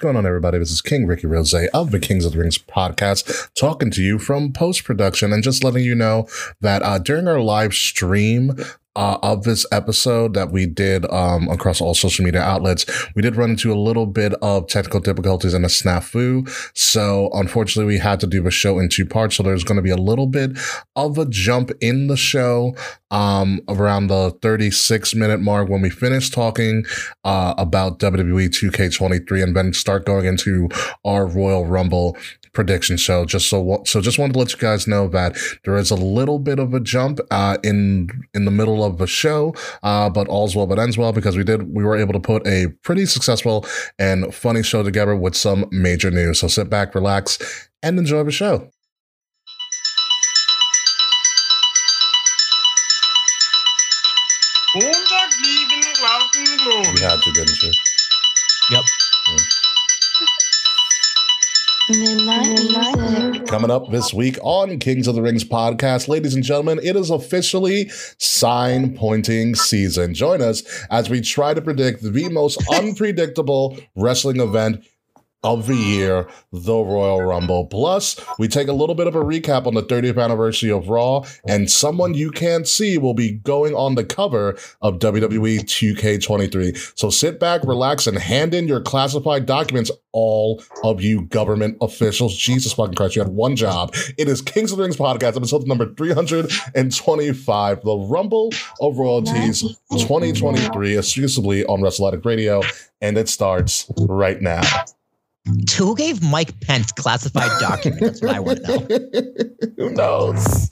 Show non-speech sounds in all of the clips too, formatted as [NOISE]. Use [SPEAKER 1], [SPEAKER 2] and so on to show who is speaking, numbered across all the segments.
[SPEAKER 1] going on, everybody? This is King Ricky Rose of the Kings of the Rings podcast, talking to you from post production and just letting you know that uh, during our live stream, uh, of this episode that we did um, across all social media outlets, we did run into a little bit of technical difficulties and a snafu. So, unfortunately, we had to do the show in two parts. So, there's going to be a little bit of a jump in the show um, around the 36 minute mark when we finish talking uh, about WWE 2K23 and then start going into our Royal Rumble prediction show. Just so so, just wanted to let you guys know that there is a little bit of a jump uh, in in the middle of the show, uh, but all's well that ends well because we did we were able to put a pretty successful and funny show together with some major news. So sit back, relax, and enjoy the show. We had to, didn't you?
[SPEAKER 2] Yep.
[SPEAKER 1] Coming up this week on Kings of the Rings podcast, ladies and gentlemen, it is officially sign pointing season. Join us as we try to predict the most unpredictable wrestling event of the year, the Royal Rumble. Plus, we take a little bit of a recap on the 30th anniversary of Raw, and someone you can't see will be going on the cover of E WWE 2K23. So sit back, relax, and hand in your classified documents, all of you government officials. Jesus fucking Christ, you had one job. It is Kings of the Rings podcast, episode number 325, the Rumble of Royalties 2023, exclusively on WrestleLatic Radio, and it starts right now.
[SPEAKER 2] To who gave Mike Pence classified documents? That's what I want to
[SPEAKER 1] [LAUGHS]
[SPEAKER 2] know.
[SPEAKER 1] Who knows?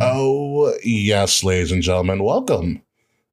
[SPEAKER 1] Oh, yes, ladies and gentlemen, welcome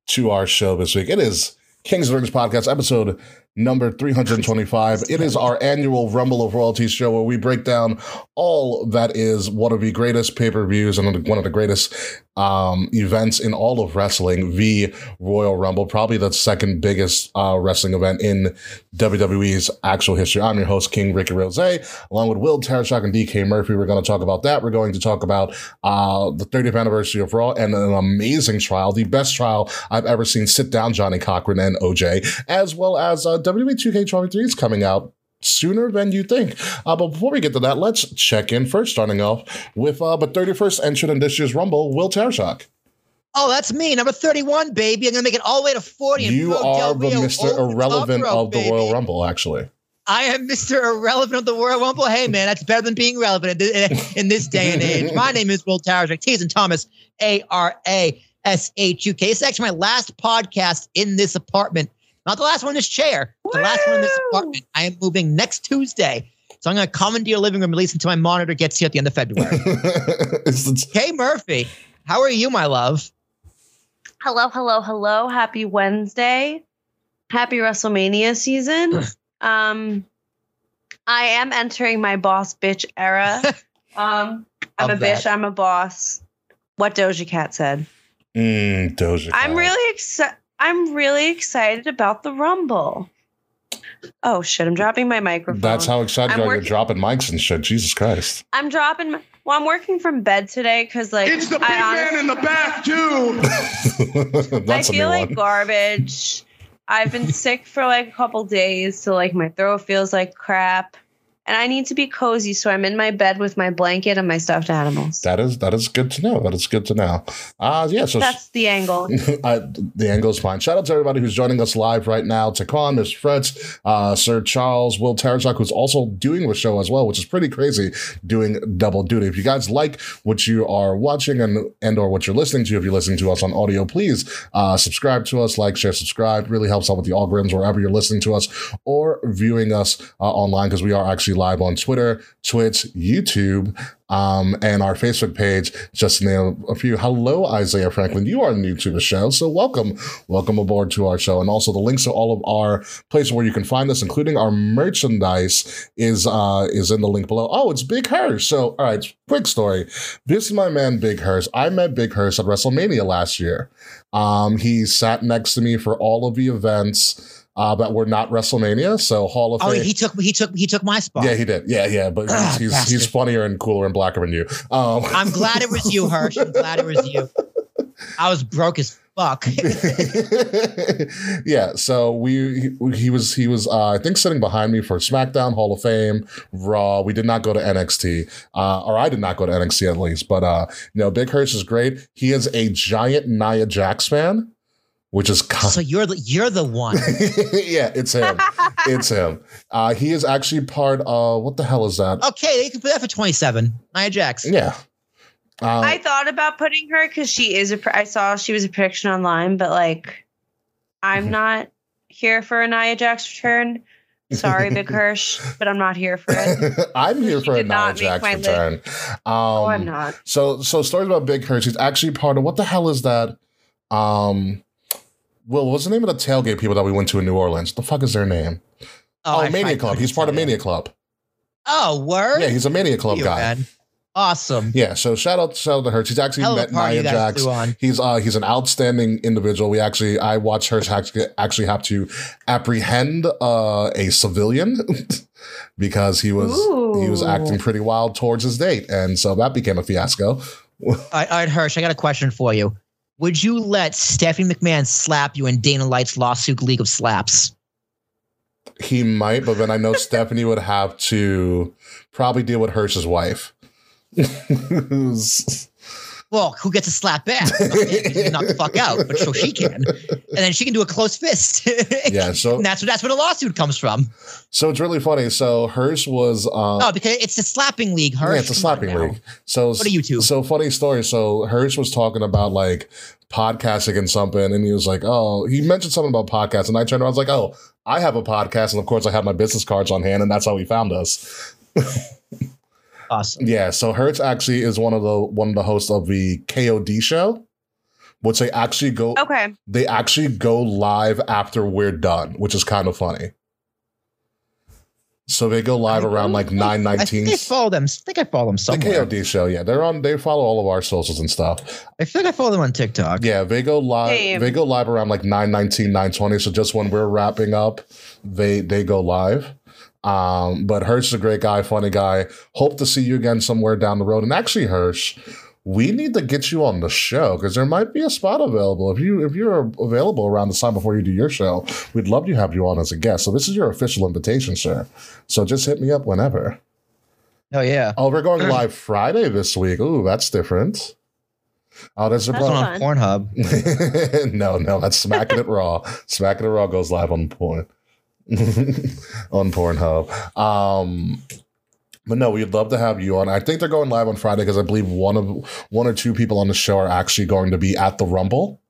[SPEAKER 1] to our show this week. It is Kings of the Rings podcast, episode number 325. It is our annual Rumble of Royalties show where we break down all that is one of the greatest pay per views and one of the greatest um, events in all of wrestling, the Royal Rumble, probably the second biggest uh, wrestling event in WWE's actual history. I'm your host, King Ricky Rose, along with Will Tarashok and DK Murphy. We're going to talk about that. We're going to talk about uh, the 30th anniversary of Raw and an amazing trial, the best trial I've ever seen. Sit down, Johnny Cochran and OJ, as well as uh, WWE 2K23 is coming out sooner than you think. Uh, but before we get to that, let's check in first, starting off with uh, but 31st entrant in this year's Rumble, Will Tarashok.
[SPEAKER 2] Oh, that's me, number 31, baby. I'm going to make it all the way to 40. and
[SPEAKER 1] You
[SPEAKER 2] Pro Del
[SPEAKER 1] are the
[SPEAKER 2] Rio
[SPEAKER 1] Mr.
[SPEAKER 2] over the
[SPEAKER 1] Irrelevant
[SPEAKER 2] top rope,
[SPEAKER 1] of the
[SPEAKER 2] baby.
[SPEAKER 1] Royal Rumble, actually. [LAUGHS]
[SPEAKER 2] I am Mr. Irrelevant of the Royal Rumble. Hey, man, that's better than being relevant in this, in this day and age. My name is Will Tarashuk, T's and Thomas, A R A S H U K. This is actually my last podcast in this apartment. Not the last one in this chair, the last one in this
[SPEAKER 3] Woo!
[SPEAKER 2] apartment. I am moving next Tuesday. So I'm going to commandeer your living room at least until my monitor gets here at the end of February.
[SPEAKER 1] It's- it's-
[SPEAKER 2] Kay Murphy, how are you, my love?
[SPEAKER 3] Hello, hello, hello. Happy Wednesday. Happy WrestleMania season.
[SPEAKER 4] [LAUGHS]
[SPEAKER 3] um I am entering my boss bitch
[SPEAKER 4] [LAUGHS]
[SPEAKER 3] era. Um I'm a
[SPEAKER 2] Love that.
[SPEAKER 3] bitch, I'm a boss. What Doja Cat said.
[SPEAKER 1] Mm, Doja.
[SPEAKER 3] I'm
[SPEAKER 1] Cat.
[SPEAKER 3] really excited I'm really excited about the Rumble. Oh shit, I'm dropping my microphone.
[SPEAKER 1] That's how excited
[SPEAKER 3] I'm
[SPEAKER 1] you are. You're
[SPEAKER 3] working-
[SPEAKER 1] dropping mics and shit. Jesus Christ. [LAUGHS]
[SPEAKER 3] I'm dropping my, well, I'm working from bed today because like
[SPEAKER 4] It's the big
[SPEAKER 3] I honestly
[SPEAKER 4] man in the back too.
[SPEAKER 1] That's
[SPEAKER 3] I feel
[SPEAKER 1] a new
[SPEAKER 3] like
[SPEAKER 1] one. [LAUGHS]
[SPEAKER 3] garbage. I've been sick for like a couple days, so like my throat feels like crap. And I need to be cozy, so I'm in my bed with my blanket and my stuffed animals.
[SPEAKER 1] That is that is good to know. That is good to know. Uh yeah, so
[SPEAKER 3] That's the angle.
[SPEAKER 1] [LAUGHS] I, the angle's fine. Shout out to everybody who's joining us live right now. Takon, Miss Fritz, uh, Sir Charles, Will Tarachuk, who's also doing the show as well, which is pretty crazy, doing double duty. If you guys like what you are watching and and or what you're listening to, if you're listening to us on audio, please uh, subscribe to us, like, share, subscribe. Really helps out with the algorithms wherever you're listening to us or viewing us uh, online because we are actually live on Twitter, Twitch, YouTube, um, and our Facebook page. Just to name a few. Hello, Isaiah Franklin. You are new to the show, so welcome, welcome aboard to our show. And also the links to all of our places where you can find us, including our merchandise, is uh, is in the link below. Oh, it's Big Hers. So, all right, quick story. This is my man, Big Hers. I met Big Hers at WrestleMania last year. Um, he sat next to me for all of the events. uh, that were not WrestleMania. So Hall of
[SPEAKER 2] Oh,
[SPEAKER 1] Fame.
[SPEAKER 2] he took he took he took my spot.
[SPEAKER 1] yeah, he did. Yeah, yeah, but
[SPEAKER 2] Ah,
[SPEAKER 1] he's he's, he's
[SPEAKER 2] bastard.
[SPEAKER 1] funnier and cooler and blacker than you. Um,
[SPEAKER 2] [LAUGHS] I'm glad it was you, Hirsch. I'm glad it was you. I was broke as fuck.
[SPEAKER 1] [LAUGHS] yeah, so we he, he was he was uh, I think sitting behind me for SmackDown Hall of Fame Raw. We did not go to NXT, uh, or I did not go to NXT at least. But uh, you know, Big Hirsch is great. He is a giant Nia Jax fan, which is kind
[SPEAKER 2] so you're the you're the
[SPEAKER 1] [LAUGHS]
[SPEAKER 2] one.
[SPEAKER 1] yeah, it's him. It's him. Uh, he is actually part of what the hell is
[SPEAKER 2] [LAUGHS]
[SPEAKER 1] that?
[SPEAKER 2] Okay, they can put that for 27. Nia Jax.
[SPEAKER 1] Yeah. Uh,
[SPEAKER 3] I thought about putting her because she is a. pr- I saw she was a prediction online, but like, I'm
[SPEAKER 1] Mhm.
[SPEAKER 3] not here for a Nia Jax return.
[SPEAKER 1] [LAUGHS]
[SPEAKER 3] Sorry, Big Hirsch, but I'm not here for it.
[SPEAKER 1] I'm here
[SPEAKER 3] She
[SPEAKER 1] for a
[SPEAKER 3] did
[SPEAKER 1] Nia
[SPEAKER 3] not make
[SPEAKER 1] Jax
[SPEAKER 3] my list.
[SPEAKER 1] return. Um,
[SPEAKER 3] No, I'm not.
[SPEAKER 1] So so stories about Big Hurts. He's actually part of what the hell is that? Um well, what's the name of the tailgate people that we went to in New Orleans? The fuck is their name? Oh,
[SPEAKER 2] I
[SPEAKER 1] Mania
[SPEAKER 2] tried-
[SPEAKER 1] Club. He's part of Mania Club.
[SPEAKER 2] Oh, word.
[SPEAKER 1] Yeah, he's a Mania Club
[SPEAKER 2] You,
[SPEAKER 1] guy.
[SPEAKER 2] man. Awesome.
[SPEAKER 1] Yeah, so shout out shout out to Hurts. He's actually
[SPEAKER 2] Hell of
[SPEAKER 1] met
[SPEAKER 2] a party
[SPEAKER 1] Nia
[SPEAKER 2] you guys
[SPEAKER 1] Jax.
[SPEAKER 2] threw on.
[SPEAKER 1] He's uh he's an outstanding individual. We actually I watched her actually actually have to apprehend uh a civilian [LAUGHS] because he was he was
[SPEAKER 3] Ooh.
[SPEAKER 1] acting pretty wild towards his date, and so that became a fiasco.
[SPEAKER 2] All right, all right, Hirsch, I got a question for you. Would you let Stephanie McMahon slap you in Dana Light's lawsuit league of slaps?
[SPEAKER 1] He might, but then
[SPEAKER 2] [LAUGHS]
[SPEAKER 1] I know Stephanie would have to probably deal with Hirsch's
[SPEAKER 2] [LAUGHS]
[SPEAKER 1] wife. Who's-
[SPEAKER 2] Well, who gets a
[SPEAKER 1] [LAUGHS]
[SPEAKER 2] slap back? Okay, Knock the fuck out, but so she can. And then she can do a close fist. [LAUGHS]
[SPEAKER 1] yeah, so
[SPEAKER 2] And that's where that's where the lawsuit comes from.
[SPEAKER 1] so it's really funny. So Hirsch was um,
[SPEAKER 2] Oh, because it's the slapping league, Oh, Hirsch.
[SPEAKER 1] yeah, it's a
[SPEAKER 2] Come on
[SPEAKER 1] slapping
[SPEAKER 2] now.
[SPEAKER 1] league. So
[SPEAKER 2] What are you two?
[SPEAKER 1] So funny story. So Hirsch was talking about like podcasting and something, and he was like, "Oh," he mentioned something about podcasts, and I turned around, I was like, "Oh, I have a podcast," and of course, I have my business cards on hand, and that's how he found us.
[SPEAKER 2] Awesome.
[SPEAKER 1] Yeah. So Hertz actually is one of the one of the hosts of the KOD show, which they actually go
[SPEAKER 3] Okay.
[SPEAKER 1] they actually go live after we're done, which is kind of funny. So they go live around like nine
[SPEAKER 2] I
[SPEAKER 1] nineteen.
[SPEAKER 2] think [LAUGHS] I follow them. I think I follow them
[SPEAKER 1] The
[SPEAKER 2] somewhere.
[SPEAKER 1] KOD show, yeah, they're on. They follow all of our socials and stuff.
[SPEAKER 2] I feel like I follow them on TikTok.
[SPEAKER 1] Yeah, they go live.
[SPEAKER 3] Same.
[SPEAKER 1] They go live around like 9, 920. So just when we're wrapping up, they they go live. Um, but Hirsch is a great guy, funny guy. Hope to see you again somewhere down the road. And actually, Hirsch, we need to get you on the show because there might be a spot available if you if you're available around the time before you do your show. We'd love to have you on as a guest. So this is your official invitation, sir. So just hit me up whenever.
[SPEAKER 2] Oh yeah.
[SPEAKER 1] Oh, we're going live Friday this week. Ooh, that's different. Oh, there's a
[SPEAKER 3] That's
[SPEAKER 1] bunch-
[SPEAKER 2] Going
[SPEAKER 3] fun.
[SPEAKER 2] on
[SPEAKER 1] [LAUGHS]
[SPEAKER 2] Pornhub.
[SPEAKER 1] no, no, that's smacking it raw. Smacking it raw goes live on porn, [LAUGHS] on Pornhub. Um, but no, we'd love to have you on. I think they're going live on Friday because I believe one of one or two people on the show are actually going to be at the Rumble.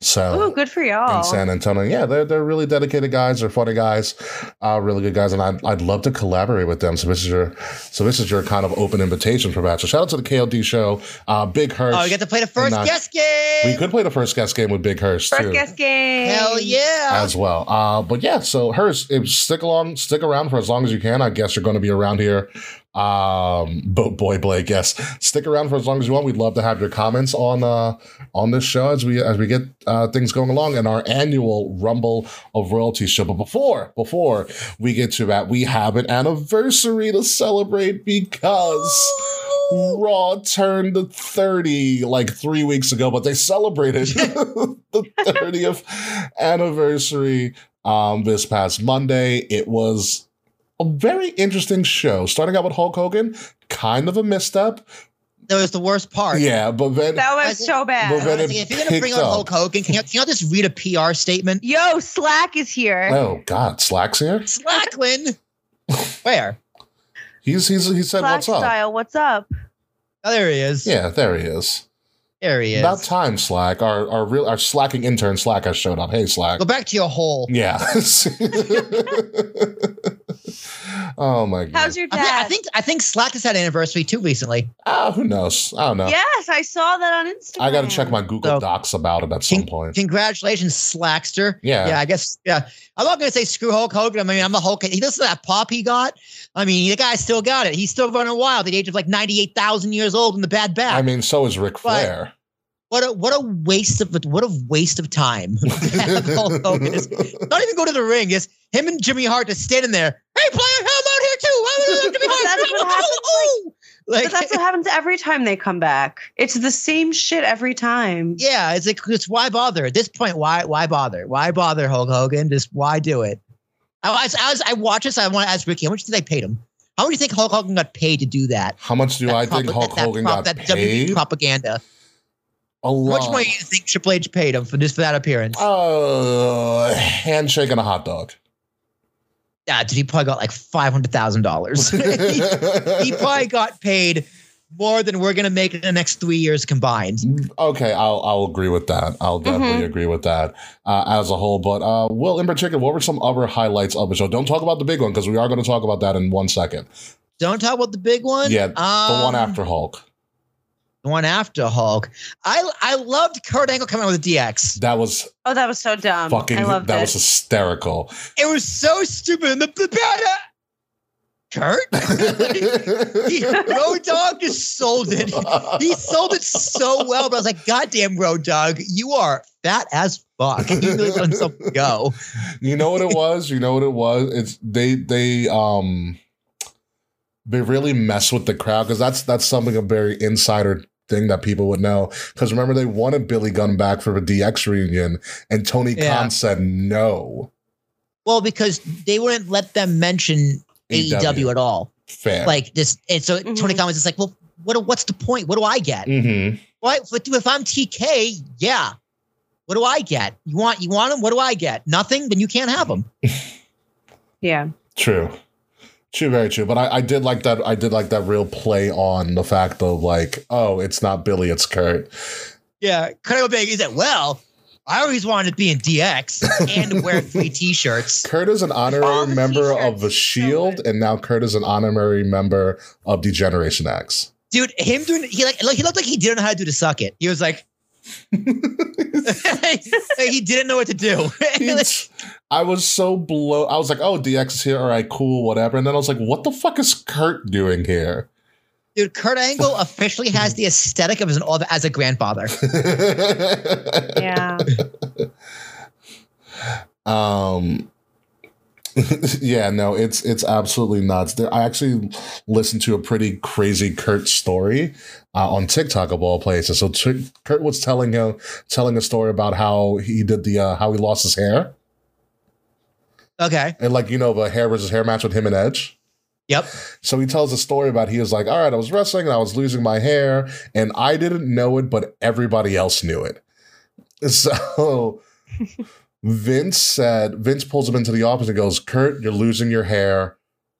[SPEAKER 1] So
[SPEAKER 3] Ooh, good for y'all.
[SPEAKER 1] in San Antonio, yeah, they're they're really dedicated guys. They're funny guys, uh, really good guys, and I'd, I'd love to collaborate with them. So this is your so this is your kind of open invitation for that. So shout out to the KLD show, uh, Big Hurts.
[SPEAKER 2] Oh, we get to play the first
[SPEAKER 1] not-
[SPEAKER 2] guest game.
[SPEAKER 1] We could play the first guest game with Big Hirsch too,
[SPEAKER 3] First guest game.
[SPEAKER 2] Hell yeah.
[SPEAKER 1] as well. Uh, but yeah, so Hirsch, if stick along, stick around for as long as you can. I guess you're going to be around here. Um, boat boy Blake, yes, stick around for as long as you want. We'd love to have your comments on uh on this show as we as we get uh, things going along in our annual Rumble of Royalty show. But before before we get to that, we have an anniversary to celebrate because. Raw turned 30 like three weeks ago, but they celebrated the 30th anniversary um, this past Monday. It was a very interesting show, starting out with Hulk Hogan, kind of a misstep.
[SPEAKER 2] That was the worst part.
[SPEAKER 1] Yeah, but then
[SPEAKER 3] That
[SPEAKER 2] I
[SPEAKER 3] was
[SPEAKER 2] think-
[SPEAKER 3] so
[SPEAKER 2] I
[SPEAKER 1] Well,
[SPEAKER 2] was
[SPEAKER 3] bad.
[SPEAKER 1] then it
[SPEAKER 2] like, if you're gonna bring
[SPEAKER 1] picked
[SPEAKER 2] on
[SPEAKER 1] up.
[SPEAKER 2] Hulk Hogan, can you, can you just read a
[SPEAKER 1] [LAUGHS]
[SPEAKER 2] PR statement?
[SPEAKER 3] Yo, Slack is here.
[SPEAKER 1] oh god, Slack's here.
[SPEAKER 2] Slacklin. Where?
[SPEAKER 1] He's he's he said
[SPEAKER 3] Slack
[SPEAKER 1] what's up.
[SPEAKER 3] style. What's up?
[SPEAKER 2] Oh, there he is.
[SPEAKER 1] Yeah, there he is.
[SPEAKER 2] There he is.
[SPEAKER 1] About time, Slack. Our our real our slacking intern Slack has showed up. Hey, Slack.
[SPEAKER 2] Go back to your hole.
[SPEAKER 1] [LAUGHS] Yeah. oh my god.
[SPEAKER 3] How's your
[SPEAKER 2] I, thi- I
[SPEAKER 3] dad?
[SPEAKER 2] think I think Slack has had an anniversary too recently.
[SPEAKER 1] Ah, who knows? I don't know.
[SPEAKER 3] Yes, I saw that on Instagram.
[SPEAKER 1] I got to check my Google
[SPEAKER 2] So-
[SPEAKER 1] Docs about it at some point.
[SPEAKER 2] Congratulations, Slackster.
[SPEAKER 1] Yeah.
[SPEAKER 2] Yeah, I guess. Yeah, I'm not gonna say screw Hulk Hogan. I mean, I'm the Hulk. He doesn't that pop he got. I mean, the guy still got [LAUGHS] it. He's still running wild at the age of like 98,000 years old in the bad back.
[SPEAKER 1] I mean, so is Ric
[SPEAKER 2] [LAUGHS] But-
[SPEAKER 1] Flair.
[SPEAKER 2] What a what a waste of what a waste of time. Hulk Hogan is- Not even go to the ring. It's him and Jimmy Hart just standing there. Hey, player, how about here too? I love Jimmy
[SPEAKER 3] But
[SPEAKER 2] Hart.
[SPEAKER 3] that's what
[SPEAKER 2] Ooh, ooh, ooh.
[SPEAKER 3] But that's
[SPEAKER 2] Like,
[SPEAKER 3] what happens every time they come back. It's the same shit every time.
[SPEAKER 2] yeah, it's like it's why bother at this point? Why why bother? Why bother Hulk Hogan? Just why do it? I was, I, was, I watch this. I want to ask Ricky, how much did they pay him? How much do you think Hulk Hogan got paid to do that?
[SPEAKER 1] [LAUGHS] How much do
[SPEAKER 2] That
[SPEAKER 1] I
[SPEAKER 2] propa-
[SPEAKER 1] think Hulk
[SPEAKER 2] that- that
[SPEAKER 1] Hogan
[SPEAKER 2] prop-
[SPEAKER 1] got
[SPEAKER 2] that E WWE
[SPEAKER 1] paid?
[SPEAKER 2] propaganda.
[SPEAKER 1] A
[SPEAKER 2] How much
[SPEAKER 1] lot.
[SPEAKER 2] money do you think Triple H paid him for this for that appearance?
[SPEAKER 1] Uh, a handshake and a hot dog.
[SPEAKER 2] Yeah, dude, he probably got like five hundred thousand dollars. [LAUGHS] [LAUGHS] He probably got paid more than we're gonna make in the next three years combined.
[SPEAKER 1] [LAUGHS] Okay, I'll I'll agree with that. I'll
[SPEAKER 2] Mm-hmm.
[SPEAKER 1] definitely agree with that uh, as a whole. But uh, Will, in particular, what were some other highlights of the show? Don't talk about the big one because we are going to talk about that in one second.
[SPEAKER 2] Don't talk about the big one.
[SPEAKER 1] Yeah, the
[SPEAKER 2] um,
[SPEAKER 1] the one after Hulk.
[SPEAKER 2] the one after Hulk. I I loved Kurt Angle coming out with DX.
[SPEAKER 1] That was
[SPEAKER 3] Oh, that was so
[SPEAKER 2] um,
[SPEAKER 3] dumb.
[SPEAKER 1] fucking.
[SPEAKER 3] I loved
[SPEAKER 1] that
[SPEAKER 3] it.
[SPEAKER 1] was hysterical. [LAUGHS]
[SPEAKER 2] It was so stupid. And the, the better Kurt, [LAUGHS] He- Road Dog just sold it. He sold it so well, but I was like, God damn, Road Dog, you are fat as fuck. He really let himself go.
[SPEAKER 1] You know what
[SPEAKER 2] [LAUGHS]
[SPEAKER 1] it was? You know what it was? It's they they um they really mess with the crowd because that's that's something a very insider thing that people would know. Because remember they wanted Billy Gunn back for the DX reunion, and Tony
[SPEAKER 2] Yeah.
[SPEAKER 1] Khan said no.
[SPEAKER 2] Well, because they wouldn't let them mention AEW at all.
[SPEAKER 1] fair.
[SPEAKER 2] E Like this, and so Tony
[SPEAKER 3] Mhm.
[SPEAKER 2] Khan was just like, "Well, what? What's the point? What do I get?
[SPEAKER 1] Mhm.
[SPEAKER 2] Why? If, if I'm TK, yeah. What do I get? You want you want him? What do I get? Nothing. Then you can't have him. [LAUGHS]
[SPEAKER 3] yeah.
[SPEAKER 1] True. True, very true. But I, I did like that. I did like that real play on the fact of like, oh, it's not Billy, it's Kurt.
[SPEAKER 2] Yeah. Kurt Big. He said, "Well, I always wanted to be in DX and wear three T-shirts."
[SPEAKER 1] Kurt is an
[SPEAKER 3] All
[SPEAKER 1] honorary
[SPEAKER 3] the
[SPEAKER 1] member of
[SPEAKER 3] t-shirts.
[SPEAKER 1] the Shield, and now Kurt is an honorary member of Degeneration X.
[SPEAKER 3] [LAUGHS]
[SPEAKER 2] Dude, him doing he like like, he looked like he didn't know how to do to suck it. He was like. [LAUGHS] Like, he didn't know what to do.
[SPEAKER 1] It's- I was so blown. I was like, "Oh, DX is here. All right, cool, whatever." And then I was like, "What the fuck is Kurt doing here?"
[SPEAKER 2] [LAUGHS]
[SPEAKER 1] [LAUGHS]
[SPEAKER 2] Dude, Kurt Angle officially has the aesthetic of his of, as a grandfather. [LAUGHS]
[SPEAKER 3] Yeah.
[SPEAKER 1] Um. [LAUGHS] yeah, no, it's it's absolutely nuts. There, I actually listened to a pretty crazy Kurt story uh, on TikTok of all places. So t- Kurt was telling him telling a story about how he did the uh, how he lost his hair
[SPEAKER 2] Okay.
[SPEAKER 1] and like you know the hair versus hair match with him and Edge.
[SPEAKER 2] Yep.
[SPEAKER 1] So he tells a story about he was like, all right, I was wrestling and I was losing my hair and I didn't know it, but everybody else knew it. [LAUGHS] So Vince said, Vince pulls him into the office and goes, Kurt, you're losing your hair.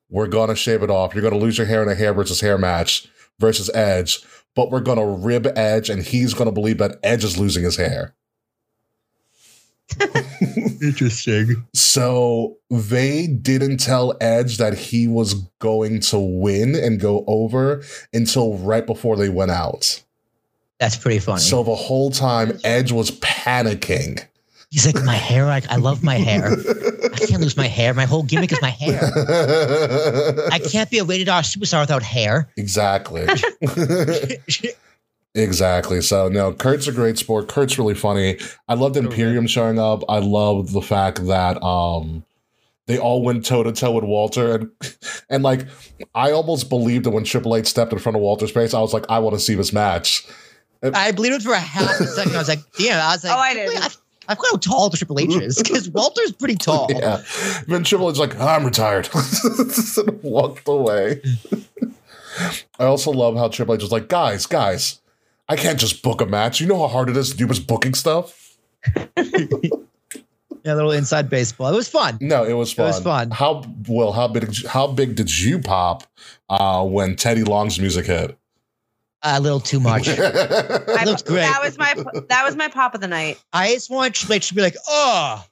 [SPEAKER 1] We're going to shave it off. You're going to lose your hair in a hair versus hair match versus Edge, but we're going to rib Edge and he's going to believe that Edge is losing his hair.
[SPEAKER 2] Interesting.
[SPEAKER 1] So they didn't tell Edge that he was going to win and go over until right before they went out.
[SPEAKER 2] That's pretty funny.
[SPEAKER 1] So the whole time, Edge was
[SPEAKER 2] [LAUGHS]
[SPEAKER 1] panicking.
[SPEAKER 2] He's like, my hair, I, I love my hair.
[SPEAKER 1] [LAUGHS]
[SPEAKER 2] I can't lose my hair. My whole gimmick is my hair. I can't be a rated R superstar
[SPEAKER 1] [LAUGHS]
[SPEAKER 2] without hair. [LAUGHS]
[SPEAKER 1] exactly. exactly. So no, Kurt's a great sport. Kurt's really funny. I loved Imperium showing up. I loved the fact that um they all went toe to toe with Walter and [LAUGHS] and like I almost believed that when Triple H stepped in front of Walter's face, I was like, I want to see this match.
[SPEAKER 2] I believed it for a half a second. I was like, damn. I was like,
[SPEAKER 3] Oh, I didn't.
[SPEAKER 2] I, I forgot how tall the Triple H is [LAUGHS] because Walter's pretty tall.
[SPEAKER 1] Yeah. Then Triple H's like, I'm retired. [LAUGHS] and walked away. [LAUGHS] I also love how Triple H was like, guys, guys, I can't just book a match. You know how hard it is to do this booking stuff?
[SPEAKER 2] Yeah, a little inside baseball. It was fun.
[SPEAKER 1] No, it was fun.
[SPEAKER 2] was fun.
[SPEAKER 1] How well, how big how big did you pop uh, when Teddy Long's music hit?
[SPEAKER 2] A little too
[SPEAKER 1] [LAUGHS]
[SPEAKER 2] much.
[SPEAKER 3] I-
[SPEAKER 2] Looks great.
[SPEAKER 3] That was my that was my pop of the night.
[SPEAKER 2] I just want Triple H to be like, oh,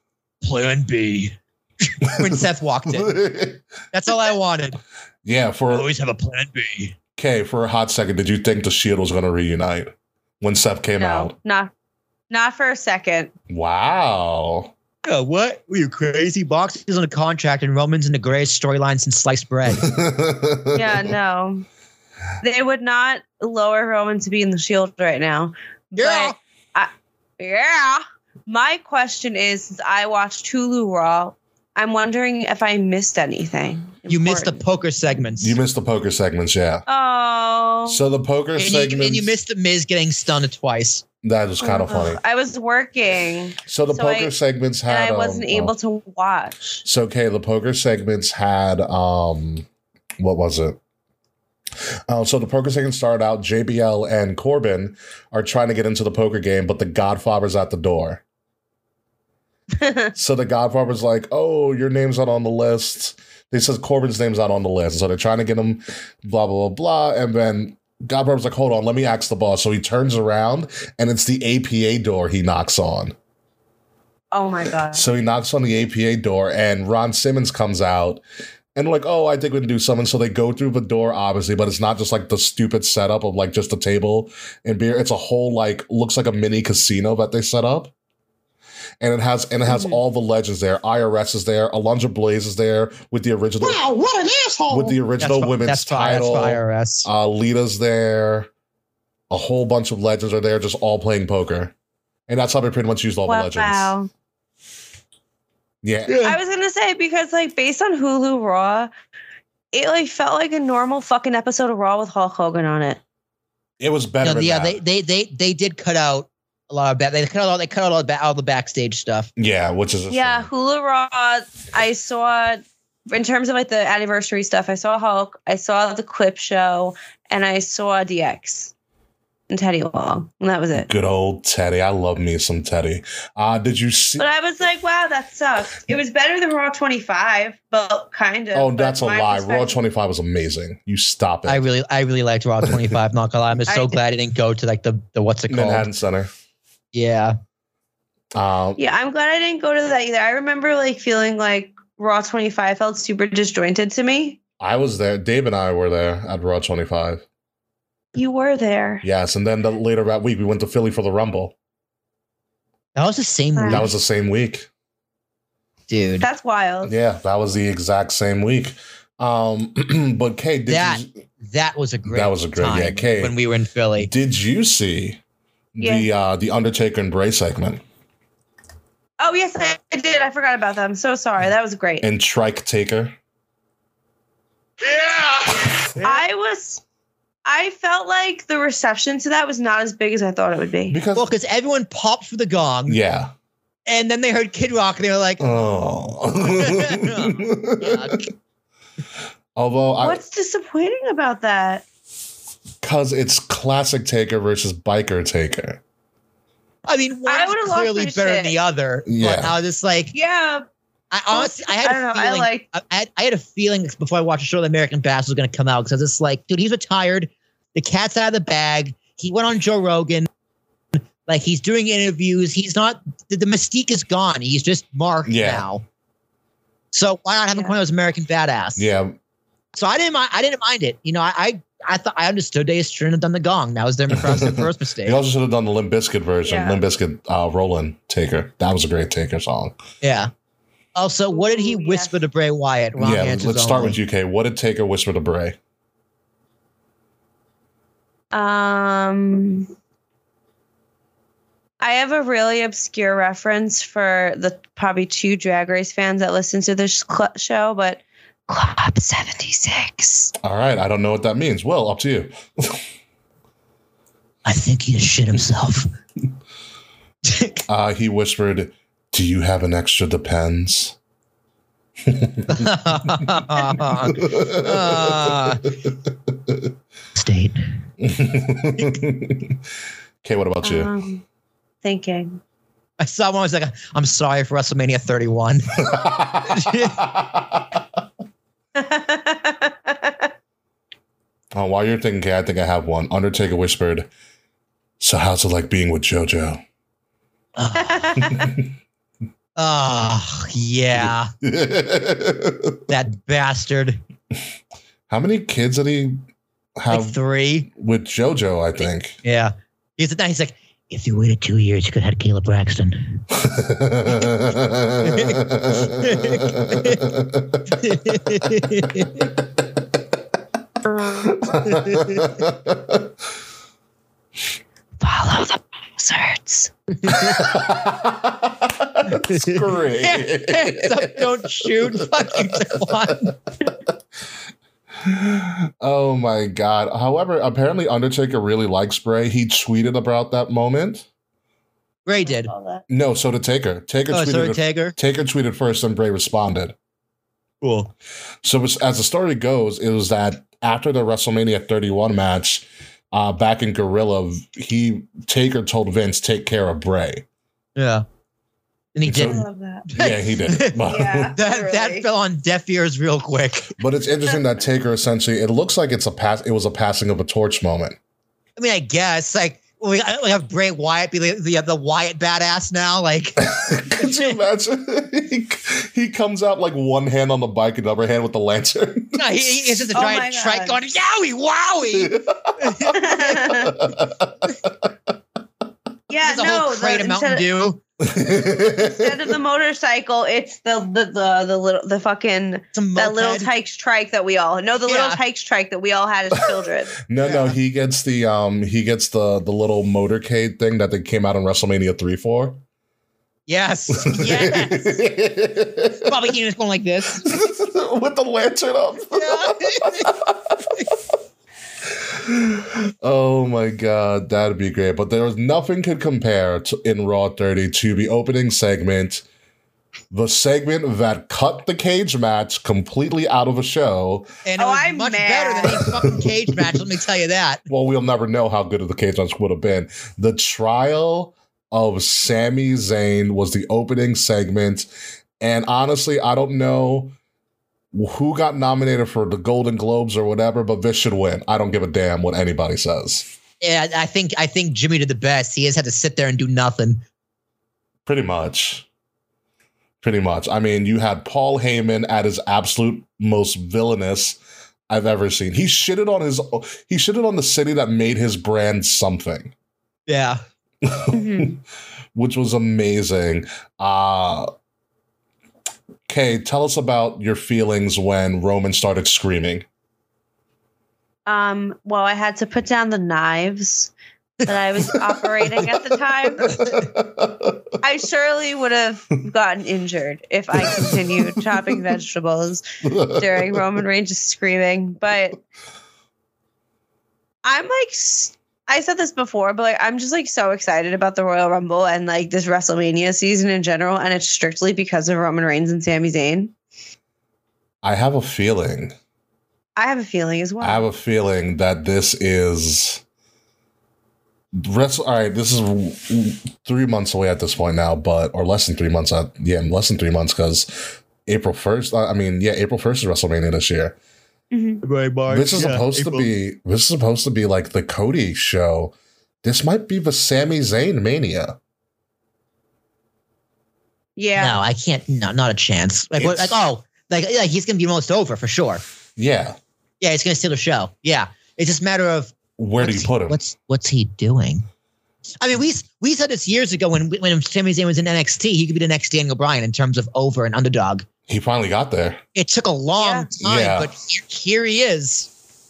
[SPEAKER 2] plan B. [LAUGHS] when Seth walked in. That's all
[SPEAKER 1] [LAUGHS]
[SPEAKER 2] I wanted.
[SPEAKER 1] yeah, for
[SPEAKER 2] have a plan B.
[SPEAKER 1] okay, for a hot second, did you think the Shield was gonna reunite when Seth came out?
[SPEAKER 3] No, not not for a second.
[SPEAKER 1] Wow. [LAUGHS]
[SPEAKER 2] Yeah, what? Were you crazy? Box is on a contract and Roman's in the greatest storyline since sliced bread.
[SPEAKER 1] [LAUGHS]
[SPEAKER 3] Yeah, no. They would not lower Roman to be in the shield right now.
[SPEAKER 2] Yeah.
[SPEAKER 3] But Yeah. My question is since I watched Hulu Raw, I'm wondering if I missed anything.
[SPEAKER 2] You missed the
[SPEAKER 3] important.
[SPEAKER 2] poker segments.
[SPEAKER 1] You missed the poker segments, yeah.
[SPEAKER 3] Oh.
[SPEAKER 1] So the poker
[SPEAKER 2] and,
[SPEAKER 1] segments
[SPEAKER 2] you, and you missed the Miz getting stunned twice.
[SPEAKER 1] that was kind of funny.
[SPEAKER 3] I was working
[SPEAKER 1] So the
[SPEAKER 3] So
[SPEAKER 1] poker
[SPEAKER 3] I-
[SPEAKER 1] segments
[SPEAKER 3] and
[SPEAKER 1] had
[SPEAKER 3] I wasn't
[SPEAKER 1] um,
[SPEAKER 3] able
[SPEAKER 1] uh,
[SPEAKER 3] to watch.
[SPEAKER 1] So okay, the poker segments had um what was it? Uh, so the poker segment started out. JBL and Corbin are trying to get into the poker game, but the Godfather's at the door. So the Godfather's like, "Oh, your name's not on the list." They says Corbin's name's not on the list, so they're trying to get him. Blah blah blah blah, and then Godfather's like, "Hold on, let me ask the boss." So he turns around, and it's the APA door he knocks on.
[SPEAKER 3] oh my god.
[SPEAKER 1] So he knocks on the APA door, and Ron Simmons comes out. And like, oh, I think we can do something. So they go through the door, obviously, but it's not just like the stupid setup of like just a table and beer. It's a whole like looks like a mini casino that they set up. And it has and it has
[SPEAKER 4] Mm-hmm.
[SPEAKER 3] Mhm.
[SPEAKER 1] all the legends there. IRS is there, Alundra Blaze is there with the original
[SPEAKER 4] Wow, what an asshole!
[SPEAKER 1] with the
[SPEAKER 2] That's,
[SPEAKER 1] original
[SPEAKER 2] fi-
[SPEAKER 1] women's
[SPEAKER 2] that's, fi-
[SPEAKER 1] title.
[SPEAKER 2] that's for IRS.
[SPEAKER 1] Uh, Lita's there. A whole bunch of legends are there, just all playing poker. And that's how they pretty much used all the legends.
[SPEAKER 3] Wow.
[SPEAKER 1] Yeah.
[SPEAKER 3] I was gonna say because like based on Hulu Raw, it like felt like a normal fucking episode of Raw with Hulk Hogan on it.
[SPEAKER 1] It was better.
[SPEAKER 2] No,
[SPEAKER 1] than
[SPEAKER 2] yeah,
[SPEAKER 1] that.
[SPEAKER 2] they, they they they did cut out a lot of back. They cut out all they cut out all, the ba- all the backstage stuff.
[SPEAKER 1] Yeah, which is a
[SPEAKER 3] Yeah,
[SPEAKER 1] shame.
[SPEAKER 3] Hulu Raw. I saw in terms of like the anniversary stuff. I saw Hulk. I saw the clip show, and I saw DX and Teddy Long, and that was it.
[SPEAKER 1] Good old Teddy. I love me some Teddy. Uh did you see?
[SPEAKER 3] But I was like, wow, that sucks. It was better than Raw 25, but kind of.
[SPEAKER 1] Oh,
[SPEAKER 3] But
[SPEAKER 1] that's a lie.
[SPEAKER 3] my
[SPEAKER 1] Raw
[SPEAKER 3] perspective-
[SPEAKER 1] twenty five was amazing. You stop it.
[SPEAKER 2] I really I really liked Raw 25. not gonna lie, I'm just
[SPEAKER 3] [LAUGHS]
[SPEAKER 2] so
[SPEAKER 3] I-
[SPEAKER 2] glad it didn't go to like the the what's it called?
[SPEAKER 1] Manhattan Center.
[SPEAKER 2] Yeah,
[SPEAKER 1] Um,
[SPEAKER 3] Yeah, I'm glad I didn't go to that either. I remember like feeling like Raw 25 felt super disjointed to me.
[SPEAKER 1] I was there. Dave and I were there at Raw twenty five.
[SPEAKER 3] You were there.
[SPEAKER 1] Yes, and then the, later that week we went to Philly for the Rumble.
[SPEAKER 2] that was the same
[SPEAKER 3] That
[SPEAKER 2] week,
[SPEAKER 1] That was the same week.
[SPEAKER 2] dude.
[SPEAKER 3] That's wild.
[SPEAKER 1] Yeah, that was the exact same week. Um, [CLEARS THROAT] but Kay, did
[SPEAKER 2] That-
[SPEAKER 1] you,
[SPEAKER 2] That was a great.
[SPEAKER 1] That was a great-
[SPEAKER 2] time
[SPEAKER 1] yeah, Kay.
[SPEAKER 2] when we were in Philly.
[SPEAKER 1] did you see the uh, the Undertaker and Bray segment
[SPEAKER 3] Oh, yes, I I did. I forgot about that. I'm so sorry. That was great.
[SPEAKER 1] and Trike Taker?
[SPEAKER 3] I was, I felt like the reception to that was not as big as I thought it would be.
[SPEAKER 1] Because
[SPEAKER 2] Well, because everyone popped for the gong,
[SPEAKER 1] yeah,
[SPEAKER 2] and then they heard Kid Rock, and they were like,
[SPEAKER 1] Oh. Although, I
[SPEAKER 3] What's disappointing about that?
[SPEAKER 1] because it's classic taker versus biker taker.
[SPEAKER 2] I mean,
[SPEAKER 3] I
[SPEAKER 2] one's
[SPEAKER 3] would've lost
[SPEAKER 2] clearly
[SPEAKER 3] my
[SPEAKER 2] better than
[SPEAKER 3] shit.
[SPEAKER 2] the other. But
[SPEAKER 1] Yeah.
[SPEAKER 2] I was just like,
[SPEAKER 3] Yeah,
[SPEAKER 2] I honestly, I had
[SPEAKER 3] I don't know.
[SPEAKER 2] a feeling.
[SPEAKER 3] I like
[SPEAKER 2] I, I, had, I had a feeling before I watched the show that American Bastard was going to come out because I was just like, dude, he's retired. The cat's out of the bag. He went on Joe Rogan. Like he's doing interviews. He's not the, the mystique is gone. He's just Mark
[SPEAKER 1] Yeah.
[SPEAKER 2] now. So why not have him
[SPEAKER 3] Yeah.
[SPEAKER 2] come out as American Badass?
[SPEAKER 1] Yeah.
[SPEAKER 2] So I didn't mind. I didn't mind it. You know, I I, I thought I understood they shouldn't have done the gong. That was their that
[SPEAKER 1] [LAUGHS]
[SPEAKER 2] was their first mistake.
[SPEAKER 1] You also should have done the Limp Bizkit version,
[SPEAKER 3] Yeah.
[SPEAKER 1] Limp Bizkit uh, Roland Taker. That was a great Taker song.
[SPEAKER 2] Yeah. Also, what did he
[SPEAKER 3] Ooh, yes.
[SPEAKER 2] whisper to Bray Wyatt? Wrong
[SPEAKER 1] yeah,
[SPEAKER 2] answers
[SPEAKER 1] let's start
[SPEAKER 2] only.
[SPEAKER 1] with UK. What did Taker whisper to Bray?
[SPEAKER 3] Um, I have a really obscure reference for the probably two Drag Race fans that listen to this cl- show, but Club 76.
[SPEAKER 1] All right, I don't know what that means. Well, up to you.
[SPEAKER 2] I think he just
[SPEAKER 1] [LAUGHS]
[SPEAKER 2] shit himself.
[SPEAKER 1] Uh, he whispered, "Do you have an extra depends?" [LAUGHS]
[SPEAKER 2] Ah. State.
[SPEAKER 1] okay, what about you?
[SPEAKER 3] Um, thinking. [LAUGHS]
[SPEAKER 2] I saw one. I was like, I'm sorry for WrestleMania 31.
[SPEAKER 1] [LAUGHS] Oh, while you're thinking, Kay, I think I have one. Undertaker whispered, So, how's it like being with JoJo?
[SPEAKER 2] Ah, ah, yeah, that bastard.
[SPEAKER 1] How many kids did he have
[SPEAKER 2] Like three.
[SPEAKER 1] with JoJo? I think.
[SPEAKER 2] Yeah. He's he's like, if you waited two years, you could have had Caleb Braxton. [LAUGHS]
[SPEAKER 3] Um, follow the lizards.
[SPEAKER 1] That's great. [LAUGHS]
[SPEAKER 2] Hands [LAUGHS] up, don't shoot. Fuck you, Jaquan.
[SPEAKER 1] oh my god. However, apparently Undertaker really likes Bray. He tweeted about that moment.
[SPEAKER 2] Ray did.
[SPEAKER 3] All that.
[SPEAKER 1] No, so did Taker. Taker
[SPEAKER 2] Oh,
[SPEAKER 1] tweeted
[SPEAKER 2] sorry,
[SPEAKER 1] it-
[SPEAKER 2] Taker.
[SPEAKER 1] Taker tweeted first and Bray responded.
[SPEAKER 2] Cool.
[SPEAKER 1] So as as the story goes, it was that after the WrestleMania 31 match, uh, back in Gorilla, he Taker told Vince, take care of Bray.
[SPEAKER 2] Yeah. And he
[SPEAKER 1] So-
[SPEAKER 3] I
[SPEAKER 2] didn't.
[SPEAKER 3] love that.
[SPEAKER 1] Yeah, he did. But,
[SPEAKER 3] Yeah.
[SPEAKER 2] That, that
[SPEAKER 3] Really.
[SPEAKER 2] fell on deaf ears real quick.
[SPEAKER 1] [LAUGHS] but it's interesting that Taker essentially it looks like it's a pass it was a passing of a torch moment.
[SPEAKER 2] I mean, I guess like we, we have Bray Wyatt be the, the the Wyatt badass now. Like, [LAUGHS]
[SPEAKER 1] [LAUGHS] Could you imagine? [LAUGHS] he, he comes out like one hand on the bike and the other hand with the lantern. [LAUGHS]
[SPEAKER 2] no, he, he- it's just a
[SPEAKER 3] Oh my
[SPEAKER 2] giant trike
[SPEAKER 3] God.
[SPEAKER 2] going yowie wowie. [LAUGHS]
[SPEAKER 3] [LAUGHS] yeah,
[SPEAKER 2] There's a
[SPEAKER 3] no.
[SPEAKER 2] whole crate
[SPEAKER 3] The,
[SPEAKER 2] of Mountain
[SPEAKER 3] instead,
[SPEAKER 2] Dew,
[SPEAKER 3] instead of the motorcycle, it's the the the, the little the fucking
[SPEAKER 2] some
[SPEAKER 3] that little
[SPEAKER 2] moped.
[SPEAKER 3] tyke strike that we all know the
[SPEAKER 2] Yeah.
[SPEAKER 3] little tyke strike that we all had as
[SPEAKER 2] [LAUGHS]
[SPEAKER 3] children.
[SPEAKER 1] no, no,
[SPEAKER 2] Yeah.
[SPEAKER 1] he gets the um he gets the the little motorcade thing that they came out in WrestleMania 3 for.
[SPEAKER 3] [LAUGHS]
[SPEAKER 2] Yes, yes. Bobby Heenan is going like [LAUGHS] this.
[SPEAKER 1] [LAUGHS] with the lantern up. oh my god, that'd be great. But there was nothing could compare to, in Raw 30 to the opening segment, the segment that cut the cage match completely out of a show.
[SPEAKER 2] And it
[SPEAKER 3] Oh,
[SPEAKER 2] was
[SPEAKER 3] I'm
[SPEAKER 2] much
[SPEAKER 3] mad.
[SPEAKER 2] better than any fucking cage match. Let me tell you that.
[SPEAKER 1] Well, we'll never know how good of the cage match would have been. The trial of Sami Zayn was the opening segment, and honestly, I don't know who got nominated for the Golden Globes or whatever, but this should win. I don't give a damn what anybody says.
[SPEAKER 2] Yeah, I think I think Jimmy did the best. He has had to sit there and do nothing.
[SPEAKER 1] Pretty much. Pretty much. I mean, you had Paul Heyman at his absolute most villainous I've ever seen. He shitted on his he shitted on the city that made his brand something,
[SPEAKER 2] Yeah,
[SPEAKER 3] Mhm.
[SPEAKER 1] which was amazing. Uh Kay, tell us about your feelings when Roman started screaming. [LAUGHS]
[SPEAKER 3] Um, well, I had to put down the knives that I was operating at the time. I surely would have gotten injured if I continued chopping vegetables during Roman Reigns' screaming. But I'm like, s- I said this before, but like, I'm just like so excited about the Royal Rumble and like this WrestleMania season in general, and it's strictly because of Roman Reigns and Sami Zayn.
[SPEAKER 1] I have a feeling.
[SPEAKER 3] I have a feeling as well.
[SPEAKER 1] I have a feeling that this is wrestle. All right, this is three months away at this point now, but or less than three months. At, yeah, less than three months because April first. I I mean, yeah, April first is WrestleMania this year.
[SPEAKER 2] Mm-hmm.
[SPEAKER 3] Mhm.
[SPEAKER 1] This is supposed to be. This is supposed to be like the Cody show. This might be the Sami Zayn mania.
[SPEAKER 3] Yeah.
[SPEAKER 2] No, I can't. No, not a chance. Like, what, like
[SPEAKER 1] It's-
[SPEAKER 2] oh, like like he's gonna be most over for sure.
[SPEAKER 1] Yeah,
[SPEAKER 2] Yeah, he's gonna steal the show. Yeah, it's just a matter of
[SPEAKER 1] where do
[SPEAKER 2] what's
[SPEAKER 1] you put
[SPEAKER 2] he-
[SPEAKER 1] him?
[SPEAKER 2] What's what's he doing? I mean, we we said this years ago when when Sami Zayn was in NXT, he could be the next Daniel Bryan in terms of over and underdog.
[SPEAKER 1] He finally got there.
[SPEAKER 2] It took a long time,
[SPEAKER 1] Yeah.
[SPEAKER 2] but here, here he is.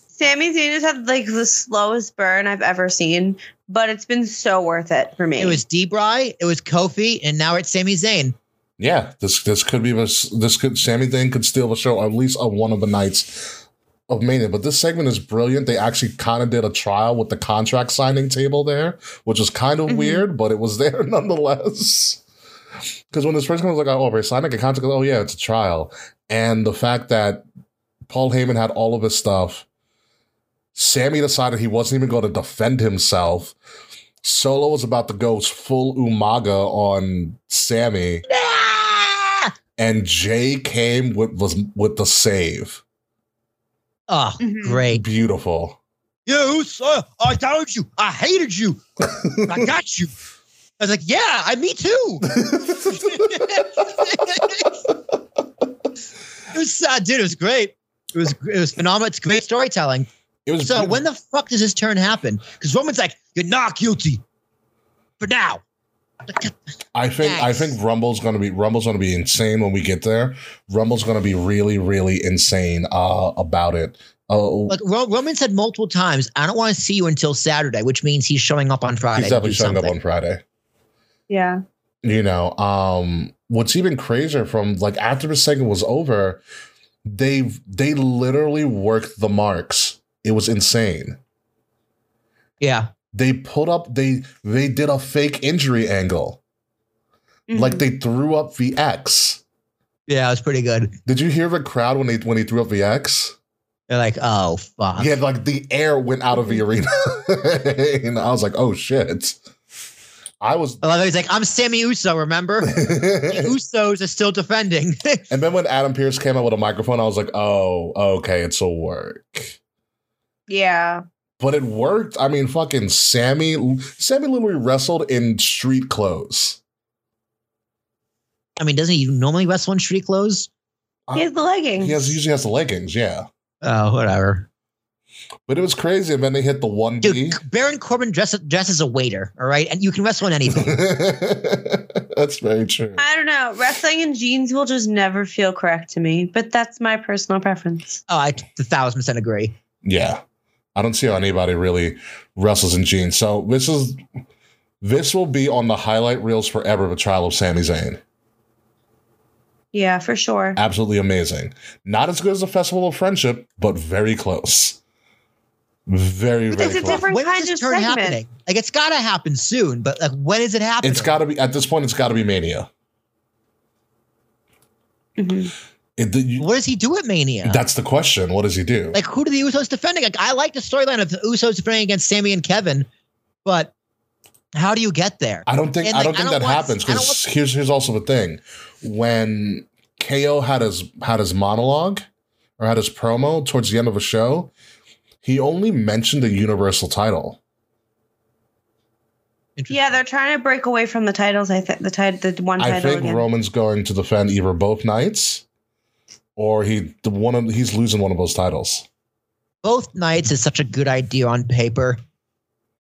[SPEAKER 3] Sami Zayn just had like the slowest burn I've ever seen, but it's been so worth it for me.
[SPEAKER 2] It was D. Bry, it was Kofi, and now it's Sami Zayn.
[SPEAKER 1] Yeah, this this could be this, this could Sammy Zayn could steal the show at least on one of the nights of Mania. But this segment is brilliant. They actually kind of did a trial with the contract signing table there, which was kind of
[SPEAKER 3] Mhm.
[SPEAKER 1] weird, but it was [LAUGHS] there nonetheless. Because when this first comes, like, oh, we're signing a contract. Oh yeah, it's a trial, and the fact that Paul Heyman had all of his stuff. Sammy decided he wasn't even going to defend himself. Solo was about to go full Umaga on Sammy
[SPEAKER 2] Ah!
[SPEAKER 1] and Jay came with was with the save.
[SPEAKER 2] Oh,
[SPEAKER 1] Mm-hmm.
[SPEAKER 3] Mhm.
[SPEAKER 2] great.
[SPEAKER 1] Beautiful.
[SPEAKER 2] You, sir, I doubted you. I hated you. I got you. I was like, yeah, I me too. [LAUGHS] it was uh, dude, it was great. It was it was phenomenal. It's great storytelling.
[SPEAKER 1] It was
[SPEAKER 2] So
[SPEAKER 1] beautiful.
[SPEAKER 2] when the fuck does this turn happen? Because Roman's like, you're not guilty for now.
[SPEAKER 1] I think I think Rumble's gonna be Rumble's gonna be insane when we get there. Rumble's gonna be really really insane uh, about it Oh,
[SPEAKER 2] Like Ro- Roman said multiple times, I don't want to see you until Saturday, which means he's showing up on Friday.
[SPEAKER 1] he's
[SPEAKER 2] to
[SPEAKER 1] definitely
[SPEAKER 2] do
[SPEAKER 1] showing up
[SPEAKER 2] something.
[SPEAKER 1] on Friday.
[SPEAKER 3] Yeah.
[SPEAKER 1] you know um what's even crazier from like after the segment was over they've they literally worked the marks it was insane
[SPEAKER 2] Yeah.
[SPEAKER 1] they put up they they did a fake injury angle
[SPEAKER 3] Mm-hmm.
[SPEAKER 2] Mm-hmm.
[SPEAKER 1] like they threw up the x
[SPEAKER 2] Yeah, it was pretty good.
[SPEAKER 1] did you hear the crowd when they when he threw up the x
[SPEAKER 2] They're like, oh, fuck.
[SPEAKER 1] yeah like the air went out of the arena [LAUGHS] and i was like oh shit i was [LAUGHS]
[SPEAKER 2] I love it. He's like, I'm Sammy Uso, remember? [LAUGHS] the Usos are still defending.
[SPEAKER 1] and then when adam pierce came out with a microphone i was like oh okay it's a work
[SPEAKER 3] yeah.
[SPEAKER 1] but it worked. I mean, fucking Sammy, Sammy literally wrestled in street clothes.
[SPEAKER 2] [LAUGHS] I mean, doesn't he normally wrestle in street clothes?
[SPEAKER 1] I-
[SPEAKER 3] He has the leggings.
[SPEAKER 1] Uh, He has he usually has the leggings, yeah.
[SPEAKER 2] Oh, whatever.
[SPEAKER 1] But it was crazy. And then they hit the one
[SPEAKER 2] Dude,
[SPEAKER 1] D.
[SPEAKER 2] Baron Corbin dressed dress as a waiter, all right? And you can wrestle in [LAUGHS] anything.
[SPEAKER 1] [LAUGHS] That's very true.
[SPEAKER 3] I don't know. Wrestling in jeans will just never feel correct to me, but that's my personal preference.
[SPEAKER 2] oh, I a thousand percent agree.
[SPEAKER 1] Yeah, I don't see how anybody really wrestles in jeans. So this is this will be on the highlight reels forever. The trial of Sami Zayn,
[SPEAKER 3] Yeah, for sure.
[SPEAKER 1] absolutely amazing. Not as good as the Festival of Friendship, but very close. Very,
[SPEAKER 2] But
[SPEAKER 1] very
[SPEAKER 3] it's a
[SPEAKER 1] close.
[SPEAKER 3] different
[SPEAKER 2] When
[SPEAKER 3] kind
[SPEAKER 2] is this
[SPEAKER 3] of
[SPEAKER 2] turn
[SPEAKER 3] segment.
[SPEAKER 2] happening? Like, it's got to happen soon, but like, when is it happening?
[SPEAKER 1] It's got to be at this point. It's got to be Mania.
[SPEAKER 3] Mhm.
[SPEAKER 1] It- the- you-
[SPEAKER 2] What does he do at Mania?
[SPEAKER 1] That's the question. What does he do?
[SPEAKER 2] like, who do the Usos defending? Like, I like the storyline of the Usos defending against Sammy and Kevin, but how do you get there?
[SPEAKER 1] I don't think
[SPEAKER 2] and,
[SPEAKER 1] I don't
[SPEAKER 2] like, I
[SPEAKER 1] think
[SPEAKER 2] don't
[SPEAKER 1] that
[SPEAKER 2] want-
[SPEAKER 1] happens
[SPEAKER 2] I don't
[SPEAKER 1] because here's here's also the thing. When KO had his had his monologue or had his promo towards the end of a show, he only mentioned the universal title.
[SPEAKER 3] Yeah, they're trying to break away from the titles. I think the title, the one
[SPEAKER 1] I
[SPEAKER 3] title
[SPEAKER 1] think
[SPEAKER 3] again.
[SPEAKER 1] Roman's going to defend either both nights, or he the one of, he's losing one of those titles.
[SPEAKER 2] both nights is such a good idea on paper,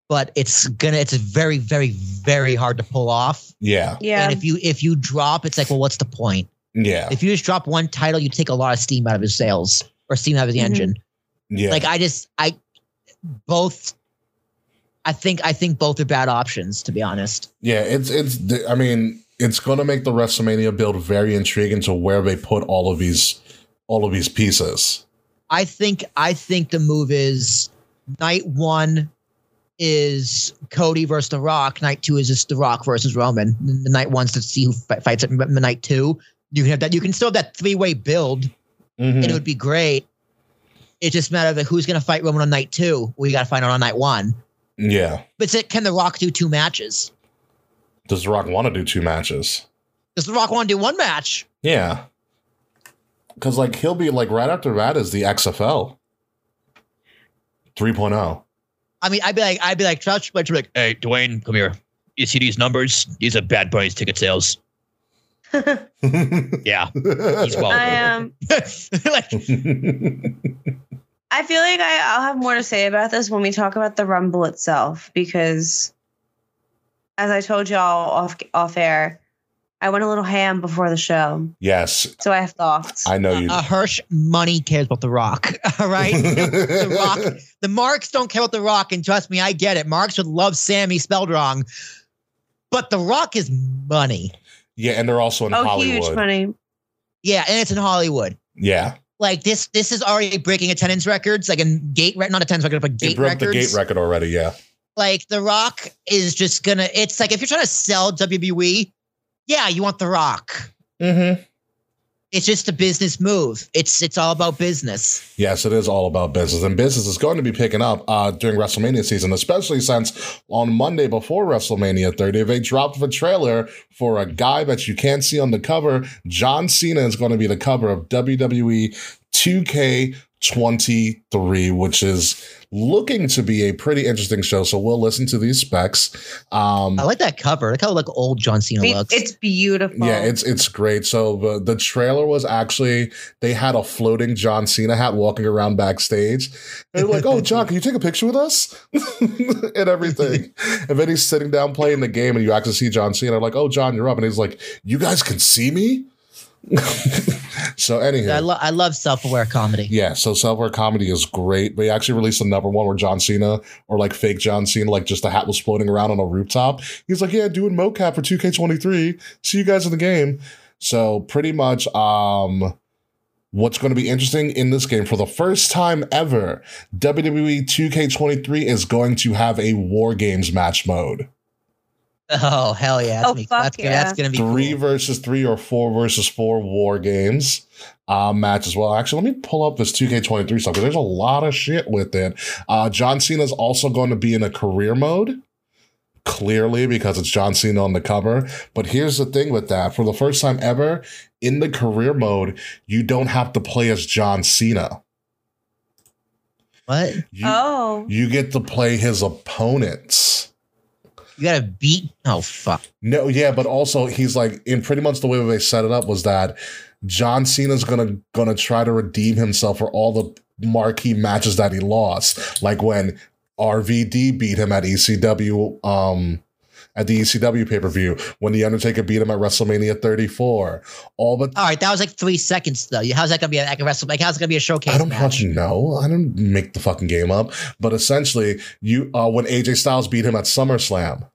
[SPEAKER 2] but it's gonna it's very, very, very hard to pull off.
[SPEAKER 1] Yeah,
[SPEAKER 3] yeah,
[SPEAKER 2] And if you if you drop, it's like, well, what's the point?
[SPEAKER 1] yeah,
[SPEAKER 2] If you just drop one title, you take a lot of steam out of his sails or steam out of the
[SPEAKER 3] Mhm.
[SPEAKER 2] engine.
[SPEAKER 1] yeah.
[SPEAKER 2] Like I just I both I think I think both are bad options, to be honest.
[SPEAKER 1] Yeah, it's it's. th- I mean, it's going to make the WrestleMania build very intriguing to where they put all of these, all of these pieces.
[SPEAKER 2] I think I think the move is night one is Cody versus The Rock. Night two is just The Rock versus Roman. The night one's to see who f- fights at m- night two. You can have that. You can still have that three way build, and
[SPEAKER 1] Mm. Mm-hmm.
[SPEAKER 2] it would be great. It's just a matter of like, who's going to fight Roman on night two. We got to find out on night one.
[SPEAKER 1] Yeah.
[SPEAKER 2] But it's like, can The Rock do two matches?
[SPEAKER 1] Does The Rock want to do two matches?
[SPEAKER 2] Does The Rock want to do one match?
[SPEAKER 1] Yeah. Because like he'll be like right after that is the XFL. 3.0.
[SPEAKER 2] I mean, I'd be like, I'd be like, trust, but like,
[SPEAKER 4] Hey, Dwayne, come here. You see these numbers? These are Bad Bunny's ticket sales. Yeah.
[SPEAKER 1] [LAUGHS]
[SPEAKER 4] He's well-
[SPEAKER 3] I um,
[SPEAKER 2] [LAUGHS] like,
[SPEAKER 3] I feel like I, I'll have more to say about this when we talk about the Rumble itself because, as I told y'all off off air, I went a little ham before the show,
[SPEAKER 1] [LAUGHS] yes,
[SPEAKER 3] so I have thoughts.
[SPEAKER 1] I know you.
[SPEAKER 2] uh, Hirsch money cares about The Rock. [LAUGHS] All
[SPEAKER 1] [LAUGHS]
[SPEAKER 2] right. The Rock. The Marks don't care about The Rock, and trust me, I get it. Marks would love Sammy spelled wrong. But The Rock is money.
[SPEAKER 1] Yeah, and they're also in
[SPEAKER 3] oh,
[SPEAKER 1] Hollywood.
[SPEAKER 3] huge money!
[SPEAKER 2] Yeah, and it's in Hollywood.
[SPEAKER 1] Yeah,
[SPEAKER 2] Like this this is already breaking attendance records, like in gate re- not attendance record, but
[SPEAKER 1] it
[SPEAKER 2] gate
[SPEAKER 1] broke
[SPEAKER 2] records.
[SPEAKER 1] the gate record already. Yeah,
[SPEAKER 2] like The Rock is just gonna it's like if you're trying to sell WWE, yeah, you want The Rock.
[SPEAKER 1] mm-hmm.
[SPEAKER 2] It's just a business move. It's it's all about business.
[SPEAKER 1] yes, it is all about business, and business is going to be picking up uh, during WrestleMania season, especially since on Monday before WrestleMania 30, they dropped the trailer for a guy that you can't see on the cover. John Cena is going to be the cover of E WWE 2K23, which is looking to be a pretty interesting show. So we'll listen to these specs. Um,
[SPEAKER 2] I like that cover. Look how like old John Cena
[SPEAKER 3] It-
[SPEAKER 2] looks.
[SPEAKER 3] it's beautiful.
[SPEAKER 1] Yeah, it's it's great. So the the trailer was actually they had a floating John Cena hat walking around backstage. And they're like, "Oh, John, can you take a picture with us?" [LAUGHS] and everything. And then he's sitting down playing the game, and you actually see John Cena. Like, "Oh, John, you're up," and he's like, "You guys can see me." [LAUGHS] so anywho,
[SPEAKER 2] I, lo- I love self aware comedy.
[SPEAKER 1] yeah. So self-aware comedy is great. They actually released another one where John Cena or like fake John Cena, like just the hat was floating around on a rooftop. He's like, yeah, doing mocap for 2K23. See you guys in the game. So pretty much, um. What's going to be interesting in this game for the first time ever, E WWE 2K23 is going to have a War Games match mode.
[SPEAKER 2] [LAUGHS] Oh hell yeah! That's,
[SPEAKER 3] Oh,
[SPEAKER 2] me-
[SPEAKER 3] fuck
[SPEAKER 2] that's, gonna-
[SPEAKER 3] yeah.
[SPEAKER 2] that's gonna be
[SPEAKER 1] three
[SPEAKER 2] cool.
[SPEAKER 1] versus three or four versus four war games uh, match as well. Actually, let me pull up this 2K23 stuff because there's a lot of shit with it. Uh, John Cena's also going to be in a career mode, clearly, because it's John Cena on the cover. But here's the thing with that for the first time ever, in the career mode, you don't have to play as John Cena.
[SPEAKER 2] What
[SPEAKER 1] You,
[SPEAKER 3] oh.
[SPEAKER 1] you get to play his opponents.
[SPEAKER 2] you gotta beat? Oh fuck!
[SPEAKER 1] No, yeah, but also he's like in pretty much the way they set it up was that John Cena's gonna gonna try to redeem himself for all the marquee matches that he lost, like when RVD beat him at ECW, um, at the ECW pay per view, when the Undertaker beat him at WrestleMania 34, all but
[SPEAKER 2] All right, that was like three seconds though. How's that gonna be? Like a wrestle? Like how's it gonna be a showcase?
[SPEAKER 1] I don't
[SPEAKER 2] match?
[SPEAKER 1] fucking know. I didn't make the fucking game up, but essentially, you uh, when AJ Styles beat him at SummerSlam,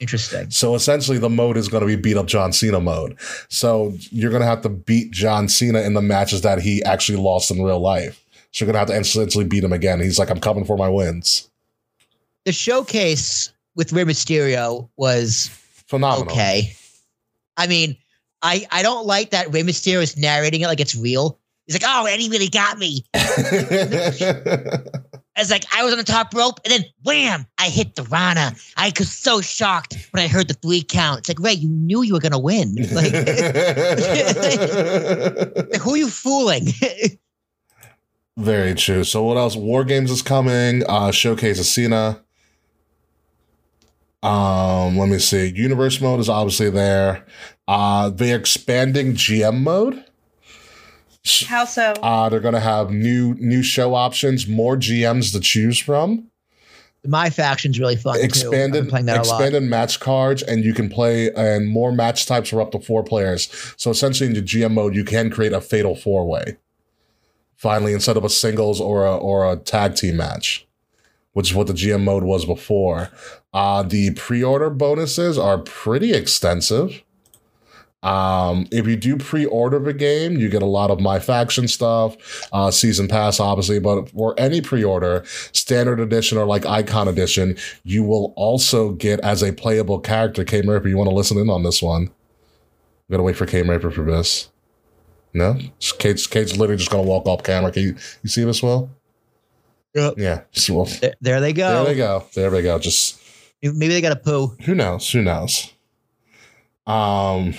[SPEAKER 2] Interesting.
[SPEAKER 1] So essentially, the mode is going to be beat up John Cena mode. So you're going to have to beat John Cena in the matches that he actually lost in real life. So you're going to have to essentially beat him again. He's like, I'm coming for my wins.
[SPEAKER 2] The showcase with Rey Mysterio was
[SPEAKER 1] Phenomenal. [LAUGHS]
[SPEAKER 2] okay. I mean, I I don't like that Rey Mysterio is narrating it like it's real. He's like, oh, and he really got me. It's like I was on the top rope, and then wham, I hit the Rana. I was so shocked when I heard the three count. It's like, Ray, you knew you were gonna win.
[SPEAKER 1] [LAUGHS]
[SPEAKER 2] Like, who are you fooling? [LAUGHS]
[SPEAKER 1] Very true. So what else? War Games is coming. Uh, Showcase of Cena. Um, let me see. Universe mode is obviously there. Uh, they're expanding GM mode.
[SPEAKER 3] How so?
[SPEAKER 1] Uh, they're going to have new new show options, more GMs to choose from,
[SPEAKER 2] My faction's really fun. too. I've
[SPEAKER 1] expanded
[SPEAKER 2] been playing that
[SPEAKER 1] expanded match cards, and you can play and more match types are up to four players. So essentially, in the GM mode, you can create a fatal four way. Finally, instead of a singles or a or a tag team match, which is what the GM mode was before. Uh, the pre order bonuses are pretty extensive. Um, if you do pre-order the game, you get a lot of my faction stuff, uh, season pass, obviously, but for any pre-order, standard edition or like icon edition, you will also get as a playable character. K Murphy, you want to listen in on this one? We gotta wait for K Murphy for this. No, Kate's Kate's literally just gonna walk off camera. Can you, you see this, Will?
[SPEAKER 2] Yep.
[SPEAKER 1] Yeah. So, well,
[SPEAKER 2] There, there they
[SPEAKER 1] there
[SPEAKER 2] go.
[SPEAKER 1] we go. There we go. Just
[SPEAKER 2] Maybe they got a poo.
[SPEAKER 1] who knows? Who knows? Um,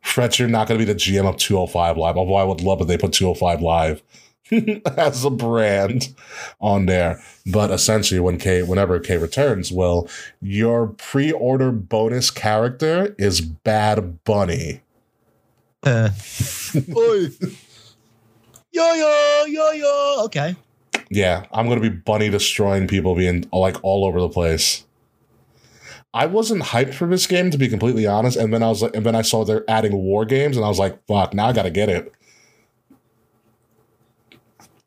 [SPEAKER 1] Fletcher not going to be the GM of 205 Live, although I would love if they put 205 Live [LAUGHS] as a brand on there. But essentially, when K, whenever K returns, well, your pre-order bonus character is Bad Bunny. [LAUGHS]
[SPEAKER 2] Uh, Oi. yo yo yo yo. Okay.
[SPEAKER 1] Yeah, I'm gonna be bunny destroying people being like all over the place. I wasn't hyped for this game to be completely honest, and then I was like, and then I saw they're adding war games, and I was like, fuck, now I gotta get it.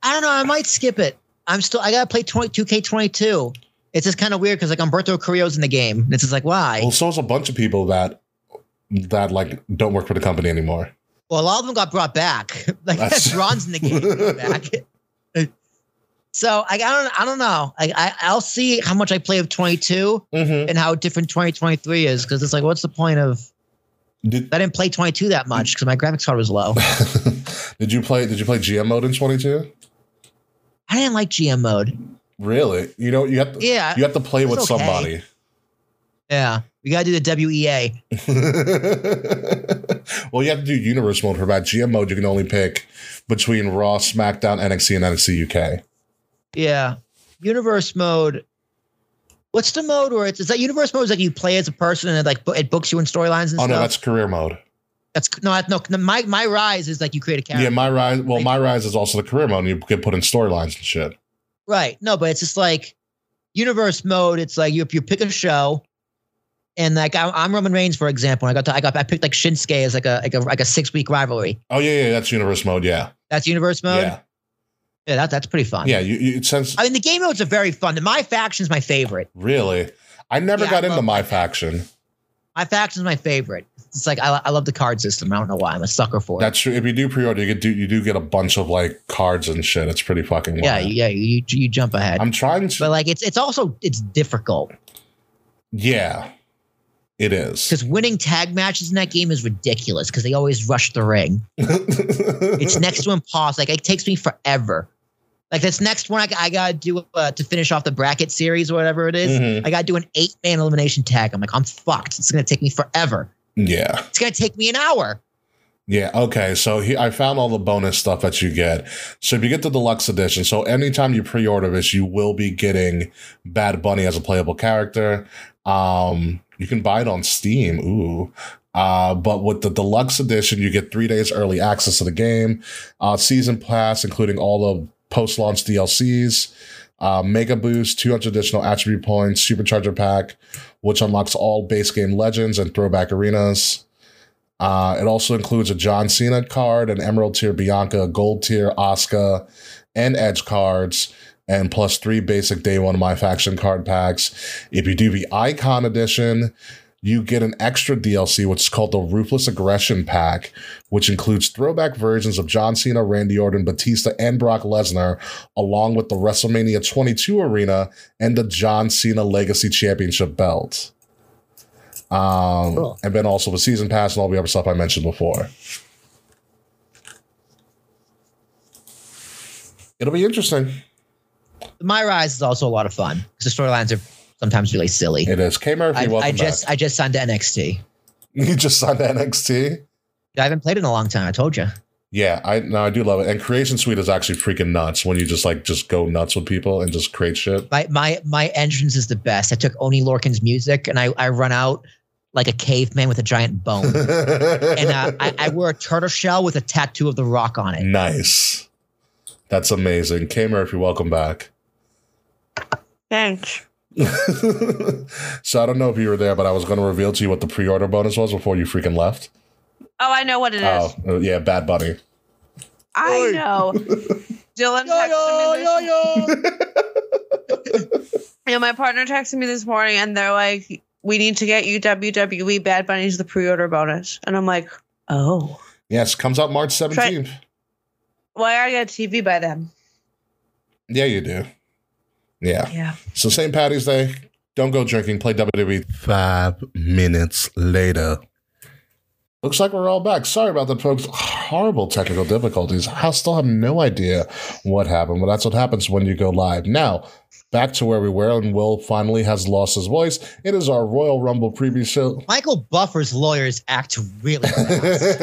[SPEAKER 2] I don't know. I might skip it. I'm still. I gotta play 22 K 22. It's just kind of weird because like Umberto Carrillo's in the game. It's just like why?
[SPEAKER 1] Well, so is a bunch of people that that like don't work for the company anymore.
[SPEAKER 2] Well, a lot of them got brought back. [LAUGHS] Like
[SPEAKER 1] That's-
[SPEAKER 2] Ron's in the game back. [LAUGHS] So I, I don't. I don't know. I, I I'll see how much I play of 22
[SPEAKER 1] Mhm.
[SPEAKER 2] and how different 2023 is because it's like what's the point of?
[SPEAKER 1] Did [LAUGHS]
[SPEAKER 2] I didn't play 22 that much because my graphics card was low.
[SPEAKER 1] did you play did you play GM mode in 22?
[SPEAKER 2] I didn't like GM mode.
[SPEAKER 1] Really? You know you have to
[SPEAKER 2] Yeah.
[SPEAKER 1] you have to play
[SPEAKER 2] It's
[SPEAKER 1] with
[SPEAKER 2] okay.
[SPEAKER 1] somebody. [LAUGHS]
[SPEAKER 2] Yeah. We got to do the E WEA.
[SPEAKER 1] well, you have to do universe mode for that. GM mode, you can only pick between Raw, SmackDown, NXT, and NXT UK.
[SPEAKER 2] Yeah. Universe mode. What's the mode where it's is that universe mode is like you play as a person and it like bo- it books you in storylines and
[SPEAKER 1] Oh
[SPEAKER 2] stuff?
[SPEAKER 1] no, that's career mode.
[SPEAKER 2] that's no, that's, no, no, My my rise is like you create a
[SPEAKER 1] Yeah,
[SPEAKER 2] character.
[SPEAKER 1] my rise. Well, my rise is also the career mode. You can put in storylines and shit.
[SPEAKER 2] Right. No, but it's just like universe mode. It's like you if you pick a show, And like I, I'm Roman Reigns, for example. I got to, I got I picked like Shinsuke as like a like a like a six week rivalry.
[SPEAKER 1] Oh yeah, yeah, that's universe mode. Yeah,
[SPEAKER 2] That's universe mode. Yeah,
[SPEAKER 1] yeah,
[SPEAKER 2] that, that's pretty fun.
[SPEAKER 1] yeah. You, you it sends
[SPEAKER 2] I mean the game modes are very fun. My faction's my favorite.
[SPEAKER 1] really. I never
[SPEAKER 2] Yeah,
[SPEAKER 1] got
[SPEAKER 2] I
[SPEAKER 1] into
[SPEAKER 2] love
[SPEAKER 1] my faction.
[SPEAKER 2] My faction's my favorite. It's like I, I love the card system. I don't know why. I'm a sucker for it.
[SPEAKER 1] That's true. If you do pre-order, you get do you do get a bunch of like cards and shit. It's pretty fucking wild.
[SPEAKER 2] yeah, yeah. You you jump ahead,
[SPEAKER 1] I'm trying to.
[SPEAKER 2] but like it's it's also it's difficult
[SPEAKER 1] yeah, it is. [LAUGHS]
[SPEAKER 2] [LAUGHS] because winning tag matches in that game is ridiculous because they always rush the ring.
[SPEAKER 1] it's
[SPEAKER 2] It's next to impossible. Like it takes me forever. Like this next one, I, I gotta do uh, to finish off the bracket series or whatever it is,
[SPEAKER 1] Mm-hmm.
[SPEAKER 2] I gotta do an eight man elimination tag. I'm like, I'm fucked. It's gonna take me forever.
[SPEAKER 1] Yeah,
[SPEAKER 2] It's gonna take me an hour.
[SPEAKER 1] yeah. Okay, so he, I found all the bonus stuff that you get. So if you get the deluxe edition, so anytime you pre-order this, you will be getting Bad Bunny as a playable character. Um, you can buy it on Steam. Ooh. Uh, but with the deluxe edition, you get three days early access to the game, uh, season pass, including all the post-launch DLCs, uh, mega boost, 200 additional attribute points, supercharger pack, which unlocks all base game legends and throwback arenas. Uh, it also includes a John Cena card, an Emerald tier Bianca, Gold tier Asuka, and Edge cards, and plus three basic day one My Faction card packs. If you do the Icon Edition, you get an extra DLC, which is called the Ruthless Aggression Pack, which includes throwback versions of John Cena, Randy Orton, Batista, and Brock Lesnar, along with the WrestleMania 22 arena and the John Cena Legacy Championship belt. Um,
[SPEAKER 2] Cool.
[SPEAKER 1] And then also the season pass and all the other stuff I mentioned before. It'll be interesting.
[SPEAKER 2] My Rise is also a lot of fun because the storylines are sometimes really silly.
[SPEAKER 1] It is. K Murphy,
[SPEAKER 2] I,
[SPEAKER 1] welcome
[SPEAKER 2] I just I just signed to NXT.
[SPEAKER 1] back. [LAUGHS] You just signed to NXT?
[SPEAKER 2] I haven't played in a long time. I told you.
[SPEAKER 1] Yeah, I no, I do love it. And Creation Suite is actually freaking nuts when you just like just go nuts with people and just create shit.
[SPEAKER 2] My my my entrance is the best. I took Oni Lorcan's music and I I run out like a caveman with a giant
[SPEAKER 1] [LAUGHS]
[SPEAKER 2] bone. and uh, I, I wear a turtle shell with a tattoo of the rock on it.
[SPEAKER 1] nice. That's amazing. K Murphy, welcome back.
[SPEAKER 3] Thanks.
[SPEAKER 1] [LAUGHS] so I don't know if you were there, but I was going to reveal to you what the pre-order bonus was before you freaking left.
[SPEAKER 3] Oh, I know what it is.
[SPEAKER 1] Oh, uh, yeah, Bad Bunny.
[SPEAKER 3] I
[SPEAKER 1] [LAUGHS]
[SPEAKER 3] know. Dylan texted me this. [LAUGHS] You know, my partner texted me this morning, and they're like, "We need to get you WWE Bad Bunny's the pre-order bonus," and I'm like, "Oh,
[SPEAKER 1] Yes, comes out March seventeenth.
[SPEAKER 3] why are you on TV by then?"
[SPEAKER 1] Yeah, you do. Yeah.
[SPEAKER 3] Yeah.
[SPEAKER 1] So St. Patty's Day. Don't go drinking. Play E. WWE. Five minutes later. Looks like we're all back. Sorry about that, folks. Horrible technical difficulties. I still have no idea what happened, but that's what happens when you go live. Now, back to where we were, and Will finally has lost his voice. It is our Royal Rumble preview show.
[SPEAKER 2] Michael Buffer's lawyers act really fast.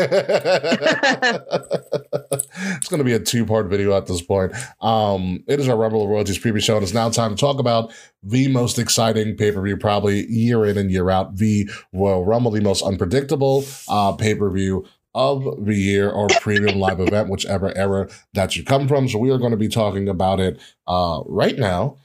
[SPEAKER 1] [LAUGHS] it's going to be a two part video at this point. Um, it is our Rebel of Royalties preview show, and it's now time to talk about the most exciting pay per view, probably year in and year out, the Royal Rumble, the most unpredictable uh, pay per view of the year or premium live event, whichever era that you come from. So we are going to be talking about it uh, right now.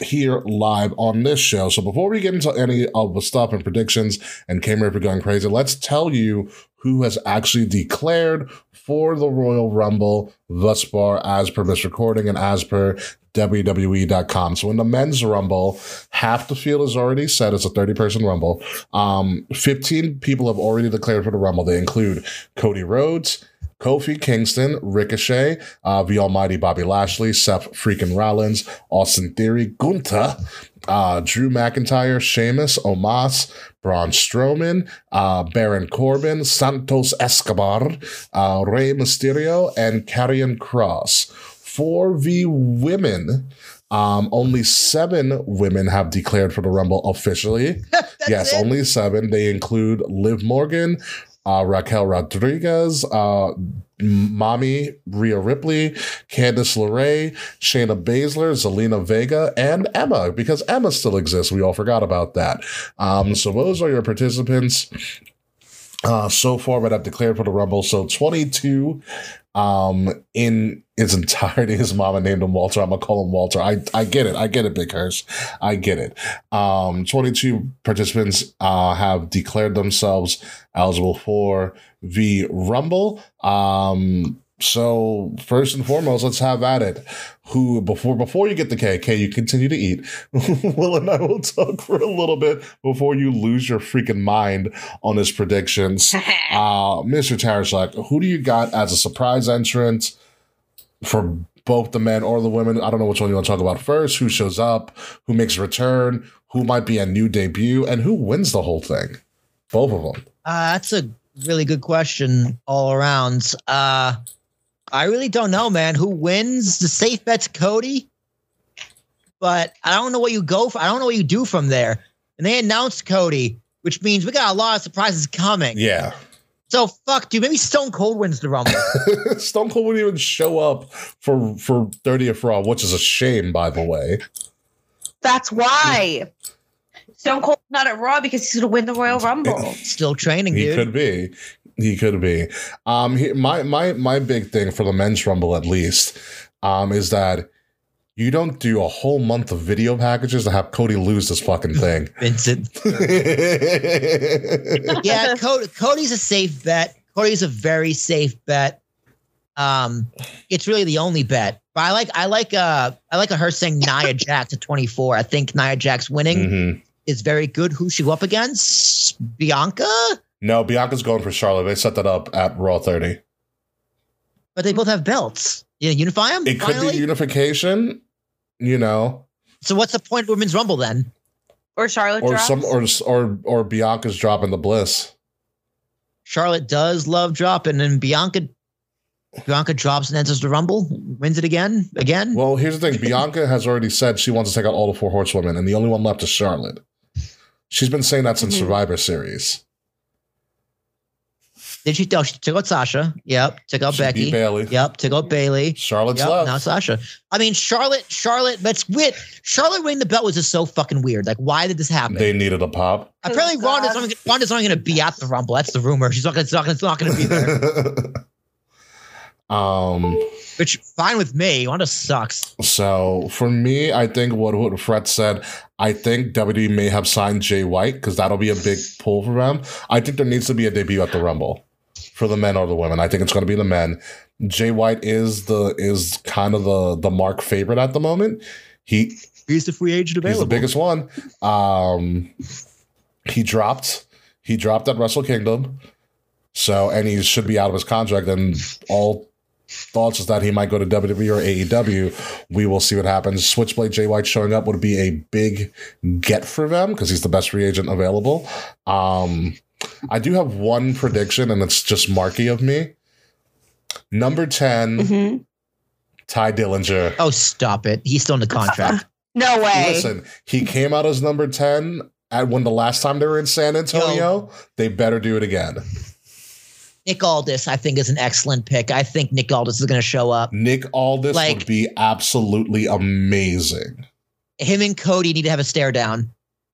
[SPEAKER 1] Here live on this show. So before we get into any of the stuff and predictions and K Murphy going crazy, let's tell you who has actually declared for the Royal Rumble thus far, as per this recording and as per WWE.com. So in the men's rumble, half the field is already set. It's a 30 person rumble. Um, 15 people have already declared for the rumble. They include Cody Rhodes, Kofi Kingston, Ricochet, uh, the almighty Bobby Lashley, Seth freaking Rollins, Austin Theory, Gunther, uh, Drew McIntyre, Sheamus, Omas, Braun Strowman, uh, Baron Corbin, Santos Escobar, uh, Rey Mysterio, and Karrion Cross. For the women, um, only seven women have declared for the Rumble officially.
[SPEAKER 2] [LAUGHS] That's
[SPEAKER 1] yes,
[SPEAKER 2] it?
[SPEAKER 1] only seven. They include Liv Morgan, uh, Raquel Rodriguez, uh, Mommy Rhea Ripley, Candice LeRae, Shayna Baszler, Zelina Vega, and Emma, because Emma still exists. We all forgot about that. Um, so those are your participants uh, so far that I've declared for the Rumble. So 22 um, in its [LAUGHS] entirety. His mama named him Walter. I'm gonna call him Walter. I, I get it. I get it, Big Hirsch. I get it. Um, 22 participants uh, have declared themselves eligible for the Rumble. Um, so first and foremost, let's have at it. Who before before you get the KK, you continue to eat. [LAUGHS] Will and I will talk for a little bit before you lose your freaking mind on his predictions. Uh, Mr. Tarashak, who do you got as a surprise entrant for both the men or the women? I don't know which one you want to talk about first. Who shows up? Who makes a return? Who might be a new debut? And who wins the whole thing? Both of them.
[SPEAKER 2] Uh, that's a really good question all around. Uh, I really don't know, man. Who wins? The safe bet's Cody, but I don't know what you go for. I don't know what you do from there. And they announced Cody, which means we got a lot of surprises coming.
[SPEAKER 1] Yeah. [LAUGHS]
[SPEAKER 2] So fuck, dude. Maybe Stone Cold wins the Rumble.
[SPEAKER 1] Stone Cold wouldn't even show up for for 30th Raw, which is a shame, by the way.
[SPEAKER 3] That's why. Stone Cold's not at Raw because he's going to win the
[SPEAKER 1] [LAUGHS]
[SPEAKER 3] Royal Rumble.
[SPEAKER 2] Still training,
[SPEAKER 1] He
[SPEAKER 2] dude.
[SPEAKER 1] could be. He could be. Um, he, my my my big thing for the men's rumble, at least, um, is that you don't do a whole month of video packages to have Cody lose this fucking thing. [LAUGHS]
[SPEAKER 2] Vincent. yeah, Cody, Cody's a safe bet. Cody's a very safe bet. Um, it's really the only bet. But I like I like uh I like her saying Nia Jax at 24. I think Nia Jax winning
[SPEAKER 1] Mhm.
[SPEAKER 2] is very good. Who's she go up against? Bianca?
[SPEAKER 1] No, Bianca's going for Charlotte. They set that up at Raw 30.
[SPEAKER 2] But they both have belts. Yeah, unify them
[SPEAKER 1] It could
[SPEAKER 2] finally.
[SPEAKER 1] be unification, you know,
[SPEAKER 2] so what's the point of Women's Rumble then?
[SPEAKER 3] Or Charlotte
[SPEAKER 1] or
[SPEAKER 3] drops.
[SPEAKER 1] some or or or Bianca's dropping the bliss.
[SPEAKER 2] Charlotte does love dropping, and Bianca Bianca drops and enters the Rumble, wins it again, again.
[SPEAKER 1] Well, here's the thing. Bianca has already said she wants to take out all the four horsewomen, and the only one left is Charlotte. She's been saying that since
[SPEAKER 2] Mm-hmm.
[SPEAKER 3] Mhm.
[SPEAKER 1] Survivor Series.
[SPEAKER 2] Did she? Oh, she took out Sasha. Yep, took out
[SPEAKER 1] She beat
[SPEAKER 2] Oh, Becky.
[SPEAKER 1] Bailey.
[SPEAKER 2] Yep, took out Bailey.
[SPEAKER 1] Charlotte's
[SPEAKER 2] Yep, now
[SPEAKER 1] left.
[SPEAKER 2] Sasha. I mean, Charlotte, Charlotte, but it's weird. Charlotte winning the belt was just so fucking weird. Like, why did this happen?
[SPEAKER 1] They needed a pop.
[SPEAKER 2] Apparently,
[SPEAKER 3] Oh,
[SPEAKER 2] Ronda's
[SPEAKER 3] God.
[SPEAKER 2] only, Ronda's only going to be at the Rumble. That's the rumor. She's not going to not, not going to be there,
[SPEAKER 1] [LAUGHS] um.
[SPEAKER 2] which fine with me. Ronda sucks.
[SPEAKER 1] So for me, I think what what Fred said. I think WWE may have signed Jay White because that'll be a big pull for them. I think there needs to be a debut at the Rumble for the men or the women. I think it's going to be the men. Jay White is the is kind of the the mark favorite at the moment. He
[SPEAKER 2] He's the free agent
[SPEAKER 1] He's
[SPEAKER 2] available.
[SPEAKER 1] the biggest one. Um, he dropped. He dropped at Wrestle Kingdom. So, and he should be out of his contract. And all thoughts is that he might go to WWE or AEW. We will see what happens. Switchblade Jay White showing up would be a big get for them because he's the best free agent available. Um, I do have one prediction, and it's just marky of me. Number 10,
[SPEAKER 3] Mhm.
[SPEAKER 1] Ty Dillinger.
[SPEAKER 2] oh, stop it. He's still in the contract.
[SPEAKER 3] No way.
[SPEAKER 1] Listen, he came out as number 10 at when the last time they were in San Antonio. They better do it again.
[SPEAKER 2] Nick Aldis, I think, is an excellent pick. I think Nick Aldis is going to show up.
[SPEAKER 1] Nick Aldis
[SPEAKER 2] Like-
[SPEAKER 1] would be absolutely amazing. [LAUGHS]
[SPEAKER 2] Him and Cody need to have a stare down.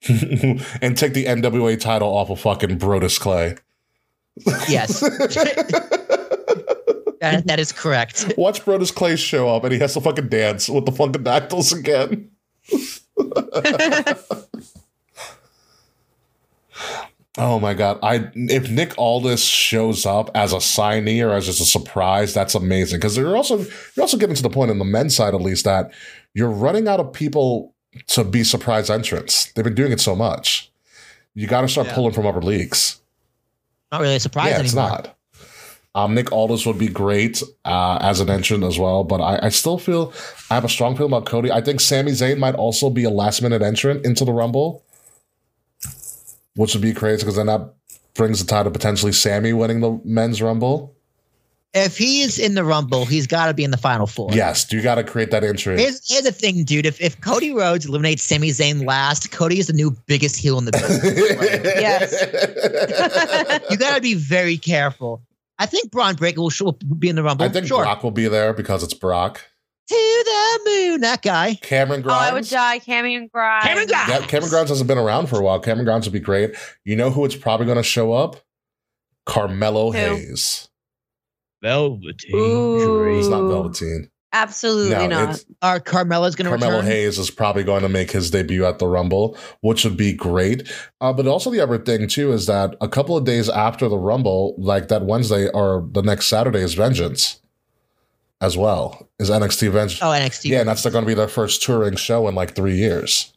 [SPEAKER 1] and take the NWA title off of fucking Brodus Clay.
[SPEAKER 2] [LAUGHS] Yes, that, that is correct.
[SPEAKER 1] [LAUGHS] Watch Brodus Clay show up and he has to fucking dance with the fucking dactyls again. [LAUGHS] Oh my god! I if Nick Aldis shows up as a signee or as just a surprise, that's amazing. Because you're also you're also getting to the point on the men's side, at least, that you're running out of people to be surprise entrants. They've been doing it so much. You got to start
[SPEAKER 2] Yeah.
[SPEAKER 1] pulling from upper leagues.
[SPEAKER 2] Not really a surprise
[SPEAKER 1] yeah, it's
[SPEAKER 2] anymore.
[SPEAKER 1] not. Um, Nick Aldis would be great uh, as an entrant as well, but I, I still feel I have a strong feeling about Cody. I think Sami Zayn might also be a last minute entrant into the Rumble, which would be crazy because then that brings the tie to potentially Sammy winning the men's Rumble.
[SPEAKER 2] If he is in the Rumble, he's got to be in the Final Four.
[SPEAKER 1] Yes, you got to create that [LAUGHS] entry.
[SPEAKER 2] Here's, here's the thing, dude. If, if Cody Rhodes eliminates Sami Zayn last, Cody is the new biggest heel in
[SPEAKER 1] [LAUGHS]
[SPEAKER 2] the business.
[SPEAKER 1] yes.
[SPEAKER 2] you got to be very careful. I think Braun Breaker will, will be in the Rumble.
[SPEAKER 1] I think
[SPEAKER 2] sure.
[SPEAKER 1] Brock will be there because it's Brock.
[SPEAKER 2] to the moon, that guy.
[SPEAKER 1] Cameron
[SPEAKER 3] oh,
[SPEAKER 1] Grimes.
[SPEAKER 3] I would die. Cameron Grimes.
[SPEAKER 2] Cameron
[SPEAKER 3] [LAUGHS]
[SPEAKER 2] Grimes.
[SPEAKER 1] Yeah, Cameron Grimes hasn't been around for a while. Cameron Grimes would be great. You know who it's probably going to show up? Carmelo
[SPEAKER 3] Who?
[SPEAKER 1] Hayes.
[SPEAKER 4] Velveteen
[SPEAKER 3] Ooh.
[SPEAKER 4] Dream.
[SPEAKER 1] It's not
[SPEAKER 3] Ooh.
[SPEAKER 1] Velveteen.
[SPEAKER 3] Absolutely
[SPEAKER 1] No,
[SPEAKER 3] not.
[SPEAKER 1] it's
[SPEAKER 2] Our Carmella's going to
[SPEAKER 1] Carmelo
[SPEAKER 2] return.
[SPEAKER 1] Hayes is probably going to make his debut at the Rumble, which would be great. Uh, but also the other thing too is that a couple of days after the Rumble, like that Wednesday or the next Saturday is Vengeance, as well is NXT Vengeance.
[SPEAKER 2] Oh, NXT.
[SPEAKER 1] yeah, and that's going to be their first touring show in like three years.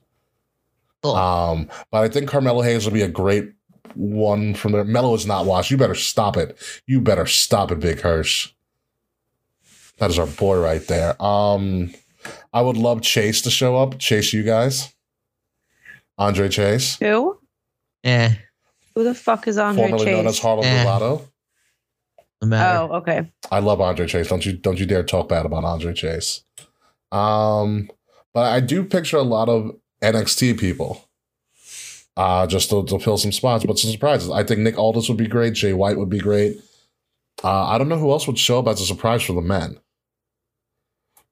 [SPEAKER 2] Cool.
[SPEAKER 1] Um, but I think Carmelo Hayes will be a great one from there. Mello is not washed. You better stop it. You better stop it, Big Hirsch. That is our boy right there. Um, I would love Chase to show up. Chase, you guys. Andre Chase,
[SPEAKER 3] Who?
[SPEAKER 2] Eh,
[SPEAKER 3] Who the fuck is Andre
[SPEAKER 1] formerly known as
[SPEAKER 3] Chase?
[SPEAKER 1] Harlem
[SPEAKER 2] Eh.
[SPEAKER 1] Mulatto.
[SPEAKER 2] no matter.
[SPEAKER 3] Oh, okay.
[SPEAKER 1] I love Andre Chase. Don't you don't you dare talk bad about Andre Chase. Um, but I do picture a lot of NXT people. Uh, just to, to fill some spots, but some surprises. I think Nick Aldis would be great. Jay White would be great. Uh, I don't know who else would show up as a surprise for the men.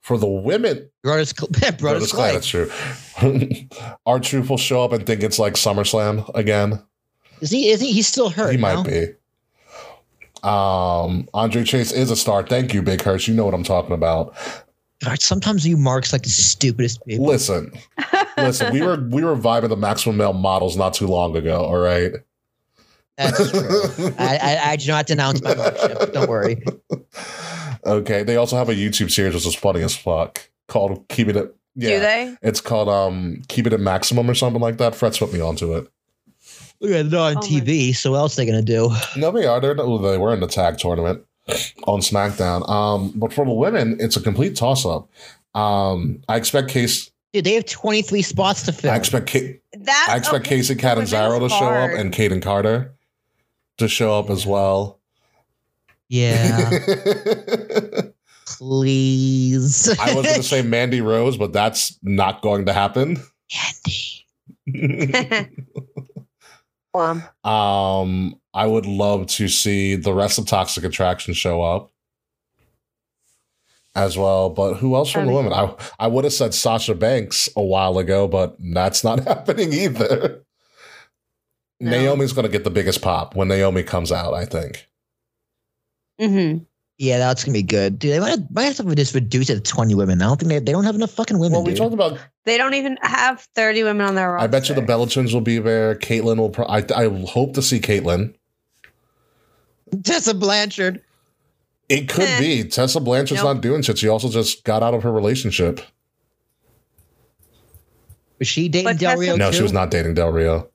[SPEAKER 1] For the women,
[SPEAKER 2] Brodus, Cl- [LAUGHS] Brodus
[SPEAKER 1] Brodus Clay,
[SPEAKER 2] Clay.
[SPEAKER 1] that's true. [LAUGHS] Our truth will show up and think it's like SummerSlam again.
[SPEAKER 2] Is he? Is he? He's still hurt.
[SPEAKER 1] He might
[SPEAKER 2] no?
[SPEAKER 1] be. Um, Andre Chase is a star. Thank you, Big Hirsch. You know what I'm talking about.
[SPEAKER 2] God, sometimes you marks like the stupidest people.
[SPEAKER 1] Listen, listen. we were we were vibing the maximum male models not too long ago. All right.
[SPEAKER 2] That's true. I, [LAUGHS] I, I do not denounce my markship. Don't worry.
[SPEAKER 1] [LAUGHS] okay. They also have a YouTube series which is funny as fuck called "Keep It." At,
[SPEAKER 3] Do
[SPEAKER 1] yeah,
[SPEAKER 3] they?
[SPEAKER 1] it's called um "Keep It at Maximum" or something like that. Fret's put me onto it.
[SPEAKER 2] Look at it
[SPEAKER 3] Oh
[SPEAKER 2] on
[SPEAKER 3] my-
[SPEAKER 2] TV. So what else they gonna do?
[SPEAKER 1] No, they are. They're not, well, they were in the tag tournament on SmackDown. Um, but for the women, it's a complete toss up. Um, I expect Case.
[SPEAKER 2] Dude, they have 23 spots to fill.
[SPEAKER 1] I expect. Ca-
[SPEAKER 3] That
[SPEAKER 1] I expect
[SPEAKER 3] okay.
[SPEAKER 1] Casey Catanzaro to
[SPEAKER 3] women's
[SPEAKER 1] show up
[SPEAKER 3] hard.
[SPEAKER 1] and Caden Carter to show up as well.
[SPEAKER 2] yeah, [LAUGHS] please.
[SPEAKER 1] [LAUGHS] I was going to say Mandy Rose, but that's not going to happen.
[SPEAKER 2] Andy.
[SPEAKER 1] [LAUGHS]
[SPEAKER 3] [LAUGHS] Plum.
[SPEAKER 1] um, I would love to see the rest of Toxic Attraction show up as well. But who else from the women? I I would have said Sasha Banks a while ago, but that's not [LAUGHS] happening either.
[SPEAKER 3] No.
[SPEAKER 1] Naomi's going to get the biggest pop when Naomi comes out. I think.
[SPEAKER 3] hmm
[SPEAKER 2] [LAUGHS] Yeah, that's gonna be good, dude. They might have, might have to just reduce it to 20 women. I don't think they, they don't have enough fucking women.
[SPEAKER 1] Well, we
[SPEAKER 2] dude.
[SPEAKER 1] talked about
[SPEAKER 3] They don't even have 30 women on their roster.
[SPEAKER 1] I bet you the Bellatons will be there. Caitlyn will. Pro- I, I hope to see Caitlyn.
[SPEAKER 2] [LAUGHS] Tessa Blanchard.
[SPEAKER 1] It could
[SPEAKER 3] Eh.
[SPEAKER 1] be Tessa Blanchard's
[SPEAKER 3] Nope.
[SPEAKER 1] not doing shit. She also just got out of her relationship.
[SPEAKER 2] Was she dating
[SPEAKER 3] But
[SPEAKER 2] Del
[SPEAKER 3] Tessa-
[SPEAKER 2] Rio?
[SPEAKER 1] No,
[SPEAKER 2] too?
[SPEAKER 1] she was not dating Del
[SPEAKER 3] [LAUGHS]
[SPEAKER 1] Rio.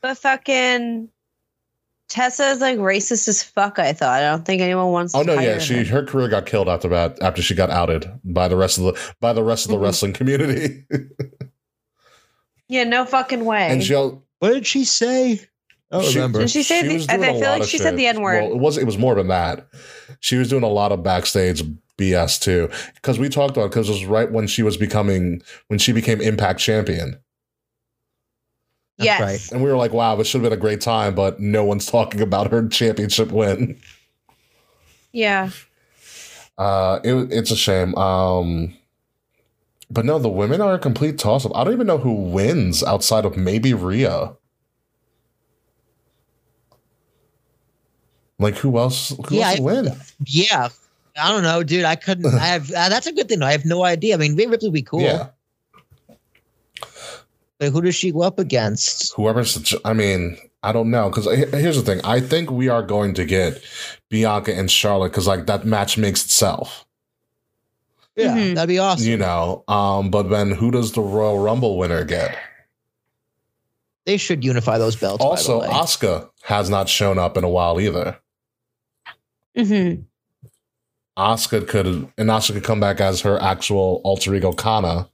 [SPEAKER 3] But fucking Tessa is like racist as fuck, I thought. I don't think anyone wants
[SPEAKER 1] oh
[SPEAKER 3] to
[SPEAKER 1] no, yeah,
[SPEAKER 3] hire
[SPEAKER 1] she
[SPEAKER 3] her.
[SPEAKER 1] her career got killed after that after she got outed by the rest of the by the rest of the
[SPEAKER 3] Mhm.
[SPEAKER 1] wrestling community. [LAUGHS]
[SPEAKER 3] Yeah, no fucking way.
[SPEAKER 1] and she al-
[SPEAKER 2] What did she say? I don't
[SPEAKER 1] She-
[SPEAKER 2] remember.
[SPEAKER 3] Did she say the-
[SPEAKER 1] was
[SPEAKER 3] I- I
[SPEAKER 1] doing a
[SPEAKER 3] feel
[SPEAKER 1] lot
[SPEAKER 3] like
[SPEAKER 1] of
[SPEAKER 3] she said
[SPEAKER 1] shit.
[SPEAKER 3] the N-word.
[SPEAKER 1] Well, it was it was more than that. She was doing a lot of backstage BS too, because we talked about because it was right when she was becoming when she became Impact Champion.
[SPEAKER 2] That's
[SPEAKER 3] yes.
[SPEAKER 2] right.
[SPEAKER 1] And we were like, wow, this should have been a great time, but no one's talking about her championship win.
[SPEAKER 3] Yeah.
[SPEAKER 1] Uh, it, it's a shame. Um, but no, the women are a complete toss up. I don't even know who wins outside of maybe Rhea. Like who else? Who
[SPEAKER 2] Yeah,
[SPEAKER 1] else
[SPEAKER 2] I-
[SPEAKER 1] win?
[SPEAKER 2] Yeah. I don't know, dude. I couldn't.
[SPEAKER 1] [LAUGHS]
[SPEAKER 2] I have. Uh, that's a good thing. though. I have no idea. I mean, Rhea Ripley would be cool.
[SPEAKER 1] Yeah,
[SPEAKER 2] But who does she go up against?
[SPEAKER 1] whoever's. I mean, I don't know because here's the thing. I think we are going to get Bianca and Charlotte because like that match makes itself.
[SPEAKER 2] Yeah,
[SPEAKER 3] Mhm.
[SPEAKER 2] that'd be awesome.
[SPEAKER 1] you know um but then who does the royal rumble winner get
[SPEAKER 2] They should unify those belts. Oh, by the
[SPEAKER 1] also uh-
[SPEAKER 2] way.
[SPEAKER 1] oscar has not shown up in a while either
[SPEAKER 3] hmm
[SPEAKER 1] oscar could and oscar could come back as her actual alter ego kana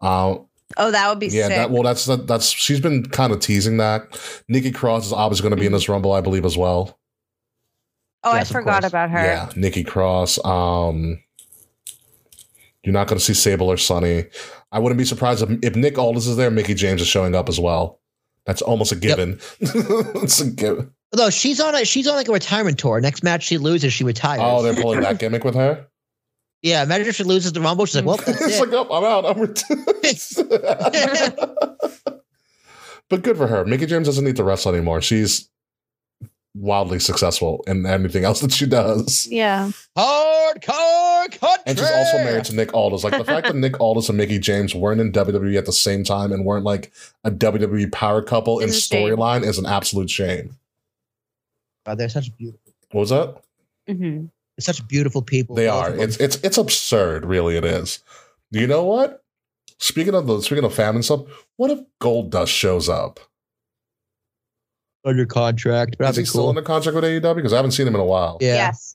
[SPEAKER 1] um
[SPEAKER 3] Oh, that would be
[SPEAKER 1] yeah
[SPEAKER 3] sick.
[SPEAKER 1] that well that's that, that's she's been kind of teasing that nikki cross is obviously going to be in this rumble i believe as well
[SPEAKER 3] oh,
[SPEAKER 2] Yes,
[SPEAKER 3] I
[SPEAKER 2] of
[SPEAKER 3] forgot
[SPEAKER 2] course.
[SPEAKER 3] about her.
[SPEAKER 1] yeah nikki cross um you're not going to see Sable or Sunny. I wouldn't be surprised if, if Nick Aldis is there. Mickey James is showing up as well. That's almost a given. [LAUGHS] it's a given.
[SPEAKER 2] Although she's on a she's on like a retirement tour. Next match she loses, she retires.
[SPEAKER 1] Oh, they're pulling that gimmick with her.
[SPEAKER 2] yeah. Imagine if she loses the rumble. She's like, well,
[SPEAKER 1] [LAUGHS]
[SPEAKER 2] that's
[SPEAKER 1] it's
[SPEAKER 2] it.
[SPEAKER 1] like, oh, I'm out. I'm
[SPEAKER 3] [LAUGHS]
[SPEAKER 1] ret- but good for her. Mickey James doesn't need to wrestle anymore. She's wildly successful in anything else that she does.
[SPEAKER 3] Yeah.
[SPEAKER 2] [LAUGHS] Hardcore country.
[SPEAKER 1] And she's also married to Nick Aldis. Like the fact that Nick Aldis and Mickey James weren't in WWE at the same time and weren't like a WWE power couple in
[SPEAKER 3] It's a shame.
[SPEAKER 1] storyline is an absolute shame.
[SPEAKER 2] Oh, they're such beautiful.
[SPEAKER 1] What was that?
[SPEAKER 3] hmm
[SPEAKER 2] They're such beautiful people.
[SPEAKER 1] They
[SPEAKER 2] Both
[SPEAKER 1] are.
[SPEAKER 2] of them.
[SPEAKER 1] It's it's it's absurd, really. It is. You know what? Speaking of the speaking of famine stuff, what if Gold Dust shows up?
[SPEAKER 2] under contract. But
[SPEAKER 1] Is he
[SPEAKER 2] that'd be
[SPEAKER 1] still
[SPEAKER 2] cool.
[SPEAKER 1] under contract with AEW? Because I haven't seen him in a while.
[SPEAKER 2] yeah.
[SPEAKER 3] Yes.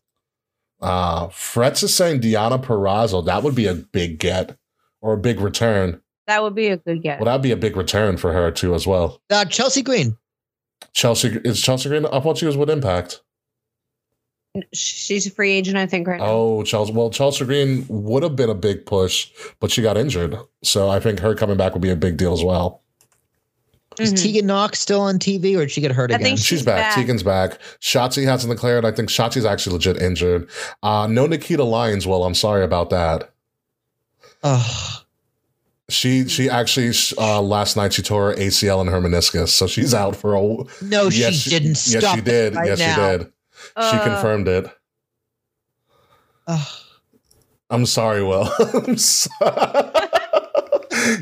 [SPEAKER 1] Uh Fretz is saying Deanna Perrazzo. That would be a big get or a big return.
[SPEAKER 3] That would be a good guess.
[SPEAKER 1] Well, that'd be a big return for her too as well.
[SPEAKER 2] Now, Chelsea Green.
[SPEAKER 1] Chelsea is Chelsea Green. I thought she was with Impact.
[SPEAKER 3] She's a free agent, I think, right now.
[SPEAKER 1] Oh, Chelsea. Well, Chelsea Green would have been a big push, but she got injured. So I think her coming back would be a big deal as well.
[SPEAKER 2] Is
[SPEAKER 3] Mhm.
[SPEAKER 2] Tegan Knox still on TV or did she get hurt
[SPEAKER 3] I
[SPEAKER 2] again?
[SPEAKER 3] think
[SPEAKER 1] She's,
[SPEAKER 3] She's
[SPEAKER 1] back.
[SPEAKER 3] back.
[SPEAKER 1] Tegan's back. Shotzi hasn't declared. I think Shotzi's actually legit injured. Uh, no Nikita Lyons. Well, I'm sorry about that.
[SPEAKER 2] Ugh.
[SPEAKER 1] She she actually uh, last night she tore her ACL and her meniscus, so she's out for a.
[SPEAKER 2] no,
[SPEAKER 1] Yes,
[SPEAKER 2] Oh, she didn't. Stop
[SPEAKER 1] yes, she
[SPEAKER 2] it
[SPEAKER 1] did.
[SPEAKER 2] right
[SPEAKER 1] yes,
[SPEAKER 2] now.
[SPEAKER 1] she did. she
[SPEAKER 3] Uh,
[SPEAKER 1] confirmed it.
[SPEAKER 2] Ugh.
[SPEAKER 1] I'm sorry, Will. [LAUGHS] I'm sorry.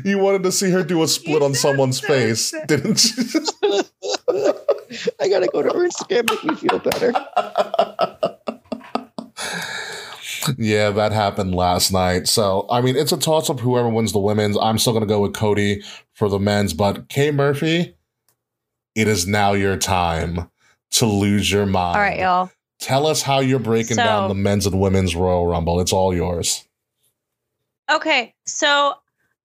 [SPEAKER 1] you wanted to see her do a split
[SPEAKER 3] You
[SPEAKER 1] on someone's
[SPEAKER 3] so
[SPEAKER 1] face,
[SPEAKER 3] sad.
[SPEAKER 1] didn't you? [LAUGHS]
[SPEAKER 2] I gotta go to her Instagram. Make me feel better.
[SPEAKER 1] Yeah, that happened last night. So, I mean, it's a toss up whoever wins the women's. I'm still going to go with Cody for the men's, but Kay Murphy, it is now your time to lose your mind.
[SPEAKER 3] All right, y'all.
[SPEAKER 1] Tell us how you're breaking
[SPEAKER 3] So-
[SPEAKER 1] down the men's and women's Royal Rumble. It's all yours.
[SPEAKER 3] Okay. So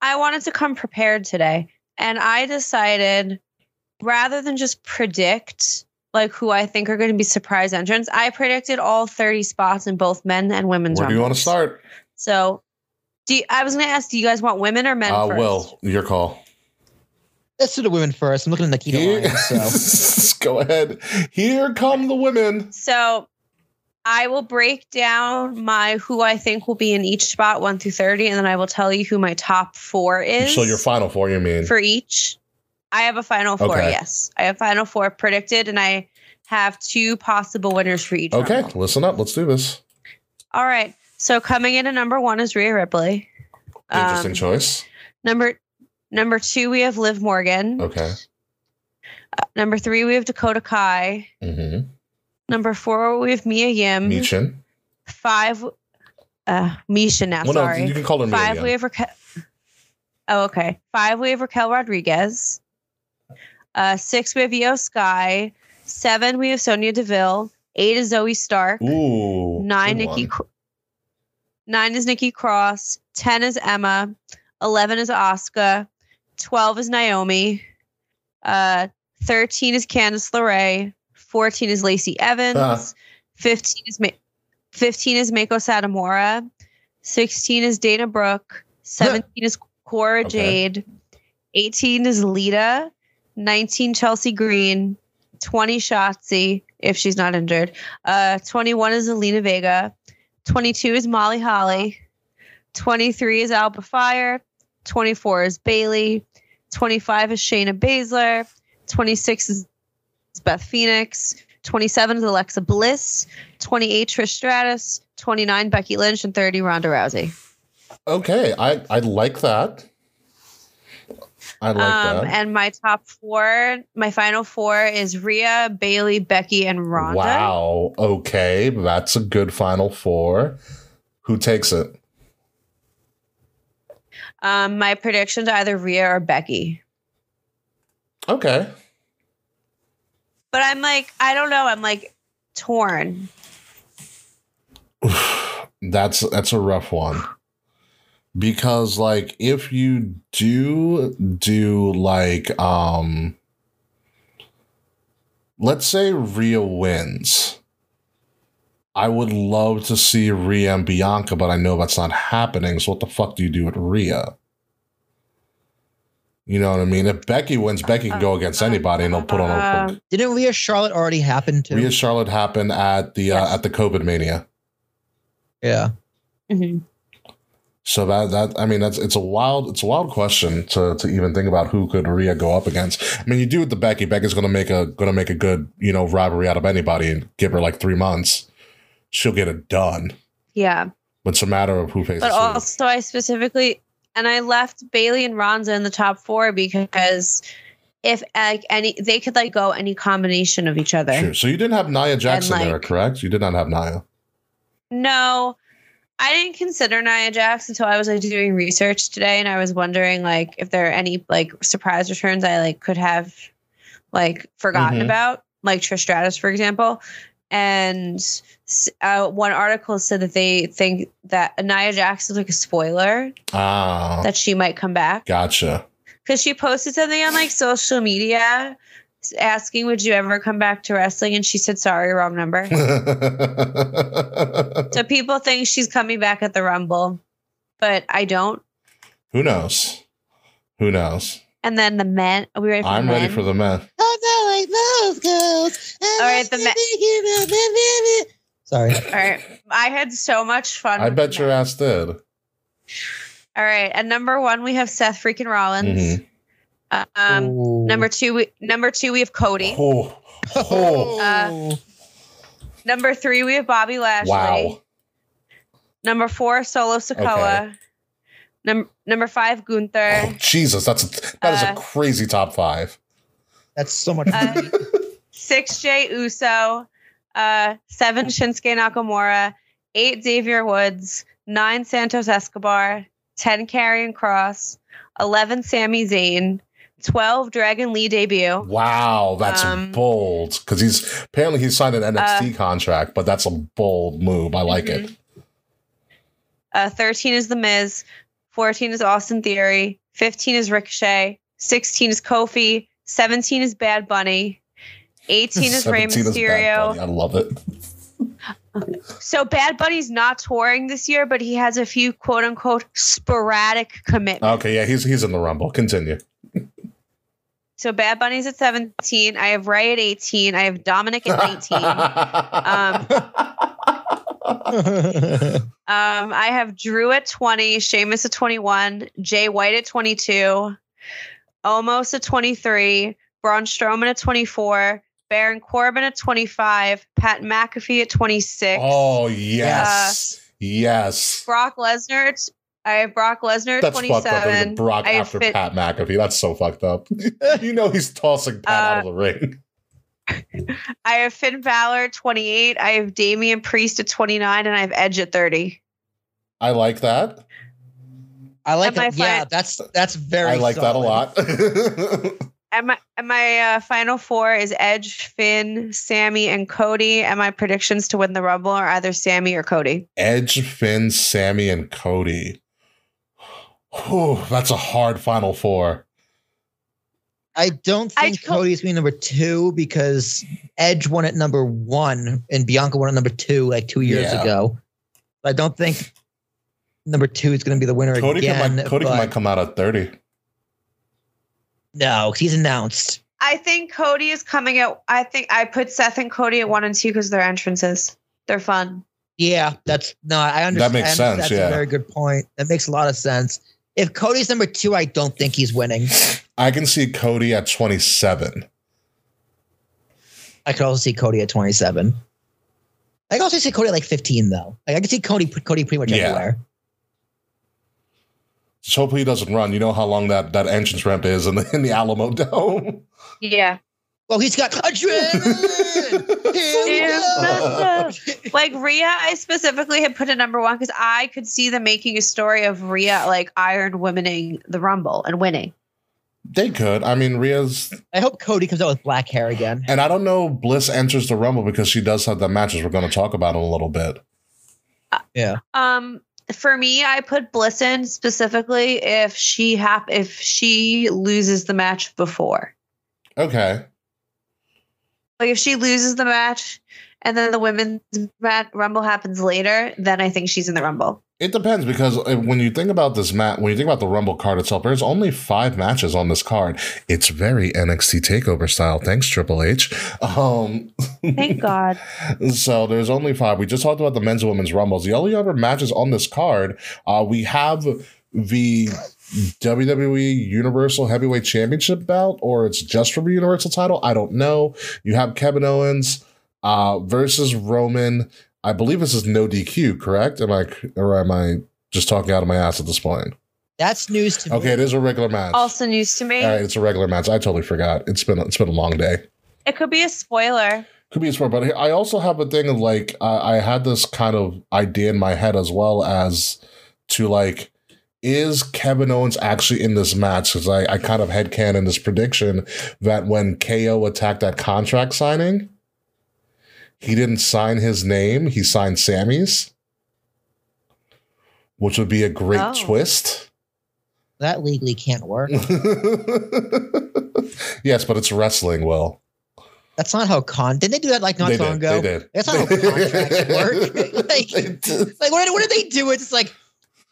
[SPEAKER 3] I wanted to come prepared today, and I decided rather than just predict like who I think are going to be surprise entrants, I predicted all 30 spots in both men and women's.
[SPEAKER 1] Where do you want to
[SPEAKER 3] rumbles.
[SPEAKER 1] start?
[SPEAKER 3] So, do you, I was going to ask, do you guys want women or men
[SPEAKER 1] Uh,
[SPEAKER 3] first?
[SPEAKER 1] Will, your call.
[SPEAKER 2] Let's do the women first. I'm looking at Nikita
[SPEAKER 1] Here-
[SPEAKER 2] Lyons.
[SPEAKER 1] [LAUGHS]
[SPEAKER 2] So.
[SPEAKER 1] go ahead. Here come the women.
[SPEAKER 3] So I will break down my who I think will be in each spot one through 30, and then I will tell you who my top four is
[SPEAKER 1] So your final four, you mean?
[SPEAKER 3] for each. I have a final four,
[SPEAKER 1] Okay.
[SPEAKER 3] yes. I have final four predicted, and I have two possible winners for each.
[SPEAKER 1] okay,
[SPEAKER 3] Rumble.
[SPEAKER 1] listen up. Let's do this.
[SPEAKER 3] All right. So coming in at number one is Rhea Ripley.
[SPEAKER 1] Interesting
[SPEAKER 3] Um,
[SPEAKER 1] choice.
[SPEAKER 3] Number number two, we have Liv Morgan.
[SPEAKER 1] Okay.
[SPEAKER 3] Number three, we have Dakota Kai.
[SPEAKER 1] hmm
[SPEAKER 3] mm-hmm. Number four, we have Mia Yim.
[SPEAKER 1] Meechin.
[SPEAKER 3] Five, uh, Misha now,
[SPEAKER 1] Well, no,
[SPEAKER 3] sorry.
[SPEAKER 1] you can call her Mia.
[SPEAKER 3] Five
[SPEAKER 1] Yim.
[SPEAKER 3] we have Raquel. Oh, okay. Five we have Raquel Rodriguez. Uh, six we have Io Sky. Seven we have Sonia Deville. Eight is Zoe Stark.
[SPEAKER 1] Ooh.
[SPEAKER 3] Nine
[SPEAKER 1] good
[SPEAKER 3] Nikki.
[SPEAKER 1] one.
[SPEAKER 3] Cro- Nine is Nikki Cross. Ten is Emma. Eleven is Oscar. Twelve is Naomi. Uh, Thirteen is Candice LeRae. Fourteen is Lacey Evans.
[SPEAKER 1] Ah.
[SPEAKER 3] Fifteen is Ma- fifteen is Mako Satomura. Sixteen is Dana Brooke. Seventeen is Cora
[SPEAKER 1] Okay.
[SPEAKER 3] Jade. Eighteen is Lita. Nineteen Chelsea Green. 20 Shotzi, if she's not injured. Uh, 21 is Alina Vega. 22 is Molly Holly. 23 is Alba Fire. 24 is Bailey. 25 is Shayna Baszler. 26 is Beth Phoenix. 27 is Alexa Bliss. 28 Trish Stratus. 29 Becky Lynch. And 30 Ronda Rousey.
[SPEAKER 1] Okay, I I like that. I like that.
[SPEAKER 3] Um, And my top four, my final four is Rhea, Bailey, Becky, and Ronda.
[SPEAKER 1] Wow. Okay, that's a good final four. Who takes it?
[SPEAKER 3] Um, my prediction's either Rhea or Becky.
[SPEAKER 1] Okay.
[SPEAKER 3] But I'm like, I don't know. I'm like torn.
[SPEAKER 1] [SIGHS] That's that's a rough one. Because like if you do do like um let's say Rhea wins. I would love to see Rhea and Bianca, but I know that's not happening. So what the fuck do you do with Rhea? You know what I mean? If Becky wins, Becky can go against anybody and they'll put on a
[SPEAKER 3] Um,
[SPEAKER 2] Didn't Rhea Charlotte already happen to?
[SPEAKER 1] Rhea Charlotte happened at the uh,
[SPEAKER 3] Yes.
[SPEAKER 1] at the COVID mania.
[SPEAKER 2] yeah.
[SPEAKER 3] mhm.
[SPEAKER 1] So that that I mean that's it's a wild it's a wild question to to even think about who could Rhea go up against. I mean you do with the Becky. Becky's gonna make a gonna make a good you know robbery out of anybody and give her like three months. She'll get it done.
[SPEAKER 3] Yeah.
[SPEAKER 1] But it's a matter of who faces.
[SPEAKER 3] But
[SPEAKER 1] who.
[SPEAKER 3] also, I specifically, and I left Bailey and Ronza in the top four because if like, any, they could like go any combination of each other.
[SPEAKER 1] Sure. So you didn't have Nia Jackson there,
[SPEAKER 3] like-
[SPEAKER 1] correct? You did not have Nia.
[SPEAKER 3] No, I didn't consider Nia Jax until I was like doing research today, and I was wondering like if there are any like surprise returns I like could have like forgotten
[SPEAKER 1] Mhm.
[SPEAKER 3] about, like Trish Stratus, for example. And s- uh, one article said that they think that Nia Jax is like a spoiler
[SPEAKER 1] Ah,
[SPEAKER 3] that she might come back
[SPEAKER 1] gotcha. [LAUGHS]
[SPEAKER 3] because she posted something on like social media s- asking, "Would you ever come back to wrestling?" And she said, "Sorry, wrong number." So people think she's coming back at the Rumble, but I don't.
[SPEAKER 1] who knows? Who knows?
[SPEAKER 3] And then the men. Are we ready for
[SPEAKER 1] I'm
[SPEAKER 3] the men?
[SPEAKER 1] ready for the men.
[SPEAKER 2] I'm not like those girls. I'm
[SPEAKER 3] All right, the ma-
[SPEAKER 2] the Sorry.
[SPEAKER 3] All right. I had so much fun.
[SPEAKER 1] I
[SPEAKER 3] with
[SPEAKER 1] bet
[SPEAKER 3] the
[SPEAKER 1] your
[SPEAKER 3] men.
[SPEAKER 1] ass did.
[SPEAKER 3] All right. At number one, we have Seth freaking
[SPEAKER 1] Mm-hmm.
[SPEAKER 3] Rollins. Um, number two, we, number two, we have Cody.
[SPEAKER 1] Oh,
[SPEAKER 3] [LAUGHS]
[SPEAKER 1] oh,
[SPEAKER 3] Uh, Number three, we have Bobby Lashley.
[SPEAKER 1] wow.
[SPEAKER 3] Number four, Solo Sokoa. Num- number five,
[SPEAKER 1] Oh,
[SPEAKER 3] Gunther.
[SPEAKER 1] Jesus, that's a, that is
[SPEAKER 3] Uh,
[SPEAKER 1] a crazy top five.
[SPEAKER 2] That's so much.
[SPEAKER 3] Uh, six, Jay Uso. Uh, seven, Shinsuke Nakamura. Eight, Xavier Woods. Nine, Santos Escobar. Ten, Karrion Cross. Eleven, Sami Zayn. Twelve, Dragon Lee debut.
[SPEAKER 1] Wow, that's
[SPEAKER 3] um,
[SPEAKER 1] bold because he's apparently he's signed an NXT contract, but that's a bold move. I like
[SPEAKER 3] Mm-hmm.
[SPEAKER 1] it.
[SPEAKER 3] Uh, Thirteen is The Miz. Fourteen is Austin Theory. Fifteen is Ricochet. Sixteen is Kofi. Seventeen is Bad Bunny. Eighteen
[SPEAKER 1] [LAUGHS]
[SPEAKER 3] is
[SPEAKER 1] 17
[SPEAKER 3] Rey
[SPEAKER 1] is Bad
[SPEAKER 3] Mysterio.
[SPEAKER 1] Bunny. I love it.
[SPEAKER 3] So Bad Bunny's not touring this year, but he has a few quote unquote sporadic commitments.
[SPEAKER 1] Okay, yeah, he's he's in the rumble. Continue.
[SPEAKER 3] So Bad Bunny's at 17. I have Ray at 18. I have Dominic at 19.
[SPEAKER 1] [LAUGHS]
[SPEAKER 3] um, Um, I have Drew at 20, Sheamus at 21, Jay White at 22, Omos at 23, Braun Strowman at 24, Baron Corbin at 25, Pat McAfee at 26,
[SPEAKER 1] oh
[SPEAKER 3] uh,
[SPEAKER 1] yes, yes.
[SPEAKER 3] Brock Lesnar. At, I have Brock Lesnar at
[SPEAKER 1] That's fucked up. It was
[SPEAKER 3] 27.
[SPEAKER 1] Brock
[SPEAKER 3] I have
[SPEAKER 1] after
[SPEAKER 3] Fit-
[SPEAKER 1] Pat McAfee. That's so fucked up. [LAUGHS] you know he's tossing Pat out
[SPEAKER 3] Uh,
[SPEAKER 1] of the ring.
[SPEAKER 3] I have Finn Balor at 28. I have Damian Priest at 29, and I have Edge at 30.
[SPEAKER 1] I like that.
[SPEAKER 2] [LAUGHS] I like
[SPEAKER 3] Am I
[SPEAKER 2] it. Yeah,
[SPEAKER 3] fine?
[SPEAKER 2] that's that's very.
[SPEAKER 1] I like that a
[SPEAKER 2] solid.
[SPEAKER 1] lot. [LAUGHS]
[SPEAKER 3] And my, and my uh, final four is Edge, Finn, Sammy, and Cody. And my predictions to win the Rumble are either Sammy or Cody.
[SPEAKER 1] Edge, Finn, Sammy, and Cody. Whew, that's a hard final four.
[SPEAKER 2] I don't
[SPEAKER 3] I
[SPEAKER 2] think
[SPEAKER 3] co-
[SPEAKER 2] Cody's being number two because Edge won at number one and Bianca won at number two like two years
[SPEAKER 1] Yeah.
[SPEAKER 2] ago. But I don't think number two is going to be the winner
[SPEAKER 1] Cody
[SPEAKER 2] again.
[SPEAKER 1] can might, Cody
[SPEAKER 2] but-
[SPEAKER 1] might come out at 30.
[SPEAKER 2] no, 'cause he's announced.
[SPEAKER 3] I think Cody is coming out. I think I put Seth and Cody at one and two because their entrances. They're fun.
[SPEAKER 2] Yeah, that's no. I understand.
[SPEAKER 1] makes
[SPEAKER 2] I understand.
[SPEAKER 1] sense,
[SPEAKER 2] That's
[SPEAKER 1] yeah.
[SPEAKER 2] a very good point. That makes a lot of sense. If Cody's number two, I don't think he's winning.
[SPEAKER 1] I can see Cody at 27.
[SPEAKER 2] I could also see Cody at 27. I could also see Cody at like 15, though. Like I could see Cody Cody pretty much
[SPEAKER 1] Yeah.
[SPEAKER 2] everywhere.
[SPEAKER 1] Just hopefully he doesn't run. You know how long that, that entrance ramp is in the, in the [LAUGHS] Alamo
[SPEAKER 2] [LAUGHS]
[SPEAKER 1] Dome.
[SPEAKER 3] Yeah.
[SPEAKER 2] Well, he's
[SPEAKER 1] [LAUGHS]
[SPEAKER 2] got adrenaline. Here we go.
[SPEAKER 3] Like Rhea, I specifically had put at number one because I could see them making a story of Rhea like Iron womaning the Rumble and winning.
[SPEAKER 1] they could. I mean, Rhea's
[SPEAKER 2] I hope Cody comes out with black hair again.
[SPEAKER 1] And I don't know if Bliss enters the Rumble because she does have the matches we're going to talk about in a little bit.
[SPEAKER 3] Um, for me, I put Bliss in specifically if she hap- if she loses the match before,
[SPEAKER 1] Okay.
[SPEAKER 3] like if she loses the match and then the women's mat- rumble happens later, then I think she's in the rumble.
[SPEAKER 1] It depends because uh, when you think about this mat, when you think about the Rumble card itself, there's only five matches on this card. It's very NXT Takeover style. Thanks, Triple H. Um, [LAUGHS]
[SPEAKER 3] Thank God.
[SPEAKER 1] so there's only five. We just talked about the men's and women's rumbles. The only other matches on this card, uh, we have the WWE Universal Heavyweight Championship belt, or it's just for the Universal title. I don't know. You have Kevin Owens uh, versus Roman. I believe this is no DQ, correct? Am I or am I just talking out of my ass at this point?
[SPEAKER 2] That's news to
[SPEAKER 1] Okay, it
[SPEAKER 2] me.
[SPEAKER 1] is a regular match.
[SPEAKER 3] Also news to me.
[SPEAKER 1] All right, it's a regular match. I totally forgot. It's been it's been a long day.
[SPEAKER 3] It could be a spoiler.
[SPEAKER 1] could be a sport, but I also have a thing of like I, I had this kind of idea in my head as well as to like is Kevin Owens actually in this match? Because I, I kind of headcanon this prediction that when KO attacked that contract signing, he didn't sign his name, he signed Sammy's, which would be a great
[SPEAKER 3] Oh.
[SPEAKER 1] twist. [LAUGHS]
[SPEAKER 2] That legally can't work.
[SPEAKER 1] yes, but it's wrestling, Will.
[SPEAKER 2] That's not how con. Didn't they do that like not
[SPEAKER 1] they
[SPEAKER 2] so long
[SPEAKER 1] did,
[SPEAKER 2] ago?
[SPEAKER 1] They did.
[SPEAKER 2] That's not how
[SPEAKER 1] [LAUGHS]
[SPEAKER 2] contracts work. [LAUGHS] Like-
[SPEAKER 1] They did.
[SPEAKER 2] Like what, did- what did they do? It's just like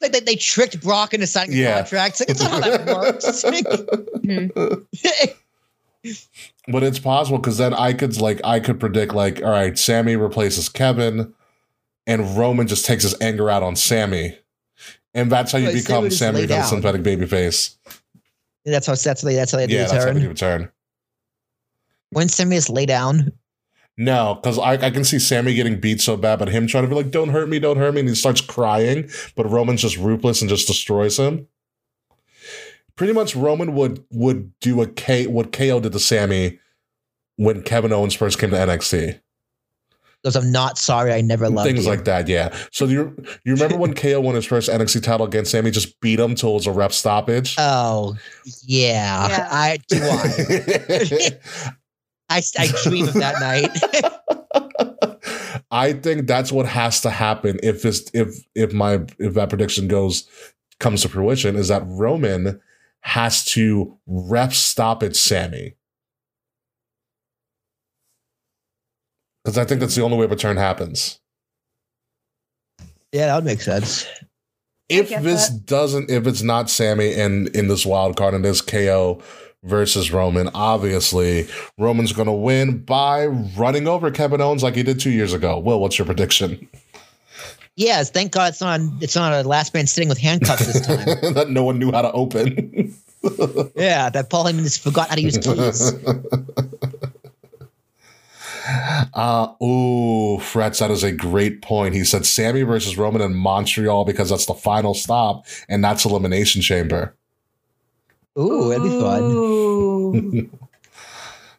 [SPEAKER 2] like they, they tricked Brock into signing
[SPEAKER 1] Yeah.
[SPEAKER 2] a contract. It's like that's not how
[SPEAKER 1] [LAUGHS]
[SPEAKER 2] that works. [LAUGHS]
[SPEAKER 1] But it's possible because then I could like I could predict like all right, Sammy replaces Kevin, and Roman just takes his anger out on Sammy, and that's how you
[SPEAKER 2] Right, Sammy
[SPEAKER 1] become
[SPEAKER 2] just
[SPEAKER 1] Sammy
[SPEAKER 2] laid
[SPEAKER 1] becomes
[SPEAKER 2] down.
[SPEAKER 1] synthetic babyface.
[SPEAKER 2] [LAUGHS] that's how that's how they that's how they do
[SPEAKER 1] Yeah,
[SPEAKER 2] the
[SPEAKER 1] that's how
[SPEAKER 2] turn.
[SPEAKER 1] we do a turn.
[SPEAKER 2] When Sammy is lay down,
[SPEAKER 1] No, because I, I can see Sammy getting beat so bad, but him trying to be like, "Don't hurt me, don't hurt me," and he starts crying, but Roman's just ruthless and just destroys him. Pretty much, Roman would would do a K what KO did to Sammy when Kevin Owens first came to NXT.
[SPEAKER 2] goes, I'm not sorry, I never loved
[SPEAKER 1] things
[SPEAKER 2] you."
[SPEAKER 1] like that. Yeah. So you you remember
[SPEAKER 2] [LAUGHS]
[SPEAKER 1] when KO won his first NXT title against Sammy? Just beat him till it was a rep stoppage.
[SPEAKER 2] Oh yeah,
[SPEAKER 3] Yeah.
[SPEAKER 2] I do. I,
[SPEAKER 1] [LAUGHS]
[SPEAKER 2] I I dream of that night.
[SPEAKER 1] I think that's what has to happen if this if if my if that prediction goes comes to fruition is that Roman has to rep stoppage Sammy. Because I think that's the only way a turn happens.
[SPEAKER 2] yeah, that would make sense.
[SPEAKER 3] I
[SPEAKER 1] if
[SPEAKER 3] get
[SPEAKER 1] this doesn't if it's not sammy and in this wild card and this ko versus roman obviously roman's going to win by running over kevin owens like he did two years ago will what's your prediction
[SPEAKER 2] Yes, thank God it's not it's not a last man sitting with handcuffs this time.
[SPEAKER 1] [LAUGHS] that no one knew how to open
[SPEAKER 2] [LAUGHS] yeah, that Paul Heyman just forgot how to use keys.
[SPEAKER 1] [LAUGHS] uh ooh frets that is a great point he said sammy versus roman in montreal because that's the final stop and that's elimination chamber
[SPEAKER 2] Ooh, that'd be fun.
[SPEAKER 3] Ooh.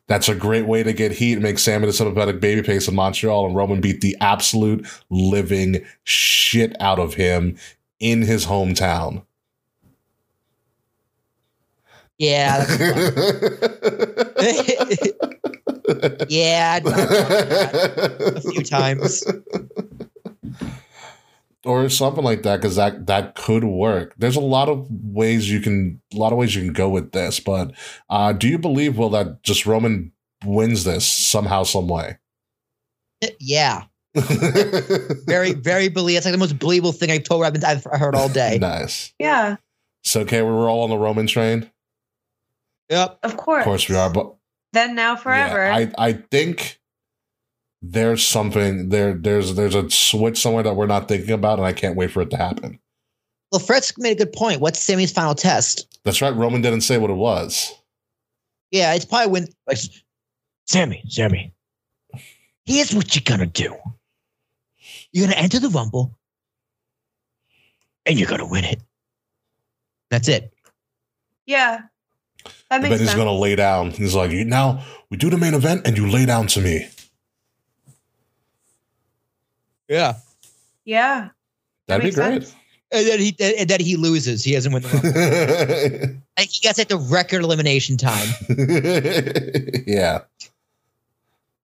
[SPEAKER 1] That's a great way to get heat and make Sammy the sympathetic babyface in Montreal, and Roman beat the absolute living shit out of him in his hometown.
[SPEAKER 2] Yeah, that'd be fun. [LAUGHS] yeah, I'd- I'd-
[SPEAKER 1] [LAUGHS]
[SPEAKER 2] a few times. [LAUGHS]
[SPEAKER 1] or something like that because that that could work there's a lot of ways you can a lot of ways you can go with this but uh do you believe well that just roman wins this somehow some way
[SPEAKER 2] Yeah, very, very believable. It's like the most believable thing I've told Robin I've heard all [LAUGHS]
[SPEAKER 1] [LAUGHS]
[SPEAKER 2] day.
[SPEAKER 1] nice
[SPEAKER 3] Yeah,
[SPEAKER 1] so okay we were all on the roman train
[SPEAKER 2] Yep.
[SPEAKER 3] of course.
[SPEAKER 1] of course we are but
[SPEAKER 3] Then now forever.
[SPEAKER 1] Yeah, I I think there's something there. There's there's a switch somewhere that we're not thinking about, and I can't wait for it to happen.
[SPEAKER 2] Well, Fritz made a good point. What's Sammy's final test?
[SPEAKER 1] That's right. Roman didn't say what it was.
[SPEAKER 2] Yeah, it's probably when like
[SPEAKER 4] Sammy, Sammy, here's what you're gonna do,
[SPEAKER 2] you're gonna enter the Rumble.
[SPEAKER 4] and you're gonna win it.
[SPEAKER 2] That's it.
[SPEAKER 3] yeah. That
[SPEAKER 1] But
[SPEAKER 3] makes
[SPEAKER 1] he's
[SPEAKER 3] sense.
[SPEAKER 1] gonna lay down. He's like, you now we do the main event, and you lay down to me.
[SPEAKER 2] Yeah.
[SPEAKER 3] yeah. That
[SPEAKER 1] That'd be
[SPEAKER 3] makes
[SPEAKER 1] great.
[SPEAKER 3] sense.
[SPEAKER 2] And then he and then he loses. He doesn't win the
[SPEAKER 1] [LAUGHS]
[SPEAKER 2] Rumble.
[SPEAKER 3] [LAUGHS]
[SPEAKER 2] like he gets at the record elimination time.
[SPEAKER 1] [LAUGHS] yeah.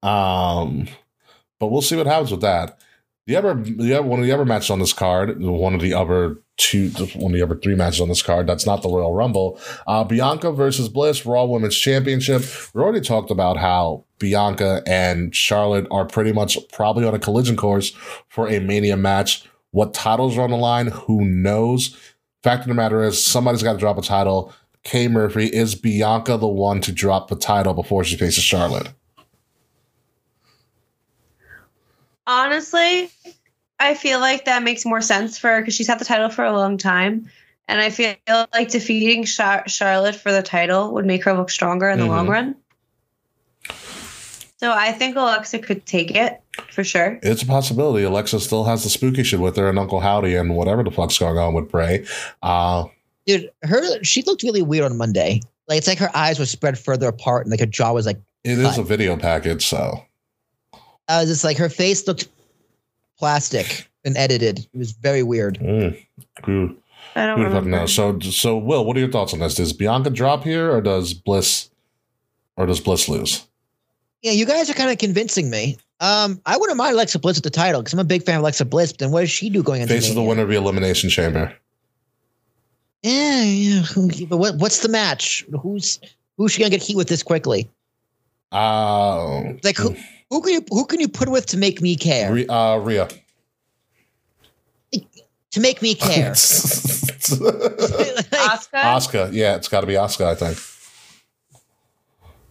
[SPEAKER 1] Um, but we'll see what happens with that. The other, the other one of the other matches on this card, one of the other two, one of the other three matches on this card. That's not the Royal Rumble. Uh, Bianca versus Bliss, Raw Women's Championship. We already talked about how Bianca and Charlotte are pretty much probably on a collision course for a Mania match. What titles are on the line? Who knows? Fact of the matter is, somebody's got to drop a title. Kay Murphy is Bianca the one to drop the title before she faces Charlotte?
[SPEAKER 3] Honestly, I feel like that makes more sense for her because she's had the title for a long time. And I feel like defeating Char- Charlotte for the title would make her look stronger in the long
[SPEAKER 1] Mhm.
[SPEAKER 3] run. So I think Alexa could take it for sure.
[SPEAKER 1] It's a possibility. Alexa still has the spooky shit with her and Uncle Howdy and whatever the fuck's going on with Bray. Uh,
[SPEAKER 2] Dude, her she looked really weird on Monday. Like it's like her eyes were spread further apart and like her jaw was like
[SPEAKER 1] it is a
[SPEAKER 2] Cut.
[SPEAKER 1] video package, so
[SPEAKER 2] I was uh, just like her face looked plastic and edited. It was very weird.
[SPEAKER 1] mm, who,
[SPEAKER 3] I don't
[SPEAKER 1] who the fuck
[SPEAKER 3] remember.
[SPEAKER 1] knows? So, so Will, what are your thoughts on this? Does Bianca drop here, or does Bliss, or does Bliss lose?
[SPEAKER 2] Yeah, you guys are kind of convincing me. Um, I wouldn't mind Alexa Bliss with the title because I'm a big fan of Alexa Bliss. But then what does she do going into
[SPEAKER 1] Faces the
[SPEAKER 2] Mania?
[SPEAKER 1] winner of the Elimination Chamber.
[SPEAKER 2] Yeah, yeah. [LAUGHS] who- But what, what's the match? Who's who's she gonna get heat with this quickly?
[SPEAKER 1] Uh,
[SPEAKER 2] Like who who can you who can you put with to make me care?
[SPEAKER 1] Re- uh, Rhea.
[SPEAKER 2] to
[SPEAKER 1] [LAUGHS]
[SPEAKER 2] make me care. [LAUGHS] like,
[SPEAKER 3] Asuka?
[SPEAKER 1] Oscar, yeah, it's got to be Oscar, I think,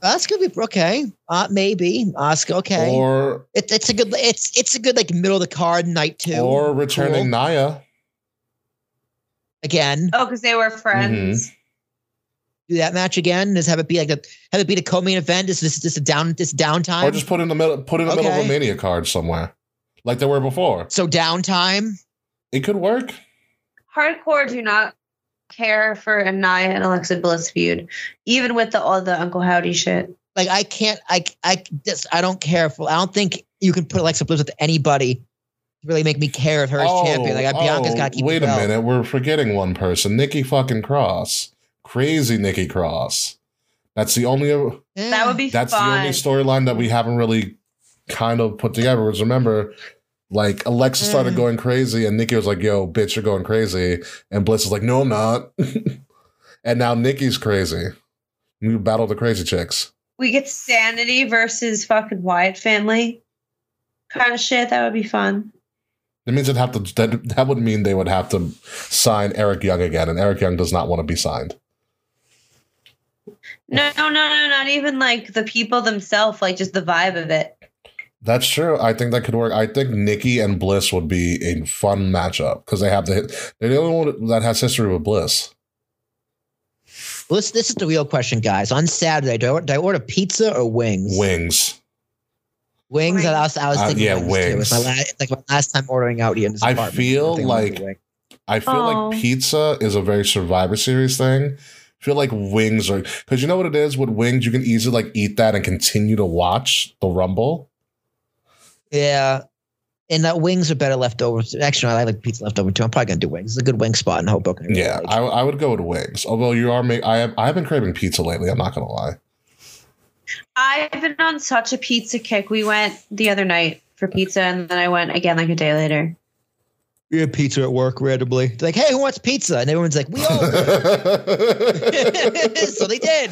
[SPEAKER 2] Oscar be okay. Uh, maybe Oscar. Okay.
[SPEAKER 1] or
[SPEAKER 2] it, it's a good. It's it's a good like middle of the card night two.
[SPEAKER 1] or returning
[SPEAKER 2] Cool.
[SPEAKER 1] Naya.
[SPEAKER 2] again.
[SPEAKER 3] Oh, because they were friends.
[SPEAKER 2] Do that match again. Just have it be like a have it be the co-main event. This this this a down this downtime.
[SPEAKER 1] or just put in the middle, put in the middle of a
[SPEAKER 2] Okay.
[SPEAKER 1] mania card somewhere, like they were before.
[SPEAKER 2] so downtime.
[SPEAKER 1] It could work. Mm-hmm.
[SPEAKER 3] Hardcore do not care for Anaya and Alexa Bliss feud, even with the all the Uncle Howdy shit.
[SPEAKER 2] Like I can't. I I just I don't care for. I don't think you can put Alexa Bliss with anybody. To really make me care of her as champion. Like
[SPEAKER 1] oh,
[SPEAKER 2] Bianca's got to keep. the
[SPEAKER 1] Wait a
[SPEAKER 2] belt.
[SPEAKER 1] minute, we're forgetting one person, Nikki fucking Cross, crazy Nikki Cross. That's the only.
[SPEAKER 2] Yeah.
[SPEAKER 3] That would be
[SPEAKER 1] That's the
[SPEAKER 3] fun.
[SPEAKER 1] only storyline that we haven't really kind of put together. Because remember, like Alexa started
[SPEAKER 2] Mm.
[SPEAKER 1] going crazy, and Nikki was like, "Yo, bitch, you're going crazy," and Bliss is like, "No, I'm not." [LAUGHS] and now Nikki's crazy. We battle the crazy chicks.
[SPEAKER 3] We get Sanity versus fucking Wyatt family kind of shit. That would be fun.
[SPEAKER 1] That means it'd have to. That, that would mean they would have to sign Eric Young again, and Eric Young does not want to be signed.
[SPEAKER 3] No, no, no, no, not even like the people themselves, like just the vibe of it.
[SPEAKER 1] That's true. I think that could work. I think Nikki and Bliss would be a fun matchup because they have the. hit- They're the only one that has history with Bliss.
[SPEAKER 2] Well, this, this is the real question, guys. On Saturday, do I, or- do I order pizza or wings?
[SPEAKER 1] Wings.
[SPEAKER 2] Wings. I was, I was
[SPEAKER 1] Uh,
[SPEAKER 2] thinking.
[SPEAKER 1] yeah,
[SPEAKER 2] wings. too. It was my
[SPEAKER 1] wings.
[SPEAKER 2] la- it's like my last time ordering out here in this
[SPEAKER 1] I
[SPEAKER 2] apartment.
[SPEAKER 1] feel
[SPEAKER 2] think I'm gonna
[SPEAKER 1] like-
[SPEAKER 2] do wings.
[SPEAKER 1] I feel
[SPEAKER 3] Oh.
[SPEAKER 1] like pizza is a very Survivor Series thing. I feel like wings are because you know what it is with wings. You can easily like eat that and continue to watch the Rumble.
[SPEAKER 2] Yeah. And that wings are better left over. Actually, no, I like pizza left over too. I'm probably gonna do wings. It's a good wing spot in Hoboken. I really
[SPEAKER 1] Yeah,
[SPEAKER 2] like.
[SPEAKER 1] I, I would go with wings. Although you are make I have I have been craving pizza lately. I'm not gonna lie.
[SPEAKER 3] I've been on such a pizza kick. We went the other night for pizza and then I went again like a day later.
[SPEAKER 2] we had pizza at work randomly. They're like, hey, who wants pizza? And everyone's like, we
[SPEAKER 1] [LAUGHS]
[SPEAKER 2] all. do." [LAUGHS] so they did.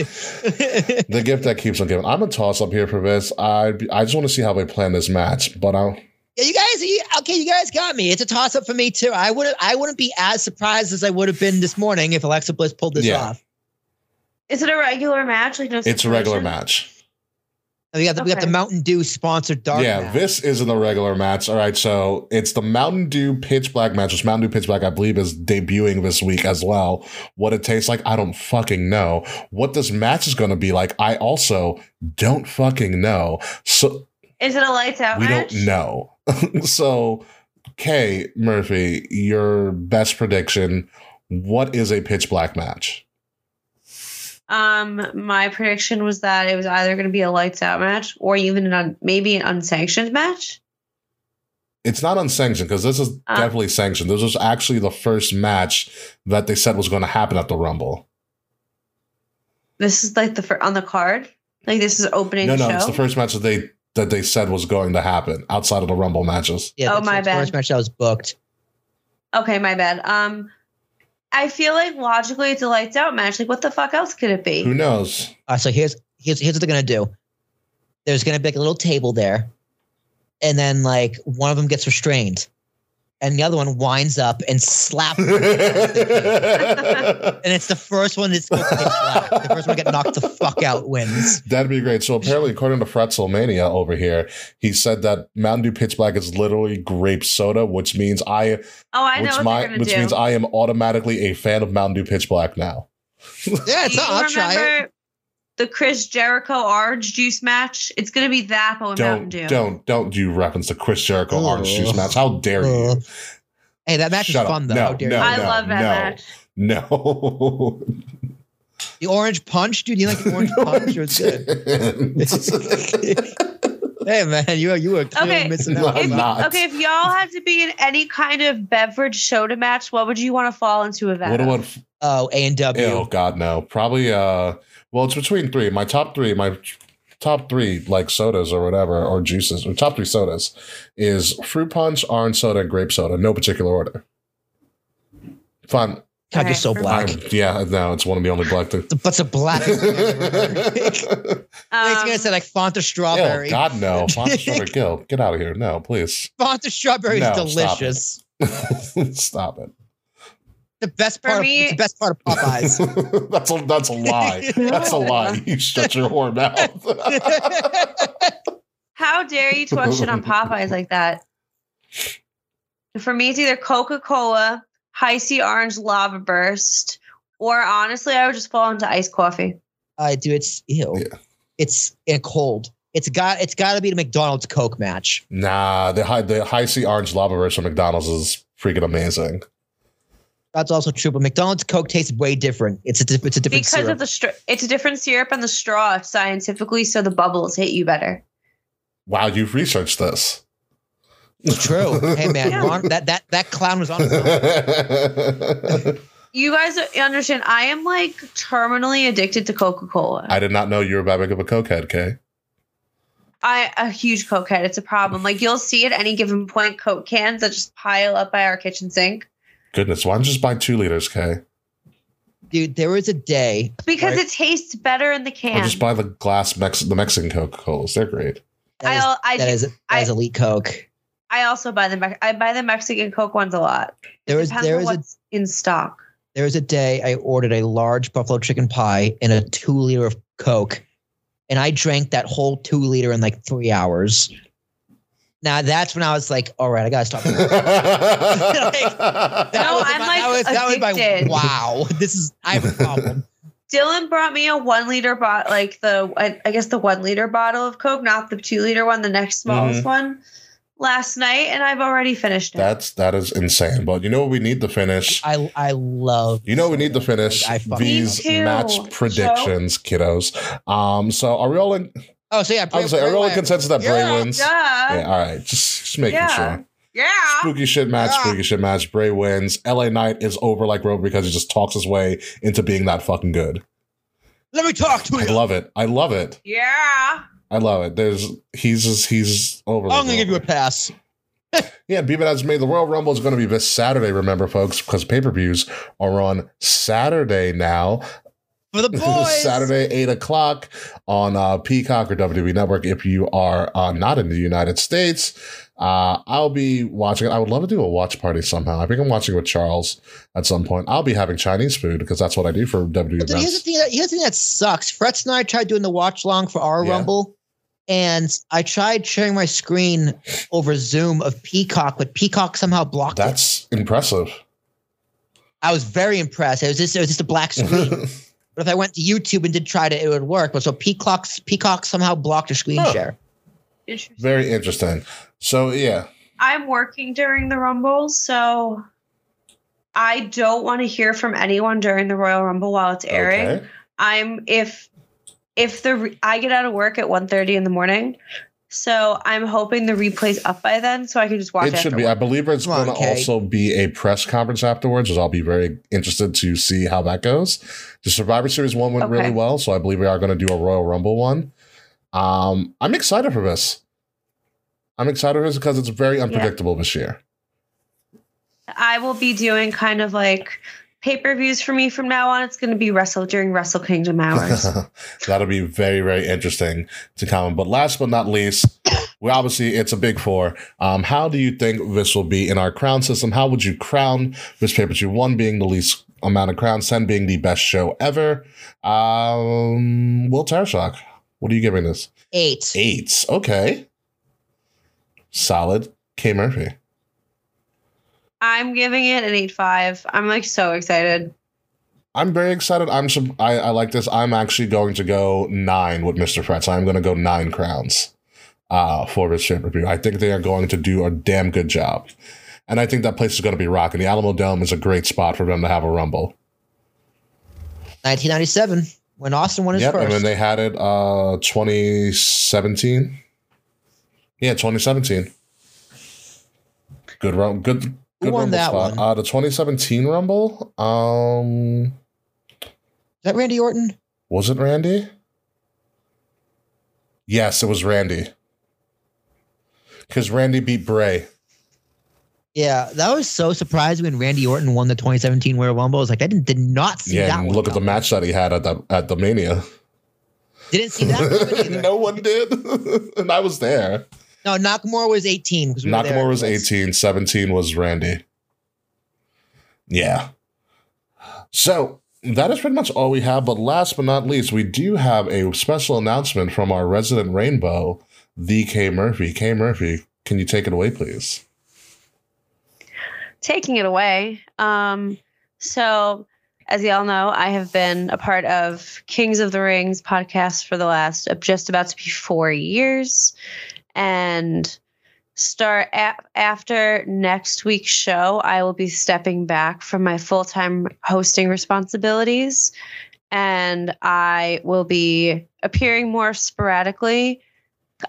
[SPEAKER 1] the gift that keeps on giving. I'm a toss up here for this. I I just want to see how they plan this match, but I
[SPEAKER 2] yeah, you guys. You, okay, you guys got me. It's a toss up for me too. I would. I wouldn't be as surprised as I would have been this morning if Alexa Bliss pulled this
[SPEAKER 1] Yeah.
[SPEAKER 2] off.
[SPEAKER 3] Is it a regular match? Like no
[SPEAKER 1] it's a regular
[SPEAKER 3] stipulation?
[SPEAKER 1] match.
[SPEAKER 2] And we got the, we got the
[SPEAKER 3] Okay.
[SPEAKER 2] Mountain Dew sponsored dark.
[SPEAKER 1] yeah,
[SPEAKER 2] match.
[SPEAKER 1] this isn't a regular match. All right, so it's the Mountain Dew Pitch Black match, which Mountain Dew Pitch Black, I believe, is debuting this week as well. What it tastes like, I don't fucking know. What this match is going to be like, I also don't fucking know. So
[SPEAKER 3] Is it a lights out
[SPEAKER 1] we
[SPEAKER 3] match?
[SPEAKER 1] don't know. [LAUGHS] so, Kay Murphy, your best prediction: What is a Pitch Black match?
[SPEAKER 3] Um, my prediction was that it was either going to be a lights out match or even an un- maybe an unsanctioned match.
[SPEAKER 1] it's not unsanctioned because this is
[SPEAKER 3] Uh.
[SPEAKER 1] definitely sanctioned. This was actually the first match that they said was going to happen at the Rumble.
[SPEAKER 3] This is like the fir- on the card. Like this is opening
[SPEAKER 1] No, no,
[SPEAKER 3] show.
[SPEAKER 1] it's the first match that they that they said was going to happen outside of the Rumble matches.
[SPEAKER 2] Yeah,
[SPEAKER 3] Oh,
[SPEAKER 2] that's
[SPEAKER 3] my
[SPEAKER 2] the first
[SPEAKER 3] bad.
[SPEAKER 2] match that was booked.
[SPEAKER 3] okay, my bad. Um, I feel like logically it's a lights out match. Like what the fuck else could it
[SPEAKER 1] Who
[SPEAKER 3] be?
[SPEAKER 1] knows? [LAUGHS]
[SPEAKER 2] All right, so here's here's here's what they're gonna do. There's gonna be like a little table there, and then like one of them gets restrained, and the other one winds up
[SPEAKER 1] [LAUGHS]
[SPEAKER 2] and slaps. and
[SPEAKER 1] That'd
[SPEAKER 2] it's the first one that's supposed to get slapped. The first one to get knocked the fuck out
[SPEAKER 1] [LAUGHS]
[SPEAKER 2] wins.
[SPEAKER 1] be great. So apparently, according to Fretzelmania over here, he said that Mountain Dew Pitch Black is literally grape soda, which means I,
[SPEAKER 3] Oh, I know
[SPEAKER 1] which
[SPEAKER 3] what
[SPEAKER 1] my,
[SPEAKER 3] they're gonna
[SPEAKER 1] which
[SPEAKER 3] do.
[SPEAKER 1] means I am automatically a fan of Mountain Dew Pitch Black now.
[SPEAKER 2] Yeah,
[SPEAKER 3] Do
[SPEAKER 2] it's,
[SPEAKER 3] you
[SPEAKER 2] I'll try it.
[SPEAKER 3] remember the Chris Jericho orange juice match? It's gonna be that, but with Mountain
[SPEAKER 1] Don't,
[SPEAKER 3] Dew.
[SPEAKER 1] don't, don't do reference to Chris Jericho orange
[SPEAKER 2] Ugh.
[SPEAKER 1] juice match. How dare you?
[SPEAKER 2] Ugh. Hey, that match
[SPEAKER 1] Shut up.
[SPEAKER 2] is fun though.
[SPEAKER 1] No,
[SPEAKER 2] How dare
[SPEAKER 1] no.
[SPEAKER 2] you.
[SPEAKER 3] I love that
[SPEAKER 1] no.
[SPEAKER 3] match.
[SPEAKER 1] No.
[SPEAKER 2] The orange punch, dude. You like
[SPEAKER 1] [LAUGHS]
[SPEAKER 2] the orange punch? Or it's good. [LAUGHS]
[SPEAKER 1] [LAUGHS]
[SPEAKER 2] hey man, you are you were clearly
[SPEAKER 3] Okay.
[SPEAKER 2] missing out.
[SPEAKER 1] No, I'm
[SPEAKER 2] on
[SPEAKER 3] If-
[SPEAKER 2] that.
[SPEAKER 1] not.
[SPEAKER 3] Okay, if y'all had to be in any kind of beverage soda match, what would you want to fall into of that?
[SPEAKER 1] What do I
[SPEAKER 2] Oh, A and W.
[SPEAKER 1] Oh God, no. Probably. Uh, well, it's between three. My top three. My top three like sodas or whatever or juices or top three sodas is fruit punch, orange soda, and grape soda. No particular order. Fun.
[SPEAKER 2] God, you're so
[SPEAKER 3] Okay.
[SPEAKER 2] black.
[SPEAKER 1] I'm- yeah. No, it's one of the only black things.
[SPEAKER 2] That's a
[SPEAKER 1] [LAUGHS]
[SPEAKER 2] black. Next
[SPEAKER 1] oh
[SPEAKER 2] thing
[SPEAKER 3] Um,
[SPEAKER 2] I said, like Fanta strawberry.
[SPEAKER 1] God, no.
[SPEAKER 2] [LAUGHS]
[SPEAKER 1] Fun, strawberry, Gil, get out of here. No, please. [LAUGHS]
[SPEAKER 2] Fanta strawberry is
[SPEAKER 1] No, stop it.
[SPEAKER 2] delicious.
[SPEAKER 1] Stop it.
[SPEAKER 2] The best
[SPEAKER 3] For
[SPEAKER 2] part.
[SPEAKER 3] me-
[SPEAKER 2] of, it's the best part of
[SPEAKER 1] [LAUGHS]
[SPEAKER 2] Popeyes.
[SPEAKER 1] that's a that's a
[SPEAKER 2] [LAUGHS]
[SPEAKER 1] lie. That's a lie. You shut your whore mouth.
[SPEAKER 2] [LAUGHS]
[SPEAKER 3] How dare you talk shit on Popeyes like that? For me, it's either Coca Cola, High C Orange Lava Burst, or honestly, I would just fall into iced coffee.
[SPEAKER 2] I do. It's ew.
[SPEAKER 1] Yeah.
[SPEAKER 2] It's and cold. It's got. It's got to be the McDonald's Coke match.
[SPEAKER 1] Nah, the high the high sea orange lava burst from McDonald's is freaking amazing.
[SPEAKER 2] That's also true. But McDonald's Coke tastes way different. It's a. di- It's a different
[SPEAKER 3] Because
[SPEAKER 2] syrup.
[SPEAKER 3] of the str- it's a different syrup and the straw it's scientifically, so the bubbles hit you better.
[SPEAKER 1] Wow, you've researched this. [LAUGHS]
[SPEAKER 2] It's true. Hey man,
[SPEAKER 3] Yeah.
[SPEAKER 2] Ron, that that that clown was on. his own.
[SPEAKER 3] You guys understand? I am like terminally addicted to Coca Cola.
[SPEAKER 1] I did not know you were that big of a cokehead, Kay.
[SPEAKER 3] I a huge Coke head. It's a problem. Like you'll see at any given point Coke cans that just pile up by our kitchen sink.
[SPEAKER 1] Goodness, why don't you just buy two liters, Kay?
[SPEAKER 2] Dude, there was a day.
[SPEAKER 3] Because
[SPEAKER 2] Right.
[SPEAKER 3] it tastes better in the
[SPEAKER 1] Or
[SPEAKER 3] can.
[SPEAKER 1] just buy the glass Mex the Mexican Coca Colas. They're great. [LAUGHS]
[SPEAKER 2] That is-
[SPEAKER 3] I, I,
[SPEAKER 2] that is that is elite Coke.
[SPEAKER 3] I also buy the Mex- I buy the Mexican Coke ones a lot.
[SPEAKER 2] There was
[SPEAKER 3] Depends
[SPEAKER 2] there
[SPEAKER 3] on
[SPEAKER 2] was a
[SPEAKER 3] what's in stock.
[SPEAKER 2] there was a day I ordered a large buffalo chicken pie and a two liter of Coke, and I drank that whole two liter in like three hours. Now that's when I was like, all right, I
[SPEAKER 3] [LAUGHS]
[SPEAKER 2] gotta stop. That
[SPEAKER 3] No,
[SPEAKER 2] was
[SPEAKER 3] I'm,
[SPEAKER 2] my-
[SPEAKER 3] like, addicted.
[SPEAKER 2] wow, this is I have a
[SPEAKER 1] [LAUGHS]
[SPEAKER 2] problem.
[SPEAKER 3] Dylan brought me a one liter bot, like the I, I guess the one liter bottle of Coke, not the two liter one, the next
[SPEAKER 1] Mm-hmm.
[SPEAKER 3] smallest one, last night, and I've already finished it.
[SPEAKER 1] That's that is insane. But you know what we need to finish?
[SPEAKER 2] I I love
[SPEAKER 1] You know we need to finish
[SPEAKER 2] I fucking-
[SPEAKER 1] these
[SPEAKER 3] Me too.
[SPEAKER 1] match predictions, kiddos. Um, so are we all in?
[SPEAKER 2] Oh, so yeah,
[SPEAKER 1] I was gonna say, are we all in consensus that Bray
[SPEAKER 2] Yeah,
[SPEAKER 1] wins?
[SPEAKER 3] Duh.
[SPEAKER 2] Um,
[SPEAKER 1] Yeah, all right. Just, just making
[SPEAKER 3] Yeah.
[SPEAKER 1] sure.
[SPEAKER 3] yeah.
[SPEAKER 1] Spooky shit match,
[SPEAKER 2] Yeah.
[SPEAKER 1] spooky shit match. Bray wins. LA Knight is over like rope because he just talks his way into being that fucking good.
[SPEAKER 2] Let me talk to
[SPEAKER 1] I
[SPEAKER 2] you.
[SPEAKER 1] love it. I love it.
[SPEAKER 3] Yeah.
[SPEAKER 1] I love it. There's he's just he's over.
[SPEAKER 2] I'm
[SPEAKER 1] like
[SPEAKER 2] gonna give you a
[SPEAKER 1] rope.
[SPEAKER 2] pass.
[SPEAKER 1] yeah. Beaver has made the Royal Rumble is going to be this Saturday. Remember, folks, because pay per views are on Saturday now.
[SPEAKER 2] For the
[SPEAKER 1] [LAUGHS]
[SPEAKER 2] boys.
[SPEAKER 1] Saturday, 8 o'clock on uh, Peacock or WWE Network if you are uh, not in the United States. Uh, I'll be watching it. I would love to do a watch party somehow. I think I'm watching with Charles at some point. I'll be having Chinese food because that's what I do for WWE
[SPEAKER 2] But dude, here's the
[SPEAKER 1] events.
[SPEAKER 2] thing. That, here's the thing that sucks. Fretz and I tried doing the watch long for our
[SPEAKER 1] Yeah.
[SPEAKER 2] Rumble, and I tried sharing my screen over Zoom of Peacock, but Peacock somehow blocked it.
[SPEAKER 1] That's impressive.
[SPEAKER 2] [LAUGHS] I was very impressed. It was just it was just a
[SPEAKER 1] [LAUGHS]
[SPEAKER 2] black screen. but if I went to YouTube and did try to, it would work. But so Peacock Peacock somehow blocked a screen
[SPEAKER 1] Huh.
[SPEAKER 2] share.
[SPEAKER 3] Interesting.
[SPEAKER 1] Very interesting. So, yeah.
[SPEAKER 3] I'm working during the Rumble, so I don't want to hear from anyone during the Royal Rumble while it's airing.
[SPEAKER 1] Okay.
[SPEAKER 3] I'm if if the re- I get out of work at 1:30 in the morning. So I'm hoping the replay's up by then so I can just watch
[SPEAKER 1] It should be. I believe it's
[SPEAKER 2] Come on,
[SPEAKER 1] going to
[SPEAKER 2] Kay.
[SPEAKER 1] also be a press conference afterwards, as I'll be very interested to see how that goes. The Survivor Series one went really
[SPEAKER 3] Okay.
[SPEAKER 1] well, so I believe we are going to do a Royal Rumble one. Um, I'm excited for this. I'm excited for this because it's very unpredictable this year.
[SPEAKER 3] I will be doing kind of like pay-per-views for me from now on. It's going to be wrestle during
[SPEAKER 1] [LAUGHS]
[SPEAKER 3] Wrestle Kingdom hours.
[SPEAKER 1] That'll be very, very interesting to comment. But last but not least, well, obviously it's a big four. Um, how do you think this will be in our crown system? How would you crown this pay per view? One being the least amount of crowns, ten being the best show ever. Um, Will Tarshak, what are you giving this?
[SPEAKER 2] Eight.
[SPEAKER 1] Eight. Okay. Solid. K Murphy.
[SPEAKER 3] I'm giving it an eight five. I'm like so excited.
[SPEAKER 1] I'm very excited. I'm sub- I, I like this. I'm actually going to go nine with Mr. Fretz. I'm going to go nine crowns uh, for this shape review. I think they are going to do a damn good job. And I think that place is going to be rocking. The Alamo Dome is a great spot for them to have a rumble.
[SPEAKER 2] 1997 when Austin won his
[SPEAKER 1] Yep. And
[SPEAKER 2] first.
[SPEAKER 1] then they had it uh 2017. Yeah, 2017. Good rumble. Good, good
[SPEAKER 2] Who won
[SPEAKER 1] rumble
[SPEAKER 2] that
[SPEAKER 1] spot.
[SPEAKER 2] one?
[SPEAKER 1] Uh, the 2017 rumble. Um,
[SPEAKER 2] Is that Randy Orton?
[SPEAKER 1] Was it Randy? Yes, it was Randy. Because Randy beat Bray.
[SPEAKER 2] Yeah, that was so surprising when Randy Orton won the 2017 Royal Rumble. I was like, I didn't, did not see
[SPEAKER 1] yeah,
[SPEAKER 2] that.
[SPEAKER 1] and
[SPEAKER 2] one
[SPEAKER 1] look at the
[SPEAKER 2] coming.
[SPEAKER 1] match that he had at the at the Mania.
[SPEAKER 2] Didn't see that.
[SPEAKER 1] [LAUGHS]
[SPEAKER 2] coming either.
[SPEAKER 1] no one did, [LAUGHS] and I was there.
[SPEAKER 2] no, Nakamura was 18 because we were there.
[SPEAKER 1] Nakamura was 18, 17 was Randy. Yeah. So that is pretty much all we have. But last but not least, we do have a special announcement from our resident rainbow, the K Murphy. K Murphy, can you take it away, please?
[SPEAKER 3] taking it away. Um, so, as y'all know, I have been a part of Kings of the Rings podcast for the last uh, just about to be four years, and start a- after next week's show. I will be stepping back from my full time hosting responsibilities, and I will be appearing more sporadically.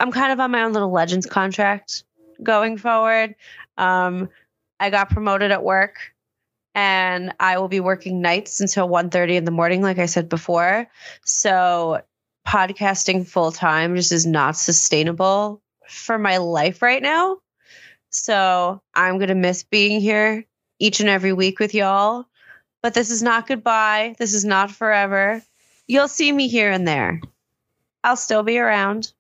[SPEAKER 3] I'm kind of on my own little legends contract going forward. Um, I got promoted at work and I will be working nights until 1:30 in the morning like I said before. So podcasting full time just is not sustainable for my life right now. So I'm going to miss being here each and every week with y'all. But this is not goodbye. This is not forever. You'll see me here and there. I'll still be around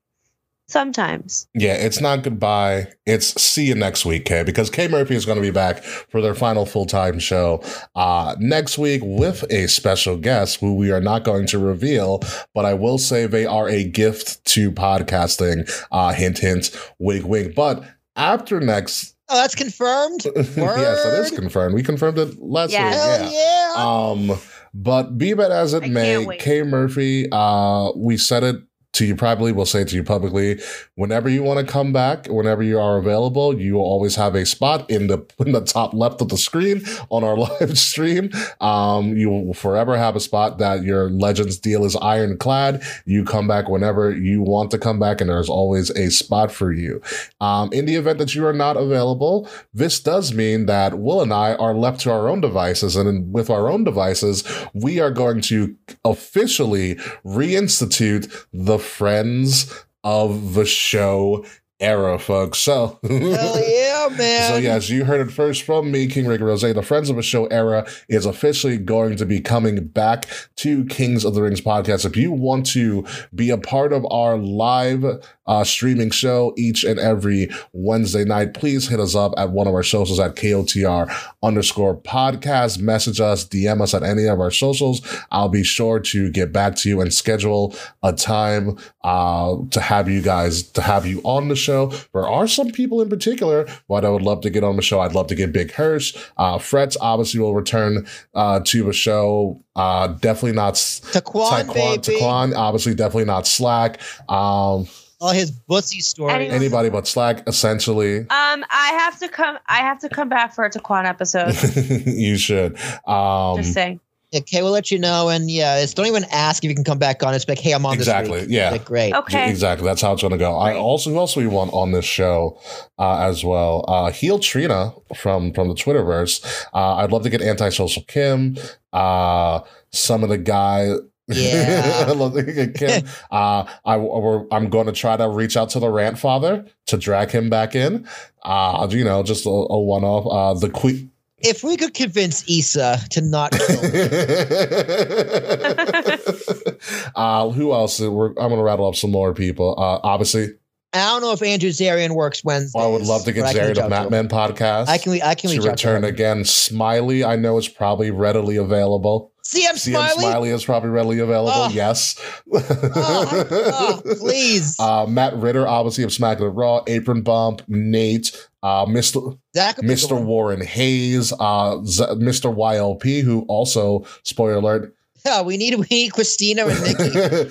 [SPEAKER 3] sometimes.
[SPEAKER 1] Yeah, it's not goodbye. It's see you next week, Kay, because Kay Murphy is going to be back for their final full time show uh, next week with a special guest who we are not going to reveal, but I will say they are a gift to podcasting. Uh, hint, hint, wink, wink. But after next, [LAUGHS]
[SPEAKER 2] Oh, that's confirmed.
[SPEAKER 1] yes, it is
[SPEAKER 2] Word.
[SPEAKER 1] confirmed. We confirmed it last
[SPEAKER 3] Yes.
[SPEAKER 1] week.
[SPEAKER 2] Hell yeah!
[SPEAKER 1] Um, [LAUGHS] but be that as it
[SPEAKER 3] I
[SPEAKER 1] may,
[SPEAKER 3] can't wait.
[SPEAKER 1] Kay Murphy, uh, we said it to you privately, we'll say it to you publicly. Whenever you want to come back, whenever you are available, you will always have a spot in the [LAUGHS] in the top left of the screen on our [LAUGHS] live stream. Um, you will forever have a spot that your legends deal is ironclad. You come back whenever you want to come back, and there's always a spot for you. Um, in the event that you are not available, this does mean that Will and I are left to our own devices, and then with our own devices, we are going to officially reinstitute the friends of the show era, folks. So. [LAUGHS]
[SPEAKER 2] Hell yeah, man!
[SPEAKER 1] So yes, you heard it first from me, King Rick Rose. The Friends of the Show era is officially going to be coming back to Kings of the Rings podcast. If you want to be a part of our live uh, streaming show each and every Wednesday night, please hit us up at one of our socials at KOTR underscore podcast. Message us, DM us at any of our socials. I'll be sure to get back to you and schedule a time uh, to have you guys to have you on the show. There are some people in particular what I would love to get on the show. I'd love to get Big Hirsch. Uh, Frets obviously will return uh, to the show. Uh, definitely not S-
[SPEAKER 2] Taquan,
[SPEAKER 1] Taquan.
[SPEAKER 2] baby,
[SPEAKER 1] Taquan, obviously, definitely not Slack. Um,
[SPEAKER 2] all his bussy stories.
[SPEAKER 3] Anyway.
[SPEAKER 1] anybody but Slack, essentially. [LAUGHS]
[SPEAKER 3] Um I have to come I have to come back for a Taquan episode.
[SPEAKER 1] you should. Um,
[SPEAKER 3] Just saying.
[SPEAKER 2] Yeah, Kay will let you know, and yeah, it's, don't even ask if you can come back on. It's like, hey, I'm on
[SPEAKER 1] exactly.
[SPEAKER 2] this week.
[SPEAKER 1] Yeah.
[SPEAKER 2] Like, great.
[SPEAKER 3] Okay.
[SPEAKER 1] Exactly. That's how it's going to go. I
[SPEAKER 3] Right.
[SPEAKER 1] also, who else we want on this show uh, as well? Uh, Heel Trina from from the Twitterverse. Uh, I'd love to get Antisocial Kim. Uh, some of the guy.
[SPEAKER 2] Yeah.
[SPEAKER 1] [LAUGHS] I love to get
[SPEAKER 3] [LAUGHS]
[SPEAKER 1] Kim. uh, I, we're, I'm going to try to reach out to the Rant Father to drag him back in. Uh, you know, just a, a one off. Uh, the Queen.
[SPEAKER 3] [LAUGHS]
[SPEAKER 1] [LAUGHS]
[SPEAKER 2] If we could convince Issa to not kill him.
[SPEAKER 1] uh, who else? We're, I'm going to rattle up some more people. Uh, obviously,
[SPEAKER 2] I don't know if Andrew Zarian works Wednesday.
[SPEAKER 1] Well, I would love to get Zary to Mad Men podcast.
[SPEAKER 2] I can I can
[SPEAKER 1] to
[SPEAKER 2] reach out
[SPEAKER 1] return
[SPEAKER 2] to him.
[SPEAKER 1] again. Smiley, I know it's probably readily available. [LAUGHS]
[SPEAKER 2] CM
[SPEAKER 1] CM
[SPEAKER 2] Smiley.
[SPEAKER 1] Smiley is probably readily available.
[SPEAKER 2] Oh.
[SPEAKER 1] Yes.
[SPEAKER 2] Oh, oh, please,
[SPEAKER 1] [LAUGHS] Uh, Matt Ritter, obviously of Smack of the Raw, Apron Bump, Nate, uh, Mr.
[SPEAKER 2] that could be good
[SPEAKER 1] Mr.
[SPEAKER 2] one.
[SPEAKER 1] Warren Hayes, uh, Z- Mr. YLP, who also spoiler
[SPEAKER 2] [LAUGHS]
[SPEAKER 1] alert. [LAUGHS]
[SPEAKER 2] Yeah, Oh, we need we need Christina and Nikki.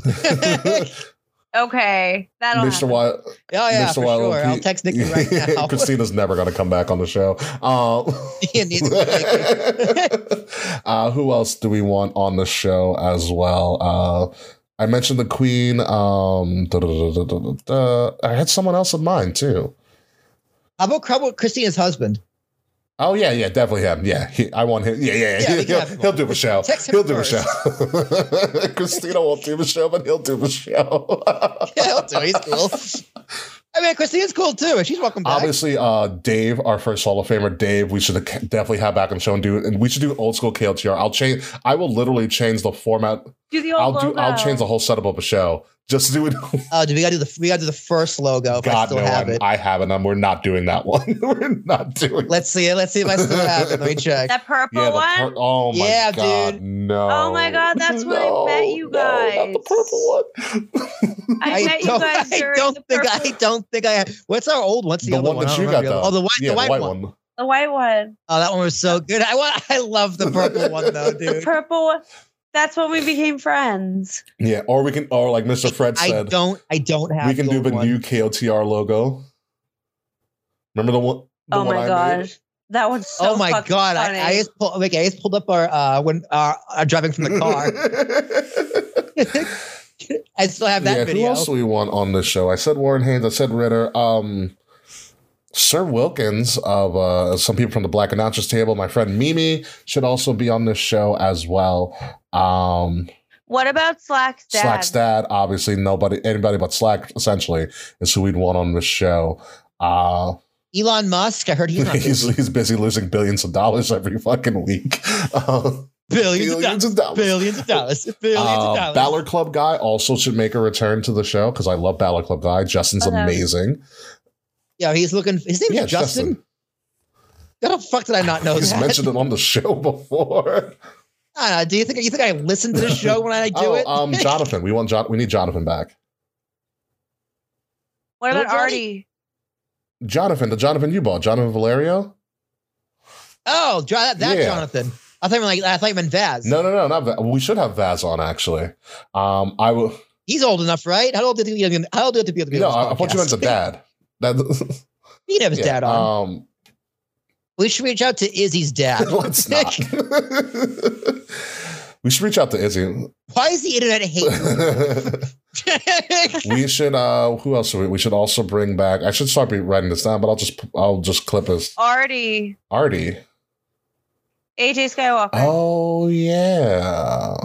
[SPEAKER 1] Mr.
[SPEAKER 3] Okay, that'll happen.
[SPEAKER 1] Y-
[SPEAKER 2] Oh yeah,
[SPEAKER 1] Mr.
[SPEAKER 2] for
[SPEAKER 1] Wild
[SPEAKER 2] sure.
[SPEAKER 1] P-
[SPEAKER 2] I'll
[SPEAKER 1] [LAUGHS]
[SPEAKER 2] text Nikki right now. [LAUGHS]
[SPEAKER 1] Christina's never going to come back on the show. Uh,
[SPEAKER 2] Yeah, neither will Nikki.
[SPEAKER 1] [LAUGHS] uh, who else do we want on the show as well? Uh, I mentioned the Queen. Um, da, da, da, da, da, da, da. I had someone else in mind too.
[SPEAKER 2] How about Crumble Christina's husband?
[SPEAKER 1] Oh yeah, yeah, definitely him. Yeah, he, I want him. Yeah, yeah,
[SPEAKER 2] Yeah,
[SPEAKER 1] yeah.
[SPEAKER 2] we can
[SPEAKER 1] he'll,
[SPEAKER 2] have him
[SPEAKER 1] he'll
[SPEAKER 2] on.
[SPEAKER 1] do the show.
[SPEAKER 2] Text him
[SPEAKER 1] He'll do the
[SPEAKER 2] first.
[SPEAKER 1] show. [LAUGHS] Christina won't do the show, but he'll do the [LAUGHS] show.
[SPEAKER 2] Yeah, [LAUGHS] he'll do. He's cool. I mean, Christina's cool too, and she's welcome back.
[SPEAKER 1] Obviously, uh, Dave, our first Hall of Famer, Dave, we should definitely have back on the show and do, and we should do old school KLTR. I'll change. I will literally change the format
[SPEAKER 3] Do the
[SPEAKER 1] I'll
[SPEAKER 3] old
[SPEAKER 1] do. I'll
[SPEAKER 3] logo.
[SPEAKER 1] change the whole setup of a show. Just do it.
[SPEAKER 2] Oh, dude, we gotta do the we gotta do the first logo if I
[SPEAKER 1] God
[SPEAKER 2] still
[SPEAKER 1] no,
[SPEAKER 2] have
[SPEAKER 1] I'm,
[SPEAKER 2] it.
[SPEAKER 1] I haven't. I'm, we're not doing that one. [LAUGHS] we're not doing.
[SPEAKER 2] Let's see it. Let's see if I still have it. Let
[SPEAKER 1] [LAUGHS]
[SPEAKER 2] me check.
[SPEAKER 3] that purple
[SPEAKER 1] yeah, the
[SPEAKER 3] one.
[SPEAKER 1] pur- oh my
[SPEAKER 2] Yeah,
[SPEAKER 1] god, no!
[SPEAKER 3] Oh my God, that's when I met you
[SPEAKER 1] No, not the
[SPEAKER 3] guys.
[SPEAKER 1] purple one. [LAUGHS]
[SPEAKER 3] I, met you
[SPEAKER 2] don't,
[SPEAKER 3] guys
[SPEAKER 2] I
[SPEAKER 3] during
[SPEAKER 2] don't
[SPEAKER 3] the
[SPEAKER 2] think
[SPEAKER 3] purple-
[SPEAKER 2] I don't think I. What's our old? What's the,
[SPEAKER 1] the
[SPEAKER 2] other
[SPEAKER 1] one
[SPEAKER 2] one? I
[SPEAKER 1] that
[SPEAKER 2] don't
[SPEAKER 1] you got
[SPEAKER 2] remember the
[SPEAKER 1] though.
[SPEAKER 2] other- Oh, the white,
[SPEAKER 1] yeah,
[SPEAKER 2] the white, one.
[SPEAKER 3] the white one.
[SPEAKER 2] Oh, that one was so good. I want. I
[SPEAKER 1] [LAUGHS]
[SPEAKER 2] love the purple one though,
[SPEAKER 3] The
[SPEAKER 2] dude.
[SPEAKER 3] purple one. That's when we became friends.
[SPEAKER 1] Yeah, or we can, or like Mr. Fred
[SPEAKER 2] I
[SPEAKER 1] said,
[SPEAKER 2] don't. I don't have.
[SPEAKER 1] we can
[SPEAKER 2] the
[SPEAKER 1] do
[SPEAKER 2] old
[SPEAKER 1] the
[SPEAKER 2] one.
[SPEAKER 1] new KOTR logo. Remember the one? the
[SPEAKER 3] oh
[SPEAKER 1] one
[SPEAKER 3] my
[SPEAKER 1] I made?
[SPEAKER 3] gosh. That was so
[SPEAKER 2] oh my
[SPEAKER 3] fucking
[SPEAKER 2] god!
[SPEAKER 3] funny.
[SPEAKER 2] I, I just pulled. Like, I just pulled up our uh when uh, uh driving
[SPEAKER 1] [LAUGHS]
[SPEAKER 2] from the car. I still have that
[SPEAKER 1] yeah,
[SPEAKER 2] video.
[SPEAKER 1] Who else do we want on this show? I said Warren Haynes. I said Ritter. Um, Sir Wilkins of uh, some people from the Black Announcers Table. My friend Mimi should also be on this show as well. Um,
[SPEAKER 3] what about Slack's dad?
[SPEAKER 1] Slack's dad, obviously nobody, anybody but Slack, essentially, is who we'd want on this show. Uh,
[SPEAKER 2] Elon Musk. I
[SPEAKER 1] [LAUGHS]
[SPEAKER 2] heard he's not
[SPEAKER 1] he's he's busy losing billions of dollars every fucking week. [LAUGHS] Uh,
[SPEAKER 2] [LAUGHS] billions, of
[SPEAKER 1] of dollars.
[SPEAKER 2] dollars. Billions of dollars.
[SPEAKER 1] [LAUGHS]
[SPEAKER 2] Billions of
[SPEAKER 1] Uh,
[SPEAKER 2] dollars.
[SPEAKER 1] Balor Club guy also should make a return to the show because I love Balor Club guy.
[SPEAKER 2] Oh,
[SPEAKER 1] Justin's
[SPEAKER 3] Okay.
[SPEAKER 1] amazing.
[SPEAKER 2] Yeah, he's looking. His name's
[SPEAKER 1] Yeah,
[SPEAKER 2] Justin.
[SPEAKER 1] Justin.
[SPEAKER 2] How the fuck did I not know
[SPEAKER 1] [LAUGHS] He's
[SPEAKER 2] that? [LAUGHS]
[SPEAKER 1] mentioned it on the show [LAUGHS] before.
[SPEAKER 2] I don't know. do you think you think I listen to the show when I do
[SPEAKER 1] [LAUGHS] oh,
[SPEAKER 2] it?
[SPEAKER 1] um, Jonathan, we want John. We need Jonathan back.
[SPEAKER 3] What about
[SPEAKER 2] Little
[SPEAKER 3] Artie?
[SPEAKER 1] Jonathan, the Jonathan you bought, Jonathan Valerio.
[SPEAKER 2] [LAUGHS] oh, Jo- that, that
[SPEAKER 1] Yeah.
[SPEAKER 2] Jonathan. I thought you meant like I thought you meant Vaz.
[SPEAKER 1] No, no, no, not Va- we should have Vaz on actually. Um, I will.
[SPEAKER 2] he's old enough, right? How old did he? How old did he be able to be?
[SPEAKER 1] No,
[SPEAKER 2] on this
[SPEAKER 1] I, I thought you meant the dad.
[SPEAKER 2] podcast?
[SPEAKER 1] That, [LAUGHS]
[SPEAKER 2] He didn't have his
[SPEAKER 1] yeah,
[SPEAKER 2] dad on.
[SPEAKER 1] Um,
[SPEAKER 2] we should reach out to Izzy's dad.
[SPEAKER 1] [LAUGHS] let's not. [LAUGHS] we should reach out to Izzy. [LAUGHS]
[SPEAKER 2] Why is the internet hate? [LAUGHS]
[SPEAKER 1] we should uh who else should we, we should also bring back i should start be writing this down but i'll just i'll just clip as
[SPEAKER 3] Artie.
[SPEAKER 1] artie
[SPEAKER 3] AJ Skywalker.
[SPEAKER 1] oh yeah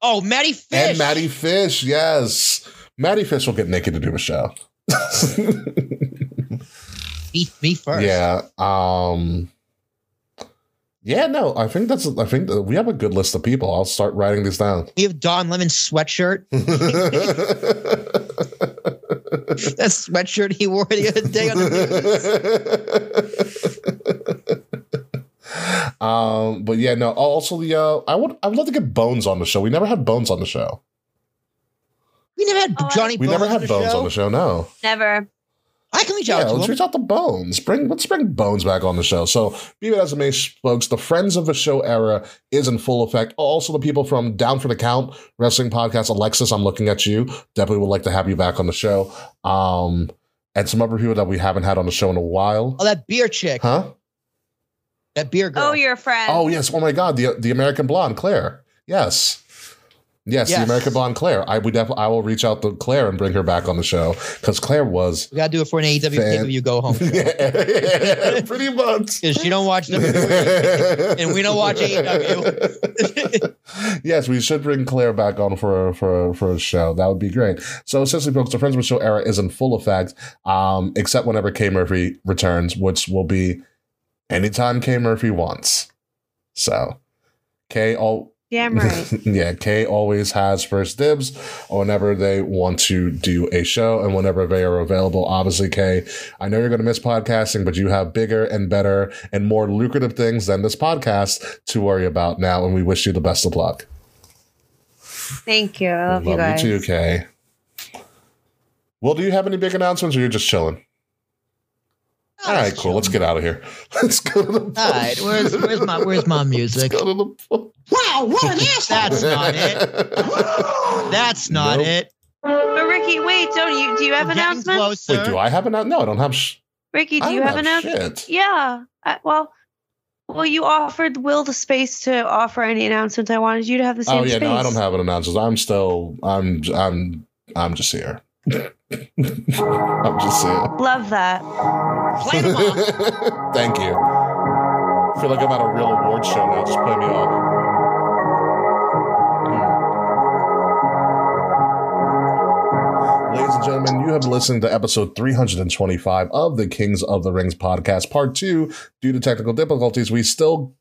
[SPEAKER 2] oh, Maddie Fish.
[SPEAKER 1] and maddie fish yes maddie fish will get naked to do a show
[SPEAKER 2] Me, me first.
[SPEAKER 1] yeah um yeah no i think that's i think that we have a good list of people i'll start writing these down
[SPEAKER 2] We have Don Lemon's sweatshirt.
[SPEAKER 1] [LAUGHS]
[SPEAKER 2] That sweatshirt he wore the other day on the
[SPEAKER 1] [LAUGHS]
[SPEAKER 2] news.
[SPEAKER 1] um, but yeah, no. Also, the uh, I would I would love to get Bones on the show. We never had Bones on the show.
[SPEAKER 2] We never had
[SPEAKER 3] Oh, I-
[SPEAKER 2] Johnny.
[SPEAKER 1] We
[SPEAKER 2] Bones
[SPEAKER 1] never had
[SPEAKER 2] the
[SPEAKER 1] Bones
[SPEAKER 2] show.
[SPEAKER 1] on the show. No.
[SPEAKER 3] Never.
[SPEAKER 2] I can reach
[SPEAKER 1] Yeah,
[SPEAKER 2] out to
[SPEAKER 1] let's
[SPEAKER 2] him.
[SPEAKER 1] reach out to Bones. Bring let's bring Bones back on the show. So, be it as it may, folks, the Friends of the Show era is in full effect. Also, the people from Down for the Count Wrestling Podcast, Alexis, I'm looking at you. Definitely would like to have you back on the show. Um, and some other people that we haven't had on the show in a while.
[SPEAKER 2] Oh, that beer chick.
[SPEAKER 1] Huh?
[SPEAKER 2] That beer girl.
[SPEAKER 3] Oh, your friend.
[SPEAKER 1] Oh yes! Oh my God! The the American Blonde Claire. Yes. Yes, the
[SPEAKER 2] Yes.
[SPEAKER 1] American Blonde Claire. I would def- I will reach out to Claire and bring her back on the show because Claire was
[SPEAKER 2] We gotta do it for an AEW
[SPEAKER 1] Fan.
[SPEAKER 2] pay-per-view go
[SPEAKER 1] [LAUGHS]
[SPEAKER 2] home
[SPEAKER 1] Oh, yeah, [LAUGHS] pretty much.
[SPEAKER 2] because she don't
[SPEAKER 1] [LAUGHS]
[SPEAKER 2] watch WWE.
[SPEAKER 1] and
[SPEAKER 2] we don't watch E AEW.
[SPEAKER 1] [LAUGHS] yes, we should bring Claire back on for for for a show. That would be great. So essentially, folks, the Friends with Show era is in full effect, um, except whenever K Murphy returns, which will be anytime K Murphy wants. So K all
[SPEAKER 3] Damn
[SPEAKER 1] [LAUGHS]
[SPEAKER 3] right.
[SPEAKER 1] yeah, Kay always has first dibs whenever they want to do a show and whenever they are available. Obviously, Kay, I know you're going to miss podcasting, but you have bigger and better and more lucrative things than this podcast to worry about now. And we wish you the best of luck.
[SPEAKER 3] Thank you. I love, you guys.
[SPEAKER 1] you too, Kay. Well, do you have any big announcements or you're just chilling? All right, cool. Let's get out of here. [LAUGHS] Let's go to the
[SPEAKER 2] Oh, All right, where's where's my where's my
[SPEAKER 1] [LAUGHS]
[SPEAKER 2] music?
[SPEAKER 1] Let's go to the pool.
[SPEAKER 2] Wow, what
[SPEAKER 1] [LAUGHS]
[SPEAKER 2] an asshole! That's not it. That's not
[SPEAKER 1] Nope.
[SPEAKER 2] it.
[SPEAKER 3] But Ricky, wait, don't you? Do you have
[SPEAKER 2] We're getting
[SPEAKER 3] announcements?
[SPEAKER 2] Closer.
[SPEAKER 1] Wait, do I have an No, I don't have. Sh-
[SPEAKER 3] Ricky, do
[SPEAKER 1] I
[SPEAKER 3] you
[SPEAKER 1] don't
[SPEAKER 3] have announcements?
[SPEAKER 1] shit.
[SPEAKER 3] Yeah. I, well, well, you offered Will the space to offer any announcements. I wanted you to have the same
[SPEAKER 1] Oh yeah,
[SPEAKER 3] space.
[SPEAKER 1] no, I don't have an announcement. I'm still. I'm. I'm. I'm just here. [LAUGHS] I'm just here.
[SPEAKER 3] Love that.
[SPEAKER 2] Play them all.
[SPEAKER 1] [LAUGHS] Thank you. I feel like I'm at a real award show now. Just play me off. Hmm. Ladies and gentlemen, you have listened to episode 325 of the Kings of the Rings podcast, part two. Due to technical difficulties, we still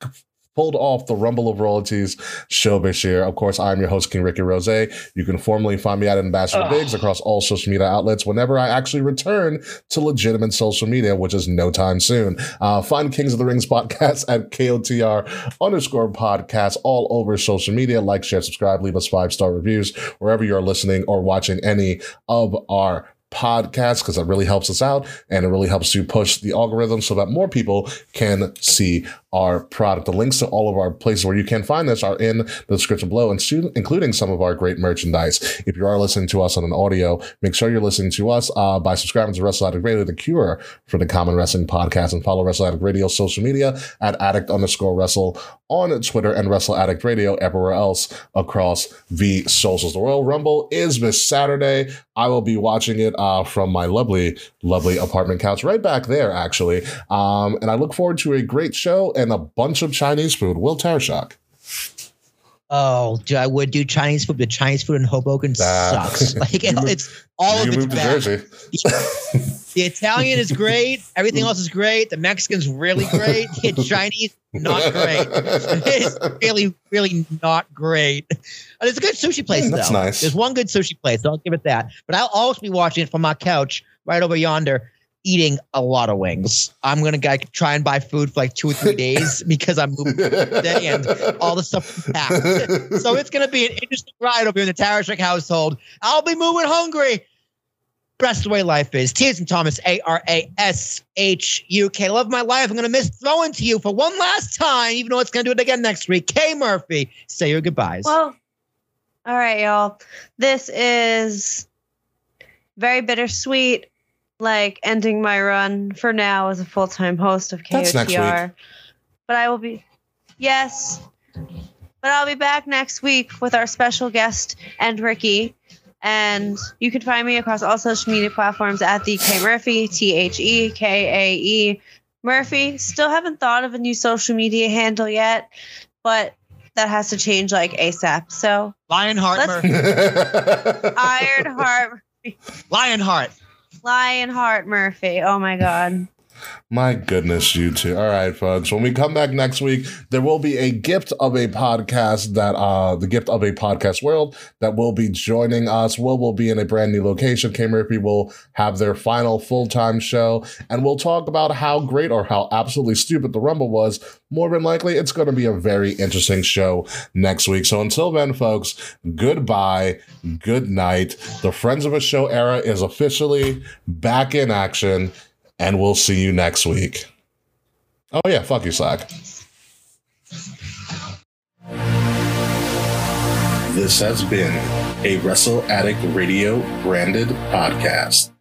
[SPEAKER 1] pulled off the Rumble of Royalties show this year. Of course, I'm your host, King Ricky Rose. You can formally find me at Ambassador
[SPEAKER 4] Ugh.
[SPEAKER 1] Biggs across all social media outlets whenever I actually return to legitimate social media, which is no time soon. Uh, find Kings of the Rings podcast at KOTR underscore podcast all over social media. Like, share, subscribe, leave us five star reviews wherever you're listening or watching any of our podcasts because it really helps us out and it really helps to push the algorithm so that more people can see our product. The links to all of our places where you can find this are in the description below, and soon, including some of our great merchandise. If you are listening to us on an audio, make sure you're listening to us uh, by subscribing to Wrestle Addict Radio, the cure for the common wrestling podcast, and follow Wrestle Addict Radio social media at addict underscore wrestle on Twitter and Wrestle Addict Radio everywhere else across the socials. The Royal Rumble is this Saturday. I will be watching it uh, from my lovely, lovely apartment couch right back there, actually. Um, and I look forward to a great show and a bunch of Chinese food. Will Tarashok.
[SPEAKER 2] Oh, dude, I would do Chinese food, but Chinese food in Hoboken
[SPEAKER 1] Nah.
[SPEAKER 2] sucks.
[SPEAKER 1] [LAUGHS]
[SPEAKER 2] Like it,
[SPEAKER 1] You moved-
[SPEAKER 2] it's all
[SPEAKER 1] you
[SPEAKER 2] of it's
[SPEAKER 1] moved to
[SPEAKER 2] bad.
[SPEAKER 1] Jersey.
[SPEAKER 2] The Italian is great. Everything else is great. The Mexican's really great.
[SPEAKER 1] [LAUGHS]
[SPEAKER 2] The Chinese not great. It's [LAUGHS] really, really not great. Uh, There's a good sushi place
[SPEAKER 1] Mm, that's
[SPEAKER 2] though.
[SPEAKER 1] nice.
[SPEAKER 2] There's one good sushi place. I'll give it that. But I'll always be watching it from my couch right over yonder, eating a lot of wings. I'm gonna g- try and buy food for like two or
[SPEAKER 1] [LAUGHS]
[SPEAKER 2] three days because I'm moving and all the stuff packed.
[SPEAKER 1] [LAUGHS]
[SPEAKER 2] So it's going to be an interesting ride over here in the Tarashek household. I'll be moving hungry. But That's the way life is. Tears and Thomas, A R A S H U K. Love my life. I'm going to miss throwing to you for one last time, even though it's going to do it again next week. Kay Murphy, say your goodbyes.
[SPEAKER 3] Well, all right, y'all. This is very bittersweet. Like ending my run for now as a full time host of
[SPEAKER 1] That's next
[SPEAKER 3] KOTR. But I will be, yes. But I'll be back next week with our special guest and Ricky. And you can find me across all social media platforms at the K Murphy, T H E K A E Murphy. Still haven't thought of a new social media handle yet, but that has to change like ASAP.
[SPEAKER 1] [LAUGHS]
[SPEAKER 3] So
[SPEAKER 2] Lionheart,
[SPEAKER 3] let's-
[SPEAKER 2] Murphy.
[SPEAKER 3] Ironheart,
[SPEAKER 2] Lionheart.
[SPEAKER 3] Lionheart Murphy. Oh my God.
[SPEAKER 1] My goodness, you two. All right, folks. When we come back next week, there will be a gift of a podcast that uh the gift of a podcast world that will be joining us. Will will be in a brand new location. K Murphy will have their final full-time show, and we'll talk about how great or how absolutely stupid the rumble was. More than likely, it's gonna be a very interesting show next week. So until then, folks, goodbye, good night. The Friends of a Show era is officially back in action and we'll see you next week. Oh, yeah, fuck you, Slack. This has been a Wrestle Addict Radio branded podcast.